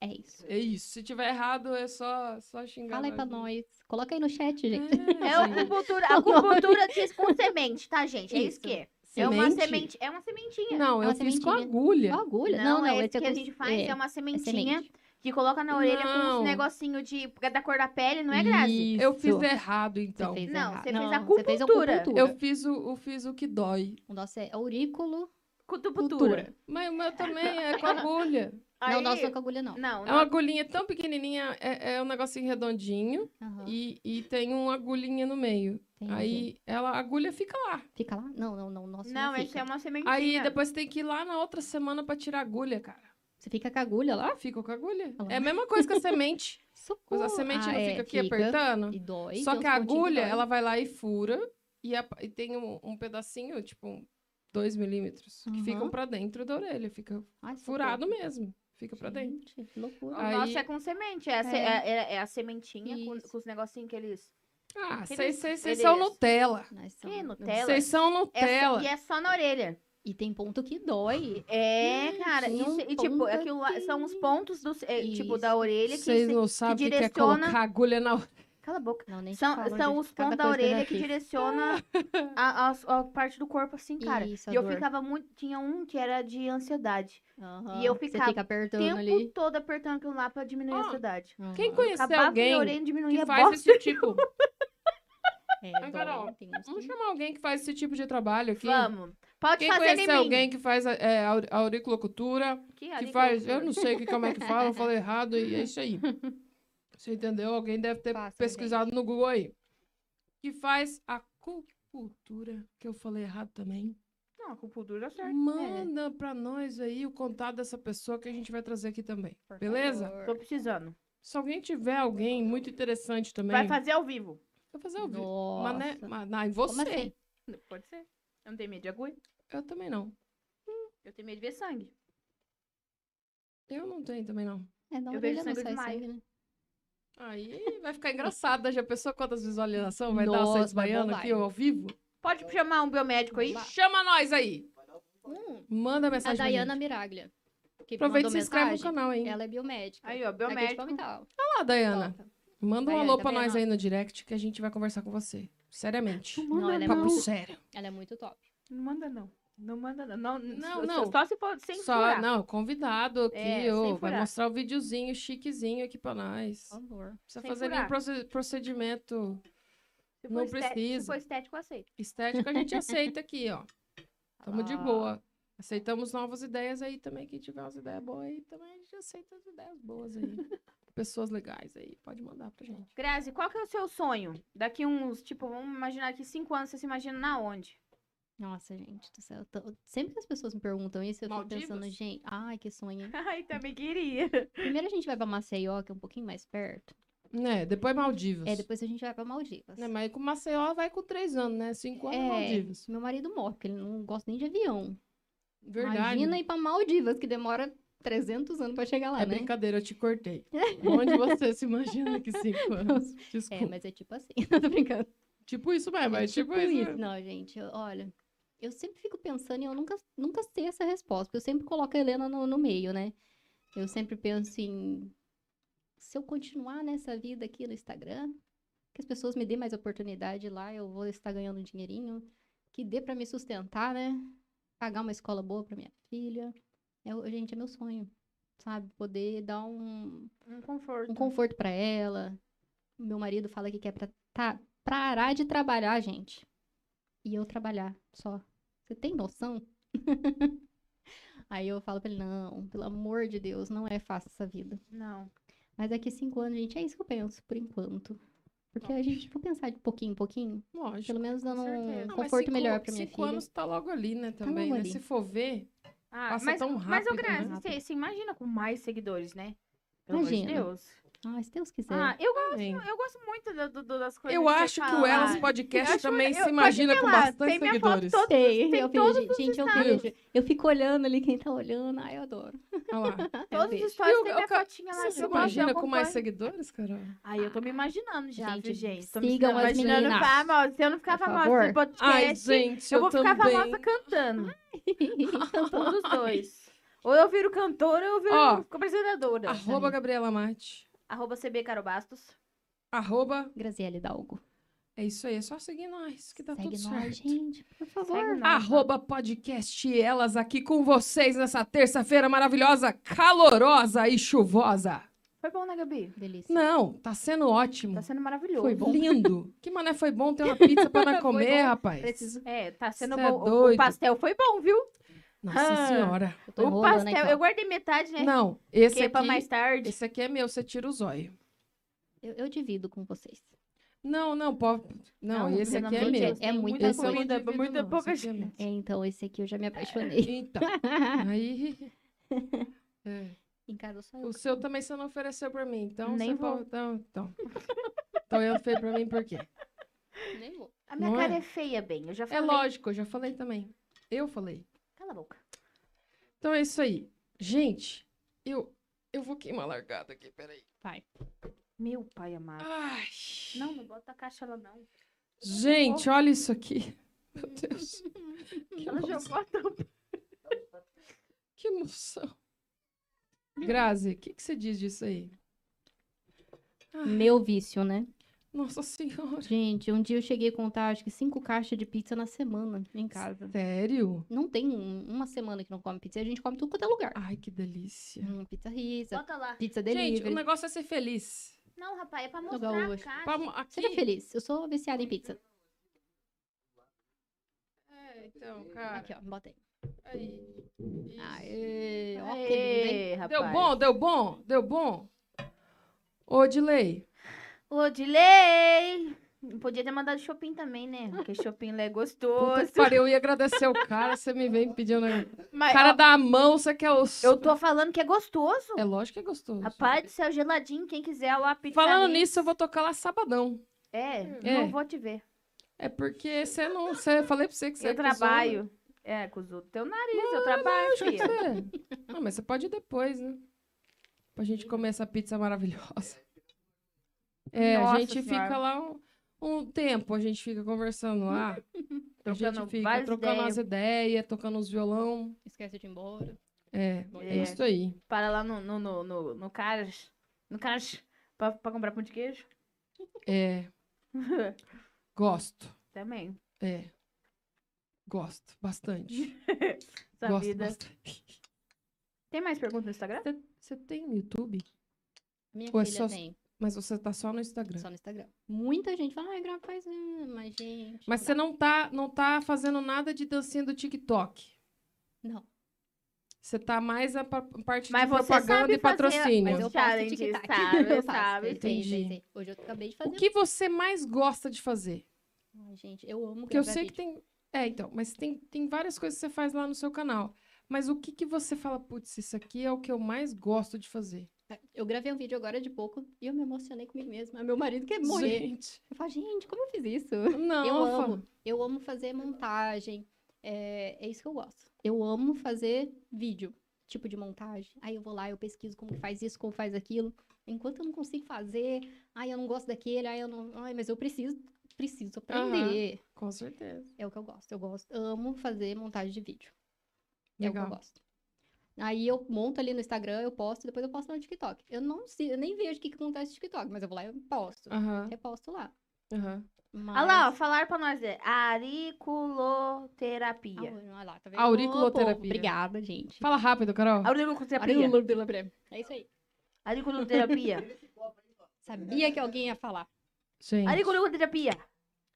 C: É isso.
A: É isso. Se tiver errado, é só, só xingar.
C: Fala aí pra nós. Coloca aí no chat, gente.
B: É
A: É,
B: a
A: gente.
B: acupuntura. A acupuntura diz com semente, tá, gente? É isso
C: Isso.
B: que é. É uma
A: Semente?
B: semente. É uma sementinha.
A: Não,
C: É
A: eu
C: uma
A: fiz com
C: sementinha.
A: agulha.
C: Uma agulha?
B: Não,
C: Não, não.
B: é
C: esse
B: esse que a
C: com-
B: gente faz, é,
C: é
B: uma
C: é
B: sementinha
C: semente.
B: que coloca na orelha com
A: Não.
B: uns negocinho de da cor da pele, não é, Grazi?
A: Eu
C: Isso.
A: fiz errado, então.
C: Você fez
B: Não,
C: errado.
B: você fez
C: Não, você fez
B: acupuntura.
C: acupuntura.
A: Eu fiz o, eu fiz o que dói.
C: O nosso é aurículo
B: Cutuputura.
C: cultura.
A: Mas o meu também é com agulha.
B: Aí...
C: Não, o nosso não é com agulha, não.
B: Não,
A: É uma agulhinha tão pequenininha, é, é um negocinho redondinho
C: Aham,
A: e, e tem uma agulhinha no meio.
C: Tá. entendi.
A: Aí ela, a agulha fica lá.
C: Fica lá? Não, não, não. o Nosso não,
B: não, esse
C: fica.
B: é uma sementinha.
A: Aí depois tem que ir lá na outra semana pra tirar a agulha, cara.
C: Você fica com a agulha lá?
A: Fica com a agulha.
C: Olha lá.
A: É
B: né?
A: a mesma coisa que a semente.
C: Socorro.
B: Oh,
A: A semente
C: Ah,
A: não
C: é,
A: fica aqui apertando.
C: E dói.
A: Só
C: tem
A: que
C: uns
A: a
C: pontinhos
A: agulha,
C: dói.
A: ela vai lá e fura. E, a- e tem um, um pedacinho, tipo, 2 milímetros, que
C: Aham.
A: ficam pra dentro da orelha. Fica
C: Ai, socorro.
A: furado mesmo. Fica pra dentro.
C: Gente, que loucura.
B: O
A: Aí-
B: nosso é com semente. É a, se-
C: É.
B: é- é- é a sementinha com,
C: Isso.
B: com os negocinhos que eles.
A: Ah,
B: Aqueles-
A: vocês vocês- vocês
B: aqueles-
A: são Nutella.
C: Nós
B: Que
C: somos-
B: Nutella?
A: Vocês são
B: É só-
A: Nutella.
B: e é só na orelha.
C: E tem ponto que dói.
B: É, cara.
C: tinha
B: isso-
C: um
B: e tipo,
C: ponto
B: aquilo lá,
C: aqui.
B: são os pontos do, é, tipo da
C: Isso.
B: orelha que.
A: Vocês
B: se-
A: não sabem o que, é
B: direciona-
A: colocar agulha na orelha.
B: Cala a boca.
C: Não, nem te
B: São,
C: falo,
B: são
C: gente,
B: os
C: cada
B: pontos da
C: coisa eu já
B: orelha que
C: fiz.
B: direciona a, a- a parte do corpo, assim, cara.
C: Isso, a
B: e eu
C: dor.
B: ficava muito. Tinha um que era de ansiedade.
C: Aham,
B: e eu
C: você
B: ficava
C: fica
B: O
C: apertando
B: tempo
C: ali.
B: todo apertando aquilo lá pra diminuir a
A: Ah,
B: ansiedade.
A: Quem
C: Aham.
A: conhecer
B: Acabava minha
A: alguém
B: orelha diminuía
A: que
B: a
A: faz
B: bosta.
A: esse tipo...
C: É,
A: Agora,
C: dói,
A: ó,
C: tem uns
A: Vamos
C: que-
A: chamar alguém que faz esse tipo de trabalho aqui.
B: Vamos. Pode
A: Quem
B: fazer em
A: conhecer
B: mim.
A: alguém que faz é, aur- auriculocultura,
B: Que,
A: que
B: ali
A: faz...
B: eu-
A: Eu não sei que- como é que fala, eu falei errado e é isso aí. Você entendeu? Alguém deve ter
C: Faça,
A: pesquisado no Google aí. Que faz acupuntura, que eu falei errado também.
B: Não, com pudor dá certo. é.
A: Manda pra nós aí o contato dessa pessoa que a gente vai trazer aqui também.
C: Por
A: beleza?
C: favor.
B: Tô precisando.
A: Se alguém tiver alguém muito interessante também,
B: Vai fazer ao vivo.
A: eu vou fazer ao vivo.
C: Nossa.
A: Mas, né, mas, não, em você,
C: Como assim?
B: Pode ser. Eu não tenho medo de agulha.
A: eu também não.
B: Eu tenho medo de ver sangue.
A: Eu não tenho também não.
C: É, não,
B: Eu vejo
C: não
B: sangue
C: sai
B: demais.
C: sangue, né?
A: Aí vai ficar engraçado, né? Já pensou quantas visualizações vai dar
C: Nossa,
A: vocês
C: vai
A: baiano
C: bombar.
A: aqui ao vivo?
B: Pode chamar um biomédico aí?
C: Vai.
A: Chama nós aí!
C: Hum,
A: Manda
C: a
A: mensagem. pra
C: Dayana
A: gente.
C: Miraglia. Que
A: Aproveita e
C: mandou
A: se inscreve no
C: mensagem.
A: canal, hein?
C: Ela é biomédica.
B: Aí, ó,
C: Aqui de
B: biomédico.
C: Palmital.
A: Olha lá, Dayana.
C: Pronto.
A: Manda um
C: Dayana,
A: alô
C: tá
A: pra nós
C: vendo?
A: aí no direct que a gente vai conversar com você. Seriamente.
C: Não, ela é
A: Papo
C: muito-
A: sério.
C: Ela é muito top.
B: Não manda, não. Não manda, não. Não,
A: Não,
B: só-
A: não.
B: Só se for sem
A: Só,
B: furar.
A: não, convidado aqui,
B: É,
A: ô,
B: sem
A: vai
B: furar.
A: mostrar o videozinho chiquezinho aqui pra nós.
C: Por favor.
A: Não precisa
B: Sem
A: fazer
B: furar.
A: nenhum proce- procedimento
B: Se for
A: não
B: esté-
A: precisa.
B: Se for estético, eu aceito.
A: estético, a gente aceita aqui, ó. Tamo de
C: Olha lá.
A: boa. Aceitamos novas ideias aí também. Quem tiver umas ideias boas aí, também a gente aceita as ideias boas aí. Pessoas legais aí, pode mandar pra gente.
B: Grazi, qual que é o seu sonho? Daqui uns, tipo, vamos imaginar que cinco anos você se imagina na onde?
C: Nossa, gente do céu. eu tô- Sempre que as pessoas me perguntam isso, eu fico pensando,
A: Maldivas?
C: gente, ai, que sonho. hein?
B: Ai, também queria.
C: Primeiro a gente vai pra Maceió, que é um pouquinho mais perto.
A: Né, depois Maldivas.
C: É, depois a gente vai pra Maldivas.
A: Né, mas com Maceió vai com três anos, né? Cinco anos
C: É.
A: Maldivas.
C: Meu marido morre, porque ele não gosta nem de avião.
A: Verdade.
C: Imagina ir pra Maldivas, que demora 300 anos pra chegar lá,
A: é
C: né?
A: brincadeira, eu te cortei. Onde você se imagina que cinco anos? Desculpa.
C: É, mas é tipo assim, tô brincando.
A: Tipo isso mesmo, é, tipo, isso. mesmo.
C: Não, gente, eu- olha, eu sempre fico pensando e eu nunca, nunca sei essa resposta, porque eu sempre coloco a Helena no, no meio, né? Eu sempre penso em se eu continuar nessa vida aqui no Instagram, que as pessoas me dêem mais oportunidade lá, eu vou estar ganhando um dinheirinho, que dê pra me sustentar, né? Pagar uma escola boa pra minha filha. É, o- gente, é meu sonho, sabe? Poder dar um,
B: Um conforto.
C: um conforto pra ela. Meu marido fala que quer pra, tá, parar de trabalhar, gente. E eu trabalhar só. Você tem noção? Aí eu falo pra ele, não, pelo amor de Deus, não é fácil essa vida.
B: Não.
C: Mas daqui cinco anos, gente, é isso que eu penso, por enquanto. Porque a gente, vou pensar de pouquinho em pouquinho,
A: Lógico.
C: pelo menos dando
B: certeza.
C: um
A: mas
B: Não,
C: conforto
A: cinco-
C: melhor pra minha
A: Cinco
C: filha.
A: anos tá logo ali, né? Também,
C: logo
A: né?
C: ali.
A: Se for ver,
B: Ah,
A: Passa
B: mas,
A: tão
B: Mas, ô
A: rápido, né?
B: Grazi, você
C: Rápido.
B: se imagina com mais seguidores, né? Pelo amor de
C: Imagino.
B: Deus.
C: Ah, se Deus quiser.
B: Ah, eu, gosto-
A: também.
B: eu gosto muito do- do- do- das coisas
A: Eu
B: que você
A: acho que o
B: fala.
A: Elas
B: Eu
A: Podcast
B: acho
A: também
B: que- eu-
A: se
B: pode
A: imagina
B: ver
A: com
B: lá,
A: bastante
B: tem minha foto
A: seguidores.
B: toda.
C: Sei,
B: tem
C: eu
B: todos
A: né?
C: vejo, gente, eu
B: estados.
C: vejo. Eu fico olhando ali quem tá olhando, ai, eu adoro.
A: Olha lá.
C: Eu
B: Todos
C: vejo.
B: os stories
A: Eu-
B: tem
A: eu
B: minha
A: ca-
B: fotinha lá.
A: Você se
B: eu gosto, eu
A: imagina com mais
B: acompanho.
A: seguidores, Carol?
B: Aí eu tô me imaginando já,
C: Gente,
B: viu, gente? Tô me
C: Ah, sigam as
B: imaginando
C: meninas.
B: famosa. Se eu não ficar
C: Por
B: famosa
C: favor.
B: no podcast,
A: Ai, gente,
B: eu
A: eu,
B: vou
A: também.
B: ficar famosa cantando. Um dos dois. Ou eu viro cantora ou eu viro
A: Ó, Ah.
B: apresentadora.
A: Arroba Gabriela Mate.
B: Arroba CB Carobastos.
A: Arroba.
C: Graziele Dalgo.
A: É isso aí, é só seguir nós, que tá
C: Segue
A: tudo
C: nós,
A: certo.
C: gente, por favor.
B: Segue nós.
A: Arroba podcast Elas aqui com vocês nessa terça-feira maravilhosa, calorosa e chuvosa.
B: Foi bom, né, Gabi?
C: Delícia.
A: Não, tá sendo ótimo.
B: Tá sendo maravilhoso.
A: Foi bom. Lindo. Que mané foi bom ter uma pizza pra nós
C: Foi
A: comer,
C: bom.
A: rapaz.
C: Preciso.
B: É, tá sendo
A: Cê é
B: bom. O- o
A: doido.
B: pastel foi bom, viu?
A: Nossa
B: Ah.
A: senhora.
C: Eu tô
B: O
C: enrolando, né,
B: pastel, eu guardei metade, né?
A: Não, esse
B: que é pra
A: aqui,
B: mais tarde.
A: esse aqui é meu, você tira o zóio.
C: eu, eu divido com vocês.
A: Não, não, pode. Não,
C: Não,
A: esse
C: pelo
A: aqui é
C: amor de
A: meu.
C: Deus, é muita
A: Esse eu não
B: comida,
A: divido,
B: muita
A: não,
B: pouca
A: esse aqui é meu.
C: É, então, esse aqui eu já me apaixonei.
A: Então, aí. é,
C: em casa só eu.
A: o seu também você não ofereceu pra mim, então.
B: Nem
A: você
B: vou.
A: pode- Então, então. então eu fei pra mim por quê?
C: Nem vou.
B: A minha
A: não
B: cara é?
A: é?
B: feia, bem. Eu já falei.
A: É lógico, eu já falei também. Eu falei.
B: Cala a boca.
A: Então é isso aí. Gente, eu, eu vou queimar a largada aqui, peraí.
B: Meu pai
A: é
B: amado.
A: Ai.
B: Não, não bota a caixa lá, não.
A: Gente, olha isso aqui. Meu Deus. Que
B: Ela
A: emoção.
B: jogou a tampa.
A: Que emoção.
B: Uhum.
A: Grazi, o que, que você diz disso aí? Ai,
C: Meu vício, né?
A: Nossa senhora.
C: Gente, um dia eu cheguei a contar, acho que cinco caixas de pizza na semana em casa.
A: Sério?
C: Não tem um- uma semana que não come pizza. A gente come tudo quanto é lugar.
A: Ai, que delícia.
C: Hum, pizza risa,
B: Bota lá.
C: pizza
A: Gente,
C: delivery.
A: o negócio é ser feliz.
B: Não, rapaz, é pra
C: Jogar
B: mostrar a
C: hoje.
B: caixa.
A: Pra- aqui...
C: Seja
B: tá
C: feliz. Eu sou viciada em pizza.
A: É, então, cara.
C: Aqui, ó. Bota aí.
A: Aí. Isso.
C: Aê, ó, que lindo, hein?
B: Ê, rapaz.
A: Deu bom, deu bom, deu bom. Ô, Dilei.
B: Odilei! Podia ter mandado Chopin também, né? Porque Chopin lá é
A: Puta
B: gostoso.
A: que pariu, eu ia agradecer o cara, você me vem pedindo.
B: Mas,
A: Cara
B: ó,
A: da mão, você quer os.
B: eu tô falando que é gostoso.
A: É lógico que é gostoso.
B: Rapaz do céu, geladinho, quem quiser lá, pizza
A: Falando
B: Hut.
A: nisso, eu vou tocar lá sabadão.
B: É,
A: É.
B: não vou te ver.
A: É porque você não. Cê, eu falei pra você que você.
B: eu trabalho. É, com os outros. Teu nariz, eu trabalho, filha.
A: Ah, Não, mas você pode ir depois, né? Pra gente comer essa pizza maravilhosa. É,
B: Nossa
A: a gente
B: Senhora.
A: fica lá um, um tempo, a gente fica conversando lá. a
B: Trocando
A: gente fica
B: várias
A: trocando
B: ideias.
A: as ideias, tocando os violão.
C: Esquece de ir embora.
A: É, é,
B: É.
A: isso aí.
B: Para lá no, no, no, no, no Caras. No Caras. Pra, pra comprar pão de queijo?
A: É, gosto.
B: Também.
A: É. Gosto bastante.
B: Sua
A: gosto
B: vida.
A: bastante.
B: Tem mais perguntas no Instagram?
A: Você- Você tem no YouTube?
C: Minha
A: Ou é
C: filha
A: só-
C: tem,
A: Mas você tá só no Instagram.
C: só no Instagram. Muita gente fala, ai, grava faz... ah, Mas, gente...
A: Mas você não tá, não tá fazendo nada de dancinha do TikTok.
C: Não.
A: Você tá mais na pa- parte
B: Mas
A: de
B: você
A: propaganda
B: sabe
A: e
B: fazer,
A: patrocínio.
C: Mas eu
B: Challenge,
C: faço tic-tac.
B: sabe,
C: eu faço.
B: sabe,
C: eu sei, sei,
A: entendi.
C: sei. Hoje eu acabei de fazer. um.
A: O que você mais gosta de fazer?
C: Ai, gente, eu amo
A: Porque eu
C: gravar
A: sei que
C: vídeo.
A: tem. É, então, mas tem, tem várias coisas que você faz lá no seu canal. Mas o que, que você fala, putz, isso aqui é o que eu mais gosto de fazer?
C: Eu gravei um vídeo agora de pouco e eu me emocionei comigo mesma. Meu marido quer morrer.
A: Gente,
C: Eu falo, gente, como eu fiz isso?
A: não,
C: eu
A: eu falo,
C: amo. Eu amo fazer montagem. É, é isso que eu gosto. Eu amo fazer vídeo, tipo de montagem. Aí eu vou lá, eu pesquiso como que faz isso, como faz aquilo. Enquanto eu não consigo fazer, ai, eu não gosto daquele, ai, eu não. Ai, mas eu preciso, preciso
A: Aham.
C: aprender.
A: com certeza.
C: É o que eu gosto. Eu gosto, amo fazer montagem de vídeo. É o que
A: Legal.
C: eu gosto. Aí eu monto ali no Instagram, eu posto, depois eu posto no TikTok. Eu não sei, eu nem vejo o que, que acontece no TikTok, mas eu vou lá e eu posto.
A: Aham,
C: Reposto lá.
A: aham.
C: Mas...
B: Olha lá, ó, falaram pra nós. É
C: Au-
B: auriculoterapia.
C: Olha lá, tá vendo?
A: Auriculoterapia.
C: Ô, povo, Obrigada, gente.
A: Fala rápido, Carol.
B: Auriculoterapia.
C: É isso aí.
B: Auriculoterapia.
C: Sabia que alguém ia falar.
A: Gente,
B: Auriculoterapia.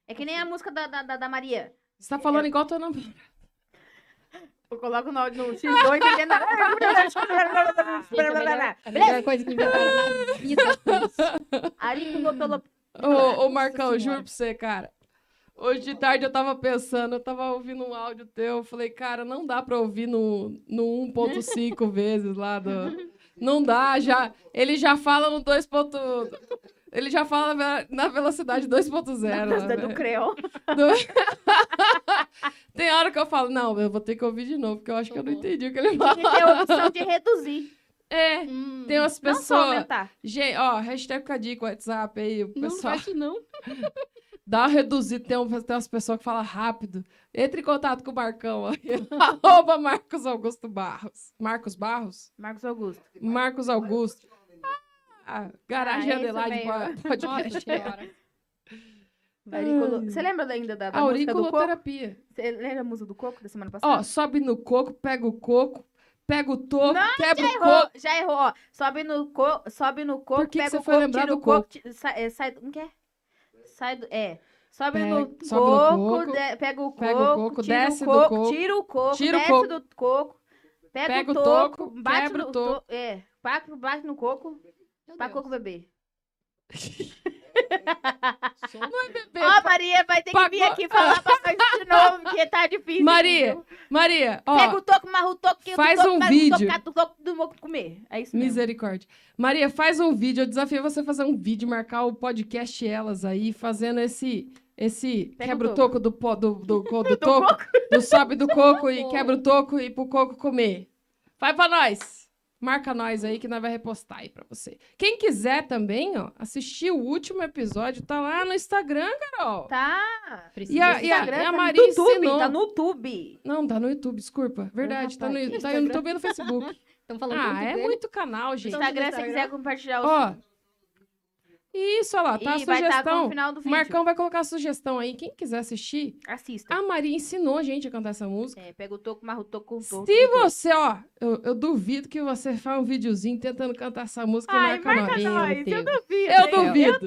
B: É que nem a música da, da, da- da Maria.
A: você tá falando igual tua namorada.
B: Eu coloco no, no X2 entendendo.
C: Gente, é a melhor, a melhor coisa que inventaram na vida. foi isso.
B: Auriculotolopia.
A: Ô, ô
C: Nossa
A: Marcão, juro
C: Senhora.
A: pra você, cara. Hoje de tarde eu tava pensando, eu tava ouvindo um áudio teu, eu falei, cara, não dá pra ouvir no, no 1.5 vezes lá do... Não dá, já... Ele já fala no 2. ponto- Ele já fala na- na velocidade 2.0. lá,
B: do
A: né?
B: Creol.
A: Tem hora que eu falo, não, eu vou ter que ouvir de novo, porque eu acho que eu não
C: Uhum.
A: entendi o que ele
B: Tinha
A: falou.
B: que ter a opção de reduzir.
A: É,
C: Hum,
A: tem umas
B: Não só
A: pessoas...
B: aumentar.
A: Gente, ó, hashtag fica a dica, WhatsApp aí, o
C: não, não
A: pessoal...
C: faz isso não.
A: Dá uma reduzida, tem, um, tem umas pessoas que falam rápido. Entre em contato com o Marcão aí. Arroba Marcos Augusto Barros. Marcos Barros?
B: Marcos Augusto.
A: Marcos Augusto. Ah, garagem
B: Ah, isso
A: Adelaide
B: mesmo. é
A: po- podcast.
C: Nossa senhora.
B: Auriculo- Você lembra ainda da, da música do coco?
A: Auriculoterapia.
B: Você lembra a música do coco da semana
A: Ó,
B: passada?
A: sobe no coco, pega o coco, pega o toco, quebra o
B: errou,
A: coco.
B: já errou, ó. Sobe no, co... Sobe no coco,
A: Por que que
B: pega
A: você
B: o
A: foi
B: coco,
A: lembrar
B: tira
A: do
B: o coco, ti- sai, é, sai do... Como que é? Sai do... É. Sobe
A: Pega-
B: no coco,
A: sobe no coco,
B: de- pega o coco,
A: pega o coco,
B: tira
A: desce
B: o
A: do
B: coco,
A: coco,
B: tira o coco,
A: tira o
B: desce
A: coco,
B: do coco, pega,
A: pega
B: o
A: o
B: toco,
A: toco,
B: bate
A: quebra
B: no
A: o toco.
B: to- É, bate, bate no coco,
C: Meu
B: pra
C: Deus.
B: coco beber.
C: Sou-
A: é Bebê,
B: Ó, Maria, vai ter que
A: Paco-
B: vir aqui falar pra nós de novo, porque tá difícil.
A: Maria,
B: viu?
A: Maria, ó.
B: Pega o toco, marra o toco, que
A: faz
B: o toco,
A: um
B: mas
A: vídeo.
B: O toco, cata o toco do moco comer. É isso mesmo.
A: Misericórdia. Maria, faz um vídeo. Eu desafio você a fazer um vídeo, marcar o podcast elas aí, fazendo esse. Esse
B: Pega o
A: quebra o toco
B: toco.
A: do, po- do, do, co- do
B: Do
A: toco,
B: coco.
A: do sobe do coco e
C: Boa.
A: quebra o toco e pro coco comer. Vai pra nós! Marca nós aí que nós vai repostar aí pra você. Quem quiser também, ó, assistir o último episódio, tá lá no Instagram, Carol.
B: Tá.
C: Preciso
A: E a,
C: desse
A: Ah, e a-
C: Instagram.
A: e a
B: tá no
A: Maria
B: YouTube,
A: ensinou.
B: Tá no YouTube.
A: Não, tá no YouTube, desculpa. Verdade, tá no,
B: rapaz, que
A: tá no
B: Instagram.
A: YouTube e no Facebook.
C: Estão falando
A: ah,
C: tanto
A: é
C: dele.
A: muito canal, gente.
B: Instagram, se
C: Instagram.
B: quiser compartilhar o
A: Ó. Isso, olha lá, tá a
B: e vai estar com o
A: sugestão.
B: final do vídeo.
A: Marcão vai colocar a sugestão aí. Quem quiser assistir,
B: Assista.
A: a Maria ensinou a gente a cantar essa música.
B: É, pega o toco, marra o toco, com o toco.
A: Se você, ó, eu, eu duvido que você faça um videozinho tentando cantar essa música e
B: Ai,
A: marca
B: marca
A: nós.
C: Meu
B: nós. Eu
C: Deus.
B: duvido.
A: Eu
B: hein?
A: duvido.
B: Eu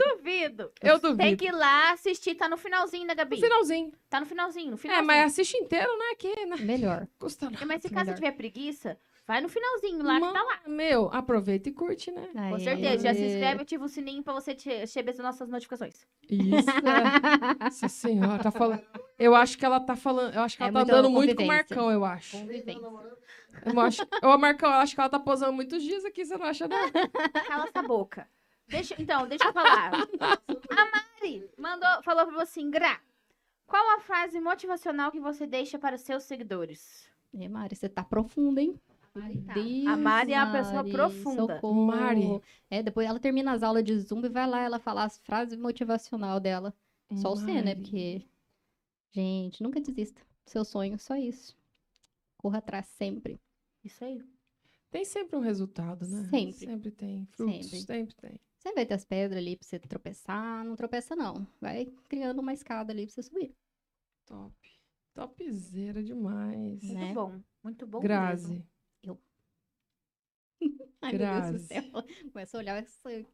B: duvido.
A: Eu
B: Tem
A: duvido.
B: que ir lá assistir. Tá no finalzinho, né,
A: No
B: Gabi?
A: finalzinho.
B: Tá no finalzinho, no
A: É,
B: finalzinho. É,
A: mas é assim, assiste inteiro, né? Que não
C: Melhor.
A: custa nada.
B: Mas se caso
C: Melhor.
B: tiver preguiça, vai no finalzinho lá que tá lá.
A: Meu, aproveita e curte, né?
B: Com certeza. Já se inscreve, ativa o sininho pra você te- receber as nossas notificações.
A: Isso. é. Nossa senhora, tá falando. Eu acho que ela tá falando. Eu acho que
C: É
A: ela tá
C: muita
A: andando muito com o
C: convivência.
A: Marcão, eu acho.
C: Convivência.
A: Eu acho... Ô, Marcão, eu acho que ela tá posando muitos dias aqui, você não acha, não?
B: Cala essa boca. Deixa, então, deixa eu falar. A Mari mandou, falou pra você assim, Gra, qual a frase motivacional que você deixa para os seus seguidores?
C: É, Mari, você tá profunda, hein? Mari tá.
B: A Mari é uma pessoa
C: Mari,
B: profunda.
C: socorro.
A: Mari.
C: É, depois ela termina as aulas de zumba e vai lá ela falar as frases motivacional dela. Só o C, né?
A: Mari.
C: Porque. Gente, nunca desista. do Seu sonho, só isso. Corra atrás sempre.
B: Isso aí.
A: Tem sempre um resultado, né?
C: Sempre.
A: Sempre tem. Frutos,
C: Sempre.
A: sempre, tem.
C: Você vai ter as pedras ali pra você tropeçar. Não tropeça, não. Vai criando uma escada ali pra você subir.
A: Top. Topzera demais.
B: Muito
C: Né?
B: bom. Muito bom. mesmo.
A: Grazi.
C: Ai, meu Deus
A: Grazi.
C: do céu. Começa a olhar essa-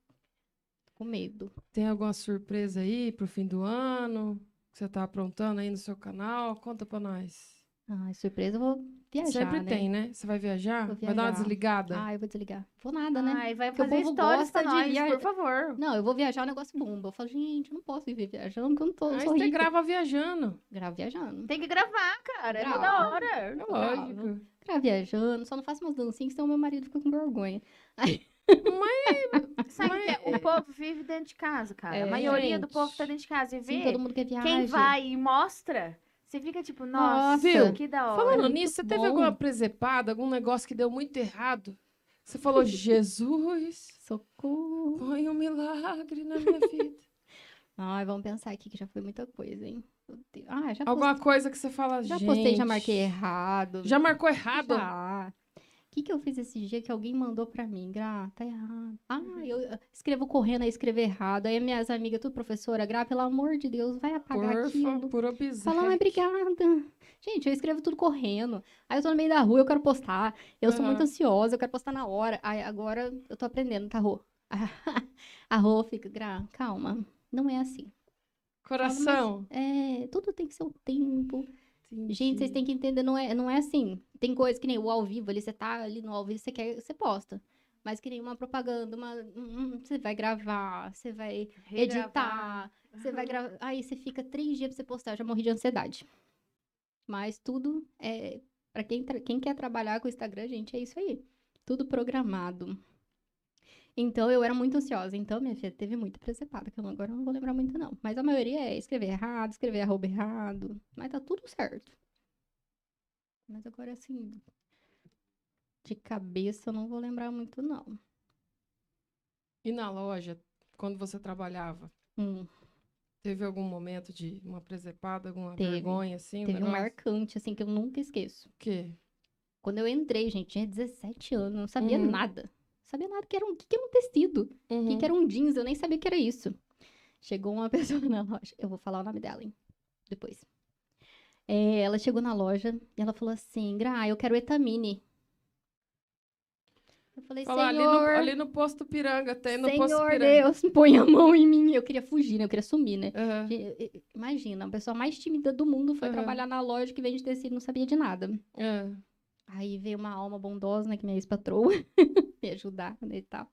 C: com medo.
A: Tem alguma surpresa aí pro fim do ano? Que você tá aprontando aí no seu canal? Conta pra nós.
C: Ai, surpresa, eu vou viajar.
A: Sempre
C: né?
A: tem, né? Você vai viajar?
C: Vou
A: Vai dar uma
C: viajar.
A: desligada?
C: Ah, eu vou desligar. Vou nada, né?
B: Ai, vai
C: Porque o
B: fazer
C: povo
B: histórias pra
C: gosta de
B: nós,
C: viajar.
B: por favor.
C: Não, eu vou viajar, o negócio bomba. Eu falo, gente, eu não posso viver viajando, porque eu não tô. eu
A: Aí
C: sou
A: você
C: rica.
A: grava viajando.
C: Gravo viajando.
B: Tem que gravar, cara. É
C: Grava.
B: toda hora.
A: É
C: Gravo.
A: lógico.
C: Gravo viajando, só não faço umas dancinhas, senão meu marido fica com vergonha.
B: Sabe o que é? O povo vive dentro de casa, cara.
A: É,
B: a maioria do
A: gente.
B: povo tá dentro de casa. E vê
C: Sim, todo mundo quer viajar.
B: quem vai e mostra, você fica tipo, nossa,
A: Viu?
B: que da hora.
A: Falando
C: muito
A: nisso, você
C: bom.
A: teve alguma presepada, algum negócio que deu muito errado? Você falou, Jesus,
C: Socorro.
A: põe um milagre na minha vida.
C: Ai, vamos pensar aqui que já foi muita coisa, hein? Meu Deus. Ah, já postei.
A: Alguma coisa que você fala,
C: Já
A: gente...
C: postei, já marquei errado.
A: Já marcou errado?
C: Já. O que, que eu fiz esse dia que alguém mandou pra mim? Gra, tá errado. Ah, eu escrevo correndo, aí escrevo errado. Aí minhas amigas, tu professora, Gra, pelo amor de Deus, vai apagar
A: Por
C: aquilo.
A: favor, por
C: Tá Fala, ai,
A: obséquio.
C: obrigada. é Gente, eu escrevo tudo correndo. Aí eu tô no meio da rua, eu quero postar. Eu sou muito
A: Aham.
C: ansiosa, eu quero postar na hora. Aí agora eu tô aprendendo, tá, Rô? A Rô fica, Gra, calma. Não é assim.
A: Coração.
C: É, tudo tem que ser o tempo. Gente, vocês
A: Entendi.
C: têm que entender, não é, não é assim. Tem coisa que nem o ao vivo ali, você tá ali no ao vivo, você quer, você posta. Mas que nem uma propaganda, uma, um- um- você vai gravar, você vai editar, você
B: Uhum.
C: vai gravar. Aí você fica três dias pra você postar, eu já morri de ansiedade. Mas tudo é. Pra quem, tra- quem quer trabalhar com o Instagram, gente, é isso aí. Tudo programado. Então eu era muito ansiosa. Então, minha filha, teve muita presepada, que eu não- agora eu não vou lembrar muito, não. Mas a maioria é escrever errado, escrever arroba errado. Mas tá tudo certo. Mas agora, assim, de cabeça eu não vou lembrar muito, não.
A: E na loja, quando você trabalhava,
C: Hum.
A: Teve algum momento de uma presepada, alguma
C: Teve.
A: vergonha, assim?
C: Teve um
A: negócio?
C: marcante, assim, que eu nunca esqueço.
A: O quê?
C: Quando eu entrei, gente, tinha 17 anos, não sabia
A: Uhum.
C: nada. Não sabia nada que era um, que que era um tecido, o
A: É.
C: que, que era um jeans, eu nem sabia que era isso. Chegou uma pessoa na loja, eu vou falar o nome dela, hein? Depois. É, ela chegou na loja e ela falou assim, Gra, eu quero etamine. Eu falei,
A: Fala, ali, no,
C: senhor,
A: ali tá no posto Piranga, tem no posto
C: senhor
A: Piranga.
C: Deus, põe a mão em mim. Eu queria fugir, né? Eu queria sumir, né?
A: Aham.
C: Gente, eu- eu- Imagina, a pessoa mais tímida do mundo foi
A: Aham.
C: trabalhar na loja que vende tecido, não sabia de nada.
A: É.
C: Aí veio uma alma bondosa, né, que minha ex-patroa, me ajudar, né, e tal.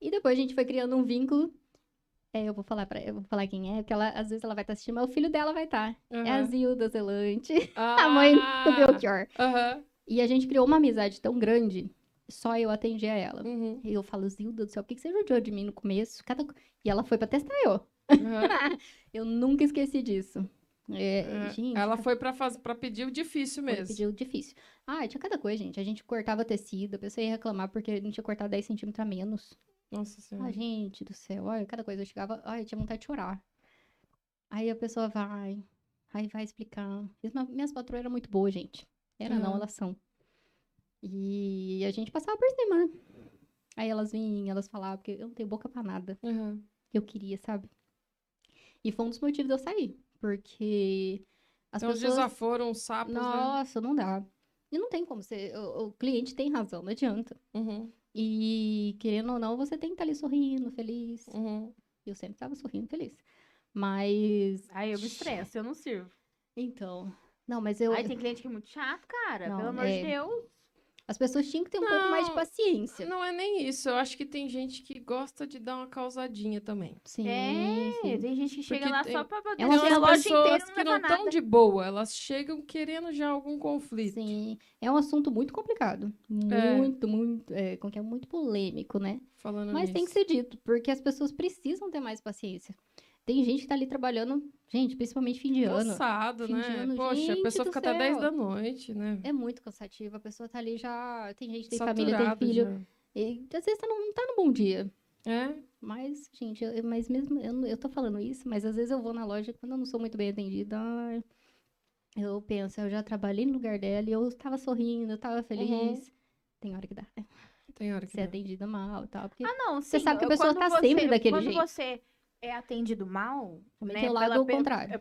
C: E depois a gente foi criando um vínculo. É, eu vou falar para, eu vou falar quem é, porque ela às vezes ela vai estar assistindo, mas o filho dela vai estar. É a
A: aham.
C: Zilda Zelante,
A: Ah,
C: a mãe do Belchior.
A: aham,
C: E a gente criou uma amizade tão grande, só eu atendia ela.
A: uhum,
C: E eu falo, Zilda do céu, por que que você judiou de mim no começo? Cada co- E ela foi pra testar eu.
A: aham.
C: Eu nunca esqueci disso. É,
A: É,
C: gente,
A: Ela foi pra, faz... pra pedir o difícil
C: Foi
A: mesmo.
C: pedido difícil. Ah, tinha cada coisa, gente. A gente cortava tecido, a pessoa ia reclamar porque não tinha cortado 10 centímetros a menos.
A: Nossa
C: Ah,
A: Senhora.
C: gente do céu, olha, cada coisa. Eu chegava, olha, eu tinha vontade de chorar. Aí a pessoa vai, aí vai explicar. Mas ma- Minhas patroas eram muito boas, gente. Era não,
A: Aham.
C: elas são. E a gente passava por cima, né? Aí elas vinham, elas falavam, porque eu não tenho boca pra nada
A: Aham.
C: eu queria, sabe? E foi um dos motivos de eu sair, porque as
A: Então,
C: pessoas,
A: desaforam, os sapos, né?
C: nossa, não dá. E não tem como ser, o, o cliente tem razão, não adianta.
A: Uhum,
C: E querendo ou não, você tem que estar ali sorrindo, feliz.
A: uhum.
C: Eu sempre tava sorrindo, feliz. Mas
B: Aí eu me estresso, eu não sirvo.
C: então, não, mas eu
B: Aí tem cliente que é muito chato, cara.
C: Não,
B: pelo amor
C: é.
B: de Deus.
C: as pessoas tinham que ter um pouco mais de
A: Não,
C: paciência.
A: Não é nem isso. Eu acho que tem gente que gosta de dar uma causadinha também.
C: Sim,
B: É,
C: sim.
B: tem gente que chega
A: Porque
B: lá
A: tem-
B: só pra poder
C: É uma
B: encher a
C: pessoa-
B: loja inteira
A: pessoas
B: e não
A: que não
C: é
B: leva nada.
A: estão de boa, elas chegam querendo já algum conflito.
C: Sim, é um assunto muito complicado,
A: É.
C: muito, muito, é, como que é muito polêmico, né?
A: Falando
C: Mas tem que
A: nisso.
C: ser dito, porque as pessoas precisam ter mais paciência. Tem gente que tá ali trabalhando, gente, principalmente fim de ano.
A: Cansado,
C: Fim
A: né?
C: de ano,
A: Poxa, a
C: gente
A: pessoa
C: do
A: fica até 10
C: céu.
A: da noite, né?
C: É muito cansativo. A pessoa tá ali já. Tem gente, que tem família,
A: Saturado
C: tem filho.
A: já.
C: E, às vezes tá num- não tá num bom dia.
A: É,
C: Mas, gente, eu, eu- mas mesmo. Eu, não- eu tô falando isso, mas às vezes eu vou na loja quando eu não sou muito bem atendida. ai, Eu penso, eu já trabalhei no lugar dela e eu tava sorrindo, eu tava feliz.
B: Uhum.
C: Tem hora que dá. né?
A: tem hora que
C: Ser
A: dá.
C: atendida mal e tal. Porque
B: Ah, não,
C: Você
B: sim,
C: sabe que a
B: eu-
C: pessoa
B: quando
C: tá
B: você-
C: sempre daquele
B: quando
C: jeito.
B: Quando você é atendido mal,
C: também
B: né,
C: tem o
B: pela
C: lado
B: pe- é,
C: contrário.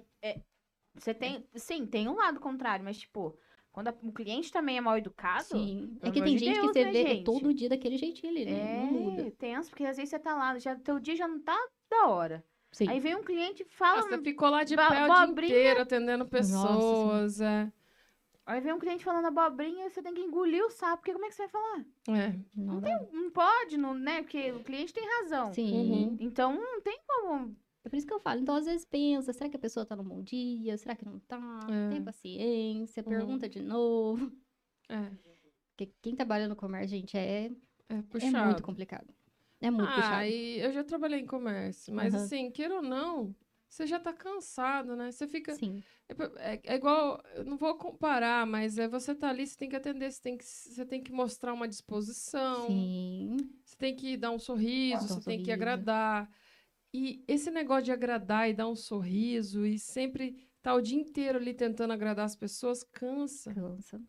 B: você tem. Sim, tem um lado contrário, mas, tipo, quando a- o cliente também é mal educado.
C: Sim. É
B: pelo
C: que
B: amor
C: tem
B: de
C: gente que
B: Deus,
C: você
B: né,
C: vê
B: gente?
C: todo dia daquele jeitinho ali, né? Não muda.
B: É, tenso, porque às vezes você tá lá, já, teu dia já não tá da hora.
C: Sim.
B: Aí vem um cliente e
A: Ah,
B: fala.
A: você ficou lá de
B: Bo-
A: pé o dia
B: abobrinha.
A: inteiro atendendo
C: Senhora.
A: pessoas. É.
B: Aí vem um cliente falando abobrinha, você tem que engolir o sapo, porque como é que você vai falar?
A: É.
C: Não, dá.
B: Não pode, não, né? Porque o cliente tem razão.
C: Sim.
A: Uhum.
B: Então não tem como.
C: É por isso que eu falo. Então, às vezes pensa, será que a pessoa tá num bom dia? Será que não tá?
A: É.
C: Tem paciência,
A: Uhum.
C: pergunta de novo.
A: É,
C: Porque quem trabalha no comércio, gente, é,
A: é
C: é
A: puxado.
C: muito complicado. É muito
A: ah,
C: puxado.
A: e eu já trabalhei em comércio, mas
C: Aham.
A: assim, queira ou não, você já tá cansado, né? Você fica.
C: Sim.
A: É, pa- é- é igual, eu não vou comparar, mas é você tá ali, você tem que atender, você tem que, você tem que mostrar uma disposição,
C: Sim.
A: você tem que dar um sorriso,
C: Dar
A: você
C: um
A: tem que
C: sorriso.
A: agradar. E esse negócio de agradar e dar um sorriso e sempre tá o dia inteiro ali tentando agradar as pessoas, cansa.
C: Cansa.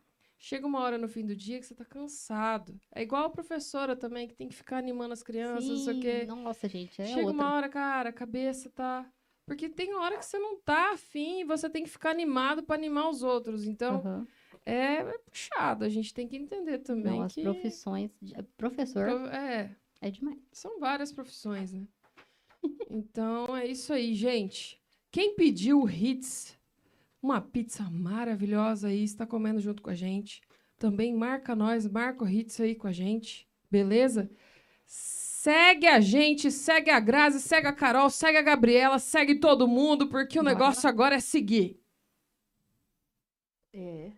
A: Chega uma hora no fim do dia que você tá cansado. É igual a professora também, que tem que ficar animando as crianças, não sei o
C: Sim.
A: quê.
C: Nossa, gente, é
A: Chega
C: outra.
A: uma hora, cara, a cabeça tá. Porque tem hora que você não tá afim e você tem que ficar animado pra animar os outros. Então,
C: Aham.
A: é, é puxado. A gente tem que entender também
C: Não, as
A: que.
C: profissões. de- Professor
A: Pro- É,
C: é demais.
A: são várias profissões, né? Então é isso aí, gente. Quem pediu o hits, uma pizza maravilhosa aí, está comendo junto com a gente. Também marca nós, marca o hits aí com a gente, beleza? Segue a gente, segue a Grazi, segue a Carol, segue a Gabriela, segue todo mundo, porque o
C: Bora.
A: negócio agora é seguir.
B: É,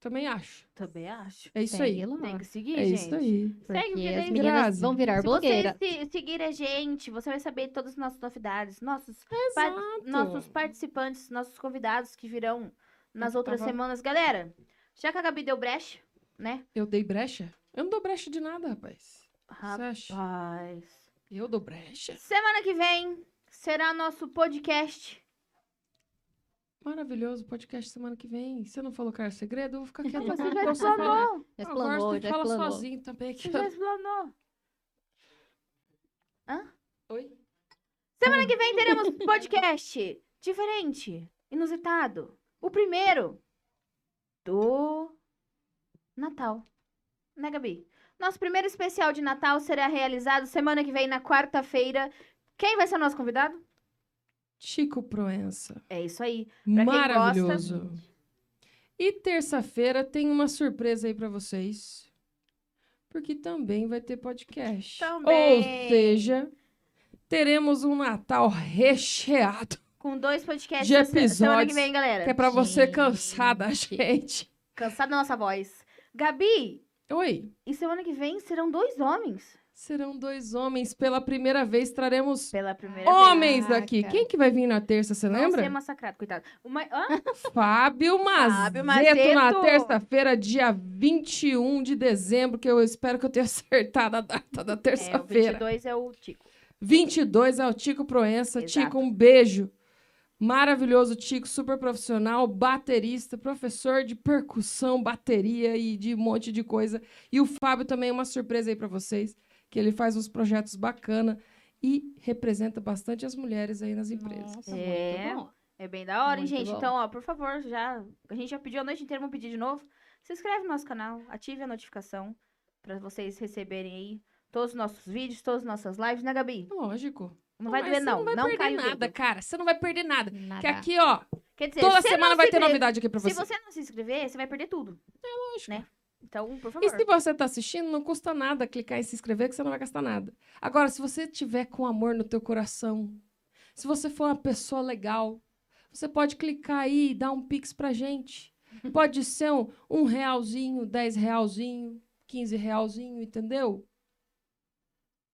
A: Também acho.
B: também acho.
A: É isso
C: Segue
A: aí.
C: lá.
B: Tem que seguir,
A: É
B: gente.
A: isso aí.
B: Segue o
C: porque
B: Vida
C: as
B: em
C: meninas
A: Grazi.
C: vão virar
B: Se
C: blogueira.
B: você se- seguir a gente, você vai saber todas as nossas novidades, nossos, pa-
A: Exato.
B: nossos participantes, nossos convidados que virão nas
A: Eu
B: outras
A: tava-
B: semanas. Galera, já que a Gabi deu brecha, né?
A: Eu dei brecha? Eu não dou brecha de nada, rapaz.
B: Ah,
A: Você acha?
B: Rapaz.
A: Eu dou brecha.
B: Semana que vem será nosso podcast.
A: Maravilhoso podcast semana que vem. Você não falou que era segredo? Eu vou ficar quieta agora.
B: Você já
A: porque eu sou velha.
B: explanou.
A: Agora
C: Já explanou,
A: você
C: já
A: fala
C: explanou.
A: sozinho também.
B: Você
A: Que... tá-
B: já explanou.
A: Oi?
B: Semana que vem teremos podcast diferente, inusitado. O primeiro do Natal. Né, Gabi? Nosso primeiro especial de Natal será realizado semana que vem, na quarta-feira. Quem vai ser o nosso convidado?
A: Chico Proença.
B: É isso aí. quem gosta.
A: Maravilhoso. E terça-feira tem uma surpresa aí pra vocês. Porque também vai ter podcast.
B: Também.
A: Ou seja, teremos um Natal recheado.
B: Com dois podcasts
A: De
B: essa- semana que
A: episódios.
B: vem, galera.
A: Que é pra você
C: Gente.
A: cansar da gente.
B: Cansado da nossa voz. Gabi,
A: Oi.
B: e semana que vem serão dois homens.
A: Serão dois homens. Pela primeira vez traremos
B: Pela primeira
A: homens
C: Caraca.
A: aqui. Quem que vai vir na terça, você
B: vez. Vão ser
A: lembra?
B: massacrado, coitado. Uma... Hã?
A: Fábio Mazeto,
B: Fábio Mazeto.
A: na terça-feira, dia 21 de dezembro, que eu espero que eu tenha acertado a data da
B: É, o
A: terça-feira.
B: 22 é o Tico.
A: 22 é o Tico Proença.
B: Exato.
A: Tico, um beijo. Maravilhoso Tico, super profissional, baterista, professor de percussão, bateria e de um monte de coisa. E o Fábio também, uma surpresa aí pra vocês, que ele faz uns projetos bacana e representa bastante as mulheres aí nas empresas.
C: Nossa, muito
B: É.
C: bom.
B: É bem da hora, hein,
C: Muito
B: gente?
C: bom.
B: Então, ó, por favor, já. A gente já pediu a noite inteira, vamos pedir de novo. Se inscreve no nosso canal, ative a notificação pra vocês receberem aí todos os nossos vídeos, todas as nossas lives, né, Gabi?
A: Lógico.
B: Não vai
A: Mas
B: doer,
A: você
B: não.
A: vai
B: Não
A: perder
B: cai o
A: nada,
B: dedo.
A: cara. Você não vai perder nada.
C: Nada.
A: Que aqui, ó,
B: Quer dizer,
A: toda
B: se
A: semana
B: não
A: vai
B: se
A: ter
B: inscrever-
A: novidade aqui pra você. É
B: Se você não se inscrever, você vai perder tudo.
A: Lógico.
B: né? Então, por favor.
A: E se você tá assistindo, não custa nada clicar em se inscrever, que você não vai gastar nada. Agora, se você tiver com amor no teu coração, se você for uma pessoa legal, você pode clicar aí e dar um pix pra gente.
B: Uhum.
A: Pode ser um, um realzinho, dez realzinho, quinze realzinho, entendeu?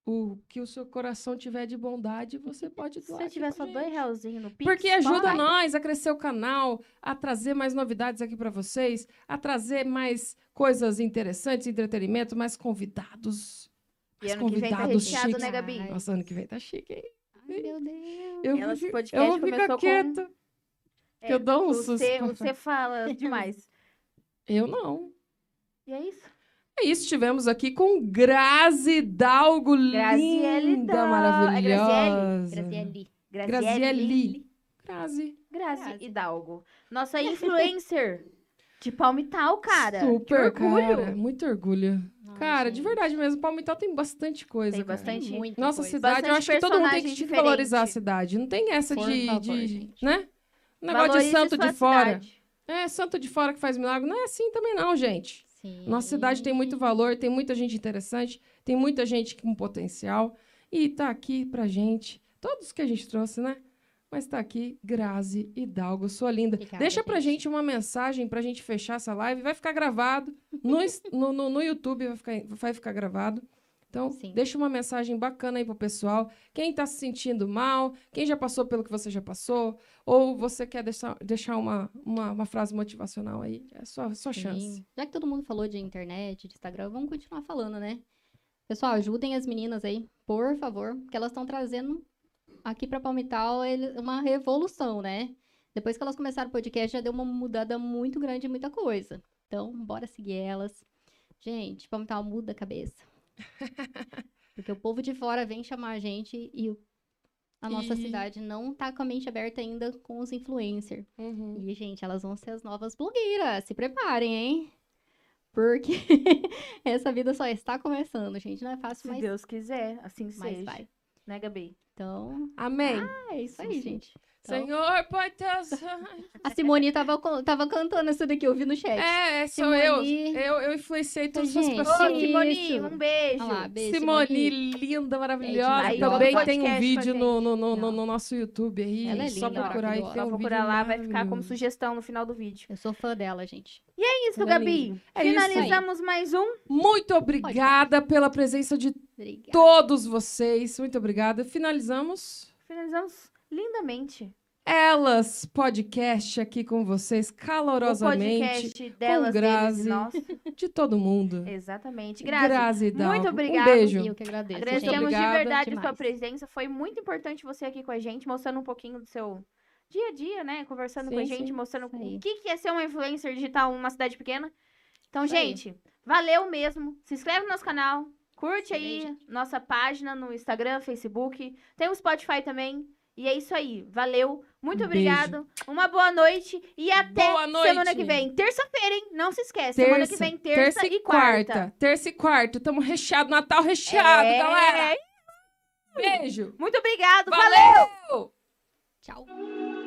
A: o que o seu coração tiver de bondade, você pode
B: Se
A: doar.
B: você
A: aqui
B: tiver
A: pra
B: só
A: gente.
B: dois realzinhos no Pix,
A: Porque ajuda
B: vai.
A: nós a crescer o canal, a trazer mais novidades aqui pra vocês, a trazer mais coisas interessantes, entretenimento, mais convidados.
B: E
A: Mais
B: ano que vem tá
A: convidados
B: recheado,
A: chiques.
B: né, Gabi?
C: Ai.
A: Nossa, ano que vem tá chique, hein?
C: Ai, meu Deus.
A: Eu
B: Ela,
A: vou
B: esse
A: fi-
B: podcast
A: eu vou ficar
B: começou com-
A: quieta. que eu dou um susto.
B: É, Você, você fala demais.
A: Eu não.
B: E é isso.
A: É isso, tivemos aqui com Grazi Dalgo,
B: Graziele
A: linda,
B: Dal- é Graziele?
A: maravilhosa.
C: Grazielli.
B: Graziele.
A: Grazi.
B: Grazi
C: Grazi.
B: Hidalgo. Nossa influencer de palmital, cara.
A: Super,
B: que orgulho.
A: cara. Muito orgulho.
C: Nossa,
A: cara, de
C: gente.
A: verdade mesmo, Palmital tem bastante coisa,
B: Tem
A: cara.
B: bastante
C: Tem muita
A: Nossa
C: coisa.
A: cidade, eu
B: Tipo, Bastante
A: acho que todo mundo tem que
B: personagem
A: valorizar a
B: diferente.
A: cidade. Não tem essa
C: Por
A: de,
C: favor,
A: de-
C: gente.
A: né? Um negócio
B: Valorize
A: de santo
B: sua
A: de fora.
B: cidade.
A: É, santo de fora que faz milagre. Não é assim também não, gente.
C: Sim.
A: Nossa cidade tem muito valor, tem muita gente interessante, tem muita gente com potencial. E tá aqui pra gente, todos que a gente trouxe, né? Mas tá aqui Grazi Hidalgo, sua linda.
C: Obrigada,
A: Deixa pra
C: gente.
A: gente uma mensagem pra gente fechar essa live. Vai ficar gravado no, ins- no, no, no YouTube, vai ficar, vai ficar gravado. Então,
C: Sim.
A: deixa uma mensagem bacana aí pro pessoal. Quem tá se sentindo mal, quem já passou pelo que você já passou, ou você quer deixar, deixar uma, uma, uma frase motivacional aí, é sua, sua
C: Sim.
A: chance.
C: Já que todo mundo falou de internet, de Instagram, vamos continuar falando, né? Pessoal, ajudem as meninas aí, por favor, porque elas estão trazendo aqui pra Palmital ele- uma revolução, né? Depois que elas começaram o podcast, já deu uma mudada muito grande em muita coisa. Então, bora seguir elas. Gente, Palmital muda a cabeça. Porque o povo de fora vem chamar a gente e o- a nossa
A: E-
C: cidade não tá com a mente aberta ainda com os influencers.
A: Uhum.
C: E, gente, elas vão ser as novas blogueiras. Se preparem, hein? Porque essa vida só está começando, gente. Não é fácil,
B: Se
C: mas,
B: Deus quiser, assim
C: mas
B: seja.
C: vai.
B: Né, Gabi?
C: Então,
A: Amém.
C: é isso
B: Sim,
C: aí,
B: sim.
C: gente. Então,
A: Senhor, põe teu sangue.
C: a Simone tava, con- tava cantando isso daqui, eu vi no chat.
A: É, é, sou eu.
C: Simone.
A: Eu, eu influenciei todas as
C: Gente.
B: Ô,
A: pessoas.
C: Sim.
B: Simone,
C: Isso.
B: um beijo.
C: Olha lá, beijo,
A: Simone,
C: Simone.
A: linda,
C: demais.
A: maravilhosa.
C: Aí, ó,
A: Também
C: no
A: tem um
B: podcast
A: vídeo
B: pra
A: no, no, no, no,
C: Não.
A: no nosso YouTube aí.
C: Ela é
A: só
C: linda,
A: procurar aí que
C: maravilhosa.
A: tem
B: Só
A: um
B: procurar
A: vídeo
B: lá, vai ficar como
A: maravilhoso.
B: sugestão no final do vídeo.
C: Eu sou fã dela, gente.
B: É isso,
A: Ela é
B: Gabi.
A: É isso aí.
B: Finalizamos mais um.
A: Muito obrigada pela presença de
C: Obrigada.
A: todos vocês. Muito obrigada. Finalizamos
B: Finalizamos lindamente.
A: Elas Podcast aqui com vocês,
B: O
A: calorosamente,
B: podcast delas, deles
A: Grazi.
B: e nós.
A: de todo mundo.
B: Exatamente. Grazi,
A: Grazi, Hidalgo.
B: muito
A: Um
B: obrigada.
A: beijo.
C: E eu que agradeço,
A: Muito
B: agradecemos
C: gente.
B: de
A: obrigada
B: verdade a sua
C: demais.
B: presença. Foi muito importante você aqui com a gente, mostrando um pouquinho do seu dia a dia, né? Conversando com a
A: Sim,
B: gente,
A: sim,
B: mostrando
C: isso
B: o
C: aí.
B: que que é ser uma influencer digital em uma cidade pequena. Então,
C: Isso aí.
B: gente, valeu mesmo. Se inscreve no nosso canal, curte
C: Isso aí,
B: aí nossa página no Instagram, Facebook. Tem o Spotify também. E é isso aí. Valeu. Muito
A: Um
B: obrigado. Uma boa noite. E até
A: Boa
B: semana
A: noite.
B: que vem. Terça-feira, hein? Não se esquece. semana que vem, terça, e quarta.
A: Terça e quarta. Tamo recheado, Natal recheado,
B: É.
A: galera. Beijo.
B: Muito obrigado.
A: Valeu.
B: valeu.
C: Tchau.